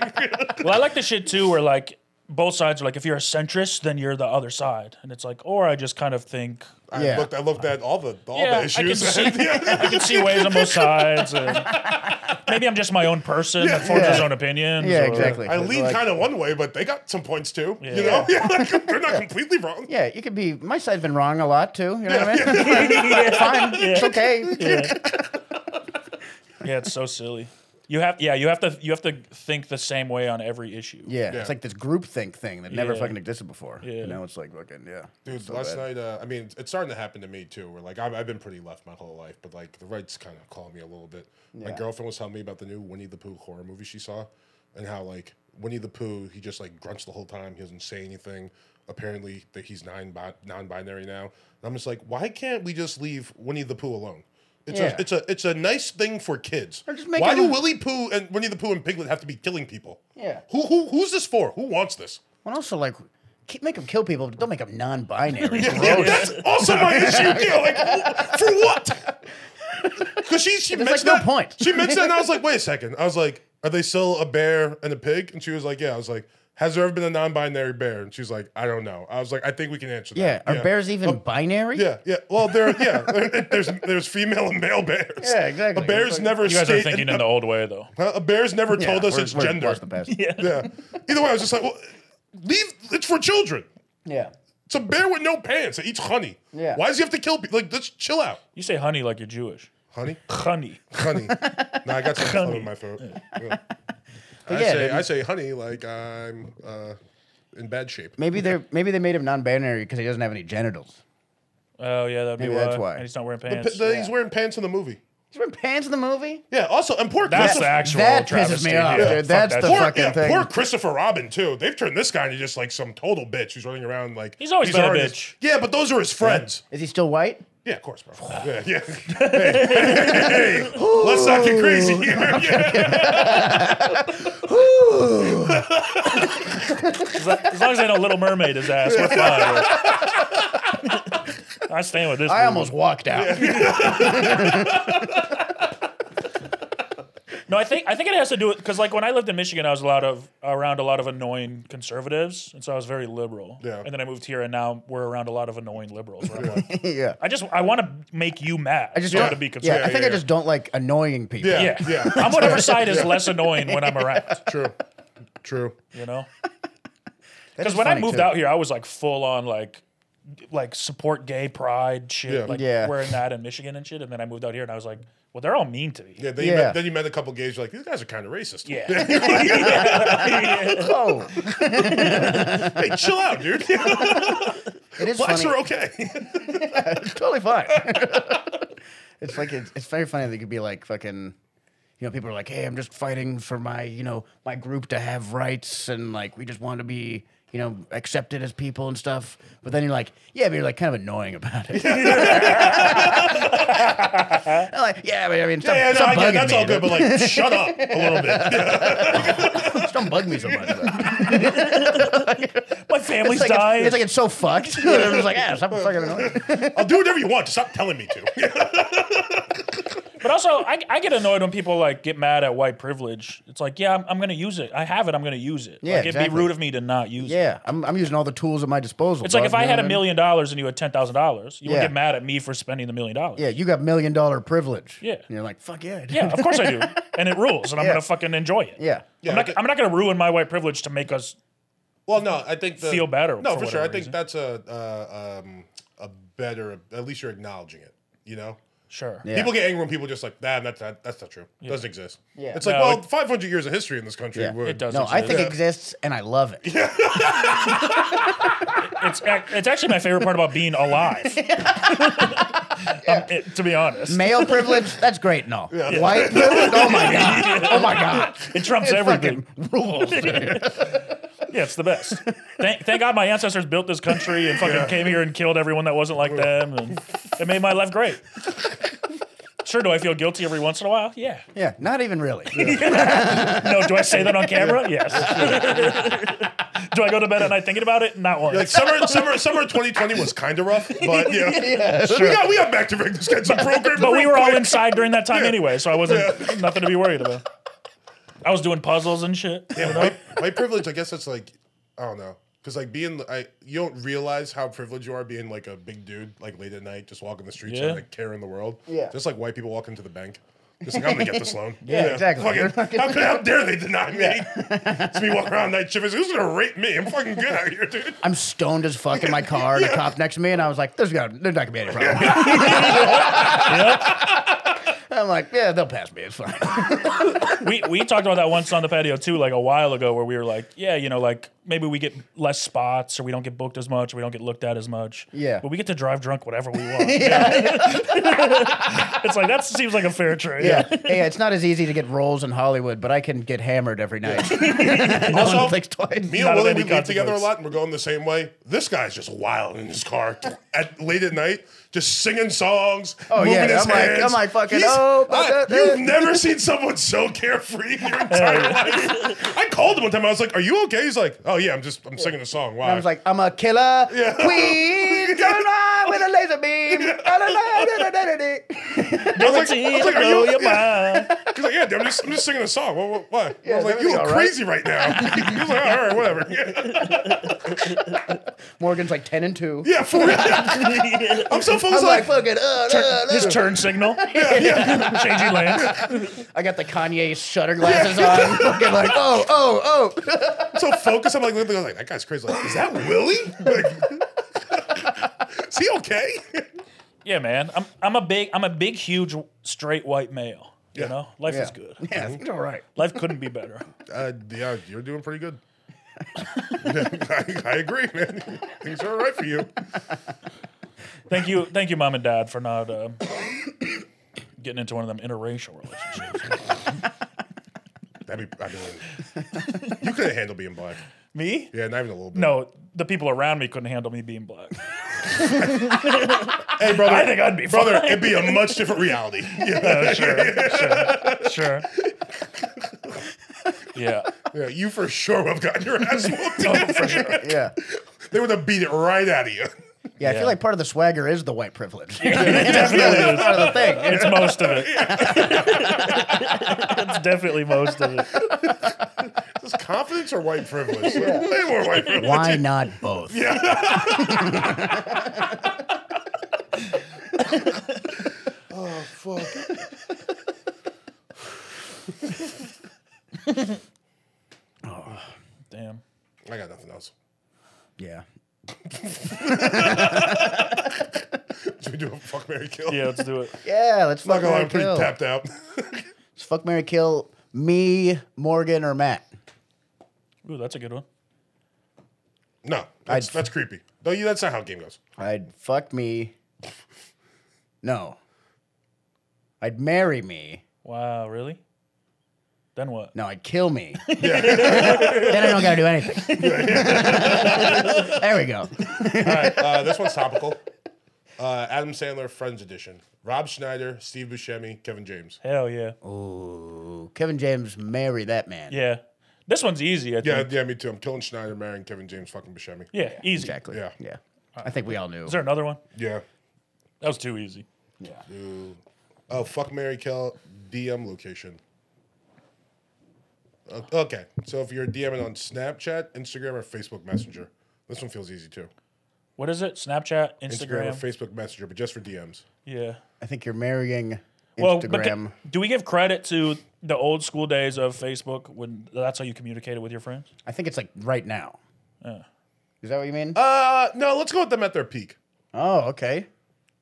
Speaker 6: Well, I like the shit too where like both sides are like if you're a centrist, then you're the other side. And it's like, or I just kind of think
Speaker 5: I
Speaker 4: Yeah.
Speaker 5: looked. I looked at all the all
Speaker 6: Yeah,
Speaker 5: the
Speaker 6: I can
Speaker 5: issues. [LAUGHS]
Speaker 6: see, I can see ways on both sides. And maybe I'm just my own person that forms his
Speaker 4: Yeah.
Speaker 6: own opinions.
Speaker 4: Yeah,
Speaker 6: or- [LAUGHS]
Speaker 4: exactly.
Speaker 5: I
Speaker 4: It's
Speaker 5: lean
Speaker 4: like-
Speaker 5: kind of one way, but they got some points too. You
Speaker 6: Yeah.
Speaker 5: know, [LAUGHS] they're not completely wrong.
Speaker 4: Yeah, you could be. My side's been wrong a lot too. You know what
Speaker 6: [LAUGHS]
Speaker 4: I mean? Fine, it's okay.
Speaker 6: Yeah, it's so silly. You have yeah, you have to you have to think the same way on every issue.
Speaker 4: Yeah,
Speaker 5: Yeah.
Speaker 4: it's like this groupthink thing that never
Speaker 6: Yeah.
Speaker 4: fucking existed before.
Speaker 6: Yeah.
Speaker 4: You know, it's like fucking yeah.
Speaker 5: Dude,
Speaker 4: so
Speaker 5: last
Speaker 4: bad.
Speaker 5: night, uh, I mean, it's starting to happen to me too. Where like I've, I've been pretty left my whole life, but like the right's kind of calling me a little bit. My
Speaker 4: Yeah.
Speaker 5: girlfriend was telling me about the new Winnie the Pooh horror movie she saw, and how like Winnie the Pooh, he just like grunts the whole time. He doesn't say anything. Apparently, that he's nine bi- non-binary now. And I'm just like, why can't we just leave Winnie the Pooh alone? It's,
Speaker 4: Yeah.
Speaker 5: a, it's a it's a nice thing for kids.
Speaker 4: Or just make
Speaker 5: Why
Speaker 4: it
Speaker 5: do
Speaker 4: a-
Speaker 5: Willy Pooh and Winnie the Pooh and Piglet have to be killing people?
Speaker 4: Yeah.
Speaker 5: Who who who's this for? Who wants this?
Speaker 4: And also like, keep, make them kill people, but don't make them non-binary.
Speaker 5: [LAUGHS] Yeah, yeah, that's also
Speaker 4: [LAUGHS]
Speaker 5: my issue. Yeah, like wh- for what? Because she she
Speaker 4: There's,
Speaker 5: mentioned
Speaker 4: like,
Speaker 5: that,
Speaker 4: no point.
Speaker 5: She mentioned that,
Speaker 4: [LAUGHS]
Speaker 5: and I was like, wait a second. I was like, are they still a bear and a pig? And she was like, yeah. I was like, has there ever been a non-binary bear? And she's like, I don't know. I was like, I think we can answer that.
Speaker 4: yeah, are bears even
Speaker 5: Oh,
Speaker 4: binary?
Speaker 5: yeah, yeah. Well, there, yeah. [LAUGHS] there- there's there's female and male bears.
Speaker 4: Yeah, exactly.
Speaker 5: A bear's
Speaker 4: It's like-
Speaker 5: never.
Speaker 6: You guys are
Speaker 5: state-
Speaker 6: thinking
Speaker 5: a,
Speaker 6: in the old way though.
Speaker 5: a bear's never
Speaker 4: Yeah,
Speaker 5: told us
Speaker 4: we're-
Speaker 5: its
Speaker 4: we're
Speaker 5: gender.
Speaker 4: past the past.
Speaker 5: Yeah. Either way, I was just like, well, leave. It's for children.
Speaker 4: yeah.
Speaker 5: It's a bear with no pants that eats honey.
Speaker 4: Yeah.
Speaker 5: Why does he have to kill people? Like, let's chill out.
Speaker 6: You say honey like you're Jewish.
Speaker 5: Honey?
Speaker 6: Honey.
Speaker 5: [LAUGHS] honey. No, I got some phlegm in my throat. [LAUGHS] Yeah. I,
Speaker 4: yeah,
Speaker 5: say,
Speaker 4: dude.
Speaker 5: I say honey like I'm uh, in bad shape.
Speaker 4: Maybe they are maybe they made him non-binary because he doesn't have any genitals.
Speaker 6: Oh yeah, that'd be
Speaker 4: Maybe
Speaker 6: why.
Speaker 4: that's why.
Speaker 6: And he's not wearing
Speaker 5: P-
Speaker 6: pants.
Speaker 5: the- He's wearing pants in the movie.
Speaker 4: He's wearing pants in the movie.
Speaker 5: Yeah. Also, and poor
Speaker 6: That's
Speaker 5: Christopher-
Speaker 6: the actual
Speaker 4: that pisses
Speaker 6: travesty
Speaker 4: me off,
Speaker 6: here.
Speaker 4: dude.
Speaker 6: Fuck
Speaker 4: That's
Speaker 6: that
Speaker 4: the
Speaker 6: shit.
Speaker 5: Poor,
Speaker 4: fucking
Speaker 5: yeah,
Speaker 4: thing.
Speaker 5: poor Christopher Robin too. They've turned this guy into just like some total bitch who's running around like
Speaker 6: He's always been a
Speaker 5: already-
Speaker 6: bitch.
Speaker 5: yeah, but those are his friends.
Speaker 4: Is he still white?
Speaker 5: Yeah, of [SIGHS] course, bro. Yeah, [LAUGHS] yeah. Hey, hey, hey, let's not get crazy here. Yeah.
Speaker 6: As lo- as long as they know Little Mermaid is ass, we're
Speaker 5: [LAUGHS]
Speaker 6: fine. I stand with this.
Speaker 4: I
Speaker 6: dude.
Speaker 4: almost walked out.
Speaker 6: no. I think I think it has to do with because like when I lived in Michigan, I was a lot of around a lot of annoying conservatives, and so I was very liberal.
Speaker 5: Yeah.
Speaker 6: And then I moved here, and now we're around a lot of annoying liberals. where I'm like,
Speaker 4: [LAUGHS] yeah.
Speaker 6: I just I want to make you mad.
Speaker 4: I just
Speaker 6: want
Speaker 4: don't.
Speaker 6: to be
Speaker 4: yeah, I
Speaker 6: conservative.
Speaker 4: think I just don't like annoying people.
Speaker 5: Yeah.
Speaker 6: Yeah.
Speaker 5: Yeah.
Speaker 6: I'm whatever side is less annoying when I'm around,
Speaker 5: [LAUGHS] True. True.
Speaker 6: you know?
Speaker 4: [LAUGHS] That
Speaker 6: Because
Speaker 4: is
Speaker 6: when I
Speaker 4: funny,
Speaker 6: moved
Speaker 4: too.
Speaker 6: out here, I was like full on like like support gay pride shit,
Speaker 5: Yeah.
Speaker 6: like
Speaker 4: Yeah.
Speaker 6: wearing that in Michigan and shit. And then I moved out here and I was like, well, they're all mean to me.
Speaker 5: Yeah. Then, You
Speaker 4: Yeah.
Speaker 5: met, then you met a couple gays. You're like, these guys are kind of racist.
Speaker 4: [LAUGHS]
Speaker 6: Yeah. Yeah.
Speaker 4: oh,
Speaker 5: [LAUGHS] Hey, chill out, [LAUGHS] dude.
Speaker 4: it is
Speaker 5: Blacks
Speaker 4: funny.
Speaker 5: are [LAUGHS] okay.
Speaker 4: totally fine. it's like it's, it's very funny that you could be like fucking. You know, people are like, "Hey, I'm just fighting for my, you know, my group to have rights, and like we just want to be, you know, accepted as people and stuff." But then you're like, "Yeah," but you're [LAUGHS] like kind of annoying about it. I'm like, yeah, but I mean, stop,
Speaker 5: Yeah, no,
Speaker 4: stop
Speaker 5: I get
Speaker 4: bugging
Speaker 5: that's
Speaker 4: me.
Speaker 5: all good, but like, shut up a little bit.
Speaker 4: Just don't bug me so much. though.
Speaker 6: My family's
Speaker 4: It's like,
Speaker 6: dying.
Speaker 4: it's, it's like it's so fucked. [LAUGHS] I'm just like, yeah, stop fucking annoying.
Speaker 5: [LAUGHS] I'll do whatever you want. Just stop telling me to. [LAUGHS]
Speaker 6: but also, I, I get annoyed when people like get mad at white privilege. It's like, yeah, I'm, I'm going to use it. I have it. I'm going to use it.
Speaker 4: Yeah,
Speaker 6: like, it'd be
Speaker 4: exactly.
Speaker 6: rude of me to not use it.
Speaker 4: Yeah, I'm, I'm using all the tools at my disposal.
Speaker 6: It's like
Speaker 4: dog,
Speaker 6: if I
Speaker 4: you know
Speaker 6: had a
Speaker 4: what mean?
Speaker 6: million dollars and you had ten thousand dollars, you would
Speaker 4: Yeah.
Speaker 6: get mad at me for spending the million dollars.
Speaker 4: Yeah, you got million dollar privilege.
Speaker 6: Yeah.
Speaker 4: And you're like, fuck yeah. dude.
Speaker 6: Yeah, of course I
Speaker 4: [LAUGHS]
Speaker 6: do, and it rules, and I'm gonna fucking enjoy it.
Speaker 4: Yeah.
Speaker 5: Yeah,
Speaker 6: I'm
Speaker 5: I thi-
Speaker 6: not, I'm not gonna ruin my white privilege to make us.
Speaker 5: Well, no, I think the,
Speaker 6: Feel better
Speaker 5: No,
Speaker 6: for
Speaker 5: for, sure. I
Speaker 6: whatever reason.
Speaker 5: think that's a uh, um, a better. At least you're acknowledging it. You know,
Speaker 6: Sure.
Speaker 4: Yeah.
Speaker 5: people get angry when people just like, nah, that's not, that's not true. Doesn't exist.
Speaker 4: Yeah.
Speaker 5: It's like,
Speaker 6: No,
Speaker 5: well,
Speaker 6: it-
Speaker 5: 500 years of history in this country.
Speaker 4: Yeah.
Speaker 5: would-
Speaker 6: It does.
Speaker 4: No, I
Speaker 6: exist.
Speaker 4: think it exists and I love it.
Speaker 6: it's ac- it's actually my favorite part about being alive.
Speaker 4: [LAUGHS]
Speaker 6: Um, it- to be honest,
Speaker 4: Male privilege, that's great and all. White [LAUGHS] privilege, oh my God. Oh my God.
Speaker 6: it trumps
Speaker 4: It
Speaker 6: everything.
Speaker 4: fucking rules. dude.
Speaker 6: Yeah, it's the best. Thank, thank God my ancestors built this country and fucking came here and killed everyone that wasn't like them, and it made my life great. Sure, do I feel guilty every once in a while? Yeah.
Speaker 4: [LAUGHS] Yeah, not even really.
Speaker 6: No, do I say that on camera? Yes. do I go to bed at night thinking about it? Not once.
Speaker 5: Like summer, summer, summer 2020 was kind of rough, but yeah, we got we got back to regular schedule program.
Speaker 6: but we were all inside during that time anyway, so I wasn't nothing to be worried about. I was doing puzzles and shit.
Speaker 5: [LAUGHS] Yeah, my, my privilege, I guess that's like, I don't know. Because, like, being, I you don't realize how privileged you are being, like, a big dude, like, late at night, just walking the streets,
Speaker 6: Yeah.
Speaker 5: trying to care in the world.
Speaker 4: Yeah.
Speaker 5: Just like white people walking to the bank. Just like, I'm going to get this loan.
Speaker 4: Yeah, exactly.
Speaker 5: Fucking-
Speaker 4: You're fucking-
Speaker 5: how, could, how dare they deny me? it's me walking around night shift. Who's going to rape me? I'm fucking good out here, dude.
Speaker 4: I'm stoned as fuck in my car and a cop next to me, and I was like, there's, gonna, there's not going to be any problem. [LAUGHS] I'm like, yeah, they'll pass me. It's fine.
Speaker 6: We we talked about that once on the patio too, like a while ago, where we were like, yeah, you know, like maybe we get less spots or we don't get booked as much or we don't get looked at as much.
Speaker 4: Yeah.
Speaker 6: But we get to drive drunk whatever we want. [LAUGHS] it's like that seems like a fair trade.
Speaker 4: Yeah. yeah, it's not as easy to get roles in Hollywood, but I can get hammered every night. [LAUGHS] no one thinks twice.
Speaker 5: Me
Speaker 6: Not
Speaker 5: and
Speaker 6: of
Speaker 5: Willie,
Speaker 6: any
Speaker 5: we live together a
Speaker 6: consequence.
Speaker 5: lot, and we're going the same way. This guy's just wild in his car at late at night, just singing songs.
Speaker 4: Oh,
Speaker 5: moving
Speaker 4: yeah,
Speaker 5: his
Speaker 4: I'm like-
Speaker 5: hands.
Speaker 4: I'm like, fucking, oh, but
Speaker 5: I-
Speaker 4: that-
Speaker 5: you've never seen someone so carefree in your entire life. I called him one time. I was like, "Are you okay?" He's like, "Oh yeah, I'm just I'm singing a song." Why?
Speaker 4: I was like, I'm a killer [LAUGHS] queen, turn around with a laser beam.
Speaker 5: I was like, I was like, "Are you?"
Speaker 6: your
Speaker 5: okay?"
Speaker 6: mind.
Speaker 5: [LAUGHS] He's like, "Yeah, dude, I'm just I'm just singing a song." What? what, what? I was like,
Speaker 4: everything
Speaker 5: "You look
Speaker 4: all right?"
Speaker 5: crazy right now." [LAUGHS] he was like, "All right, whatever." [LAUGHS] Yeah,
Speaker 4: Morgan's like 10 and 2.
Speaker 5: yeah for
Speaker 4: [LAUGHS]
Speaker 5: real. I'm so
Speaker 4: I'm
Speaker 5: focused
Speaker 4: like,
Speaker 5: like,
Speaker 4: fucking, uh, uh,
Speaker 6: His turn signal. Changing lanes.
Speaker 4: I got the Kanye shutter glasses [LAUGHS] on. Fucking like, oh, oh, oh.
Speaker 5: so focused. I'm like, looking, I was like, that guy's crazy. Like, is that Willie? Like, is he okay?
Speaker 6: Yeah, man. I'm I'm a big I'm a big huge straight white male. You
Speaker 5: Yeah.
Speaker 6: know, life
Speaker 4: Yeah.
Speaker 6: is good.
Speaker 4: Yeah, it's all right.
Speaker 6: Life couldn't be better.
Speaker 5: Uh, yeah, you're doing pretty good. [LAUGHS] I, I agree, man. Things are all right for you.
Speaker 6: Thank you, thank you, mom and dad, for not um uh, [COUGHS] getting into one of them interracial relationships.
Speaker 5: That'd be. I mean, you couldn't handle being black.
Speaker 6: me?
Speaker 5: Yeah, not even a little bit.
Speaker 6: No, the people around me couldn't handle me being black.
Speaker 5: hey, brother.
Speaker 6: I think I'd be
Speaker 5: brother.
Speaker 6: fine.
Speaker 5: It'd be a much
Speaker 6: [LAUGHS]
Speaker 5: different reality. Yeah,
Speaker 6: Uh, sure, sure, sure. Yeah.
Speaker 5: yeah, you for sure would have gotten your
Speaker 6: [LAUGHS]
Speaker 5: ass whooped.
Speaker 6: Oh.
Speaker 4: Yeah.
Speaker 5: they would have beat it right out of you.
Speaker 4: Yeah, I
Speaker 6: Yeah.
Speaker 4: feel like part of the swagger is the white privilege. Yeah,
Speaker 6: It definitely is.
Speaker 4: part of the thing.
Speaker 6: It's most of it. [LAUGHS] it's definitely most of it.
Speaker 5: Is this confidence or white privilege? Way
Speaker 6: [LAUGHS]
Speaker 5: more white privilege.
Speaker 4: [LAUGHS] [LAUGHS] Why not both? Yeah.
Speaker 6: Damn.
Speaker 5: I got nothing else. Should we do a fuck Mary kill?
Speaker 6: Yeah, let's do it.
Speaker 4: Yeah, let's
Speaker 5: Not
Speaker 4: fuck
Speaker 5: gonna lie,
Speaker 4: Mary
Speaker 5: I'm pretty
Speaker 4: Kill.
Speaker 5: tapped out. [LAUGHS]
Speaker 4: Let's fuck Mary Kill me, Morgan, or Matt.
Speaker 6: Ooh, that's a good one.
Speaker 5: no, that's,
Speaker 4: I'd-
Speaker 5: that's creepy. No, you, that's not how the game goes.
Speaker 4: I'd fuck me. No. I'd marry me.
Speaker 6: Wow, really? Then what?
Speaker 4: No, I'd kill me. then I don't gotta do anything. [LAUGHS] there we go.
Speaker 5: All right, uh, this one's topical. [LAUGHS] Uh, Adam Sandler Friends Edition. Rob Schneider, Steve Buscemi, Kevin James.
Speaker 6: Hell yeah.
Speaker 4: Oh. Ooh, Kevin James, marry that man.
Speaker 6: Yeah. This one's easy, I
Speaker 5: Yeah,
Speaker 6: think.
Speaker 5: yeah, me too. I'm killing Schneider, marrying Kevin James, fucking Buscemi.
Speaker 6: Yeah, easy.
Speaker 4: Exactly.
Speaker 5: Yeah.
Speaker 4: Yeah. I think we all knew.
Speaker 6: Is there another one?
Speaker 5: Yeah.
Speaker 6: That was too easy.
Speaker 5: Oh, fuck Mary Kill, DM location. O- Okay, so if you're DMing on Snapchat, Instagram, or Facebook Messenger, this one feels easy too.
Speaker 6: What is it? Snapchat,
Speaker 5: Instagram,
Speaker 6: Instagram.
Speaker 5: or Facebook Messenger, but just for DMs.
Speaker 6: yeah.
Speaker 4: I think you're marrying
Speaker 6: Well,
Speaker 4: Instagram.
Speaker 6: but do, do we give credit to the old school days of Facebook when that's how you communicated with your friends?
Speaker 4: I think it's like right now. Is that what you mean?
Speaker 5: Uh, no, let's go with them at their peak.
Speaker 4: oh, okay.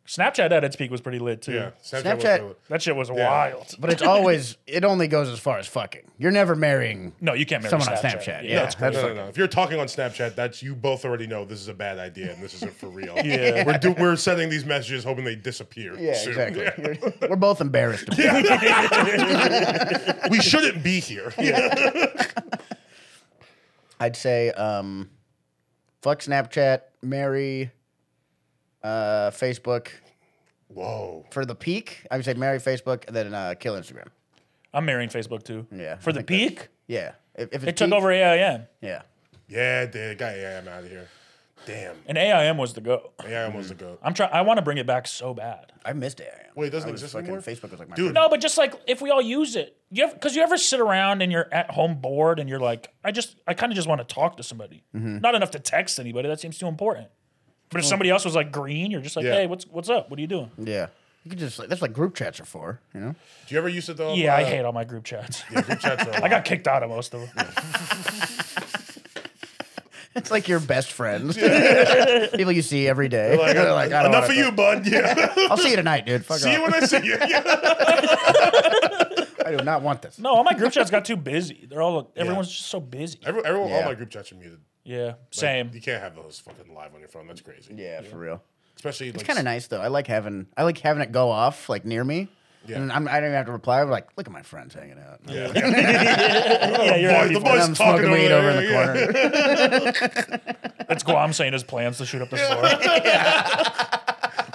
Speaker 6: Snapchat at its peak was pretty lit too.
Speaker 5: Yeah, was
Speaker 4: Snapchat-
Speaker 5: really-
Speaker 6: That shit was wild.
Speaker 4: But it's always it only goes as far as fucking. You're never marrying
Speaker 6: No, you can't marry
Speaker 4: someone
Speaker 6: Snapchat.
Speaker 4: on Snapchat. Yeah,
Speaker 5: No, it's cool.
Speaker 4: that's
Speaker 5: no, no,
Speaker 4: fucking-
Speaker 5: no. If you're talking on Snapchat, that's you both already know this is a bad idea and this isn't for
Speaker 4: [LAUGHS]
Speaker 5: real.
Speaker 6: Yeah.
Speaker 5: we're do, we're sending these messages hoping they disappear.
Speaker 4: yeah,
Speaker 5: soon.
Speaker 4: exactly.
Speaker 5: [LAUGHS]
Speaker 4: You're- We're both embarrassed. About it.
Speaker 5: we shouldn't be
Speaker 4: [LAUGHS]
Speaker 5: here.
Speaker 4: I'd say um, fuck Snapchat, marry uh, Facebook
Speaker 5: [LAUGHS] Whoa,
Speaker 4: for the peak. I would say marry Facebook and then uh, kill Instagram.
Speaker 6: I'm marrying Facebook too.
Speaker 4: Yeah,
Speaker 6: For
Speaker 4: I
Speaker 6: the
Speaker 4: think that's-
Speaker 6: peak,
Speaker 4: Yeah, if, if it's
Speaker 6: it took
Speaker 4: peak-
Speaker 6: over AIM,
Speaker 4: Yeah,
Speaker 5: yeah, dude, guy, yeah, I'm out of here. Damn,
Speaker 6: and AIM was the go.
Speaker 5: yeah, I almost a goat.
Speaker 6: I'm trying. I want to bring it back so bad.
Speaker 4: I missed it.
Speaker 5: Wait, it doesn't
Speaker 4: I was
Speaker 5: exist
Speaker 4: fucking-
Speaker 5: anymore?
Speaker 4: Facebook was like my
Speaker 5: Dude.
Speaker 4: first-
Speaker 6: No, but just like if we all use it, you have because you ever sit around and you're at home bored and you're like, I just, I kind of just want to talk to somebody.
Speaker 4: Mm-hmm.
Speaker 6: Not enough to text anybody. That seems too important. But if
Speaker 4: Mm.
Speaker 6: somebody else was like green, you're just like,
Speaker 5: Yeah.
Speaker 6: hey, what's what's up? What are you doing?
Speaker 4: Yeah, you could just like, that's what group chats are for.
Speaker 5: [LAUGHS]
Speaker 4: You know,
Speaker 5: Do you ever use it though?
Speaker 6: Yeah, I
Speaker 5: Uh,
Speaker 6: hate all my group chats. [LAUGHS]
Speaker 5: Group chats [LAUGHS] are a
Speaker 6: I
Speaker 5: lot.
Speaker 6: got kicked out of most of them.
Speaker 4: it's like your
Speaker 5: [LAUGHS]
Speaker 4: best friends, [LAUGHS] people you see every day.
Speaker 5: Like,
Speaker 4: They're [LAUGHS] like, I don't
Speaker 5: enough
Speaker 4: wanna
Speaker 5: of you, bud.
Speaker 4: [LAUGHS]
Speaker 5: Yeah. [LAUGHS]
Speaker 4: fuck- I'll see you tonight, dude. Fuck
Speaker 5: see you
Speaker 4: off.
Speaker 5: when I see you. Yeah.
Speaker 4: I do not want this.
Speaker 6: No, all my group chats got too busy. They're all everyone's just so busy.
Speaker 5: [LAUGHS] Every, everyone, all
Speaker 4: Yeah.
Speaker 5: my group chats are muted.
Speaker 6: Yeah, same.
Speaker 5: You can't have those fucking live on your phone. That's crazy.
Speaker 4: Yeah, for real.
Speaker 5: Especially
Speaker 4: It's
Speaker 5: like
Speaker 4: kind of nice though. I like having I like having it go off like near me.
Speaker 5: Yeah.
Speaker 4: And I'm, I don't even have to reply. I'm like, look at my friends hanging out. Yeah.
Speaker 5: [LAUGHS]
Speaker 6: yeah, you're
Speaker 5: Boy,
Speaker 6: happy
Speaker 5: the
Speaker 6: for it.
Speaker 5: boy's
Speaker 4: I'm
Speaker 5: talking over,
Speaker 4: smoking weed over in
Speaker 5: there,
Speaker 4: the
Speaker 5: yeah.
Speaker 4: corner.
Speaker 6: That's Guam saying his plans to shoot up the store.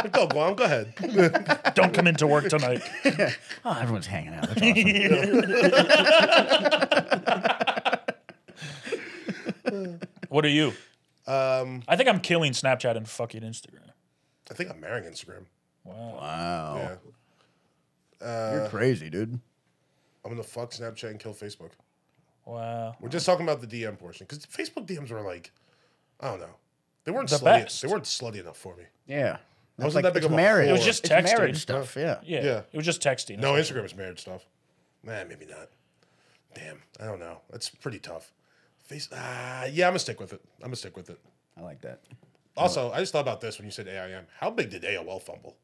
Speaker 5: Go, Guam, go ahead. [LAUGHS]
Speaker 6: Don't come into work tonight.
Speaker 4: Oh, everyone's hanging out. That's
Speaker 6: [LAUGHS]
Speaker 4: awesome.
Speaker 6: What are you? Um, I think I'm killing Snapchat and fucking Instagram.
Speaker 5: I think I'm marrying Instagram.
Speaker 4: wow,
Speaker 5: Yeah.
Speaker 4: you're crazy, dude.
Speaker 5: I'm gonna fuck Snapchat and kill Facebook.
Speaker 6: Wow.
Speaker 5: We're just talking about the DM portion because Facebook DMs were like, I don't know, they weren't
Speaker 6: The
Speaker 5: slutty.
Speaker 6: best.
Speaker 5: They weren't slutty enough for me.
Speaker 4: Yeah. That's
Speaker 5: Wasn't that big
Speaker 4: it's
Speaker 5: of a
Speaker 4: marriage.
Speaker 5: whore. It was
Speaker 6: just
Speaker 4: it's
Speaker 6: texting.
Speaker 4: marriage stuff. Yeah.
Speaker 6: Yeah.
Speaker 5: Yeah.
Speaker 6: It was just texting.
Speaker 5: No, Instagram is married stuff. Nah, maybe not. Damn, I don't know. That's pretty tough. Face, ah, yeah, I'm gonna stick with it. I'm gonna stick with it.
Speaker 4: I like that.
Speaker 5: Also, I just thought about this when you said AIM. How big did AOL fumble?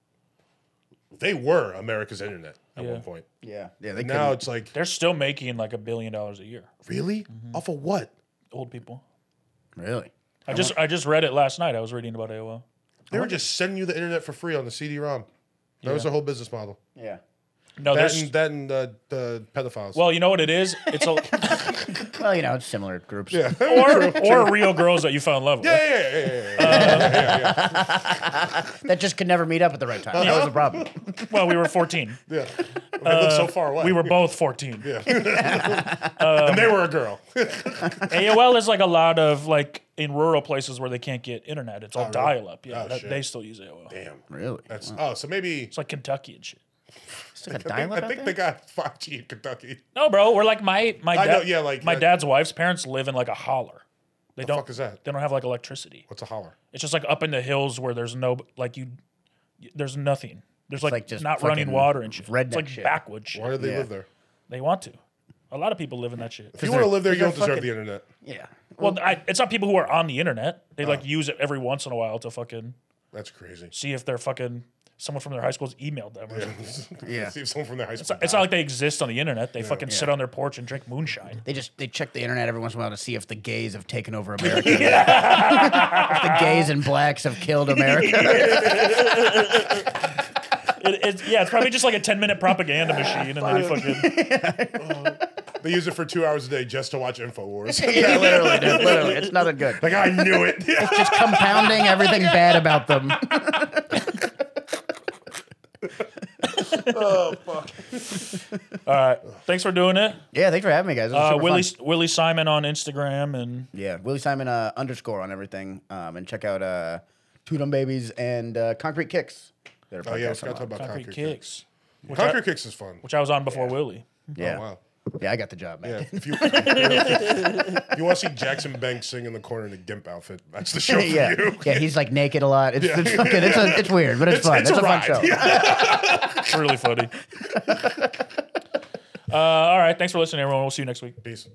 Speaker 5: They were America's internet at
Speaker 6: Yeah.
Speaker 5: one point.
Speaker 4: Yeah. Yeah. They
Speaker 5: Now
Speaker 4: now
Speaker 5: it's like,
Speaker 6: They're still making like a billion dollars a year.
Speaker 5: really?
Speaker 6: Mm-hmm.
Speaker 5: Off of what?
Speaker 6: Old people.
Speaker 4: really.
Speaker 6: I just I just read it last night. I was reading about AOL.
Speaker 5: They were just sending you the internet for free on the CD-ROM. That was their whole business model.
Speaker 4: Yeah.
Speaker 6: No,
Speaker 5: That
Speaker 6: Oh, there's.
Speaker 5: and, that and uh, the pedophiles.
Speaker 6: Well, you know what it is? It's
Speaker 5: [LAUGHS]
Speaker 6: a
Speaker 4: Well, you know, it's similar groups.
Speaker 6: [LAUGHS] or or real girls that you fell in love with.
Speaker 5: yeah, yeah, yeah, yeah, yeah, yeah.
Speaker 4: That just could never meet up at the right time. That was the [LAUGHS] problem.
Speaker 6: Well, we were 14.
Speaker 5: [LAUGHS] yeah. I mean, look so far away.
Speaker 6: uh, We were both 14.
Speaker 5: and they were a girl.
Speaker 6: AOL is like a lot of like in rural places where they can't get internet. It's all dial up. Yeah,
Speaker 5: Oh,
Speaker 6: that-
Speaker 5: shit.
Speaker 6: they still use AOL.
Speaker 5: [LAUGHS] Damn.
Speaker 4: Really?
Speaker 5: That's oh, so maybe
Speaker 6: It's like Kentucky and shit.
Speaker 4: Still got
Speaker 5: I think,
Speaker 4: dial-up
Speaker 5: I
Speaker 4: out
Speaker 5: think
Speaker 4: there?
Speaker 5: they got five G in Kentucky.
Speaker 6: No, bro, we're like my my
Speaker 5: I
Speaker 6: dad,
Speaker 5: know, yeah, like,
Speaker 6: my
Speaker 5: uh,
Speaker 6: dad's wife's parents live in like a holler. They don't
Speaker 5: fuck is that?
Speaker 6: They don't have like electricity.
Speaker 5: What's a holler?
Speaker 6: It's just like up in the hills where there's no like you there's nothing. There's like,
Speaker 4: like just
Speaker 6: not running
Speaker 4: fucking
Speaker 6: water and shit.
Speaker 4: redneck
Speaker 6: It's like
Speaker 4: shit.
Speaker 6: backwoods shit.
Speaker 5: Why do they
Speaker 4: Yeah.
Speaker 5: live there?
Speaker 6: They want to. A lot of people live in that shit.
Speaker 5: If you want to live there, you
Speaker 4: they're
Speaker 5: don't deserve
Speaker 4: fucking-
Speaker 5: the internet.
Speaker 4: [LAUGHS] Yeah.
Speaker 6: Well, I, it's not people who are on the internet. They like use it every once in a while to fucking
Speaker 5: That's crazy. [LAUGHS]
Speaker 6: see if they're fucking someone from their high school's emailed them. Or something.
Speaker 4: Yeah.
Speaker 5: See if someone from their high
Speaker 6: It's,
Speaker 5: school.
Speaker 6: not, it's not like they exist on the internet. They fucking sit on their porch and drink moonshine.
Speaker 4: They just they check the internet every once in a while to see if the gays have taken over America. if the gays and blacks have killed America.
Speaker 6: It, it's yeah, it's probably just like a ten minute propaganda machine, and then they fucking
Speaker 5: [LAUGHS] They use it for two hours a day just to
Speaker 6: [LAUGHS]
Speaker 5: watch Infowars. [LAUGHS]
Speaker 4: yeah, literally, dude, literally. It's nothing good.
Speaker 5: like I knew it. [LAUGHS] Yeah.
Speaker 4: Just [LAUGHS] compounding everything bad about them. [LAUGHS]
Speaker 6: all right. Thanks for doing it,
Speaker 4: Yeah, thanks for having me, guys. This was
Speaker 6: uh,
Speaker 4: super
Speaker 6: Willie
Speaker 4: fun.
Speaker 6: Willie Simon on Instagram, and
Speaker 4: Yeah, Willie Simon uh, underscore on everything. Um, and check out uh, Two Dumb Babies and uh, Concrete Kicks. Their
Speaker 5: Oh yeah, I forgot
Speaker 4: podcast
Speaker 5: to talk
Speaker 4: online.
Speaker 5: about
Speaker 6: Concrete,
Speaker 5: Concrete Kicks.
Speaker 6: Kicks,
Speaker 5: Concrete Kicks is fun.
Speaker 6: which I was on before Willie.
Speaker 4: Yeah.
Speaker 5: Oh, wow.
Speaker 4: yeah, I got the job, man.
Speaker 5: Yeah,
Speaker 6: [LAUGHS]
Speaker 5: if you, [LAUGHS] if you want to see Jackson Banks sing in the corner in a gimp outfit, that's the show for
Speaker 4: [LAUGHS] yeah,
Speaker 5: you. [LAUGHS]
Speaker 4: yeah, he's like naked a lot. It's, it's fucking, it's, a, it's weird, but it's,
Speaker 5: It's-
Speaker 4: fun.
Speaker 5: it's
Speaker 4: It's,
Speaker 5: a
Speaker 4: a, fun
Speaker 5: ride.
Speaker 4: show.
Speaker 6: It's really funny. uh, all right, thanks for listening, everyone. We'll see you next week.
Speaker 5: Peace.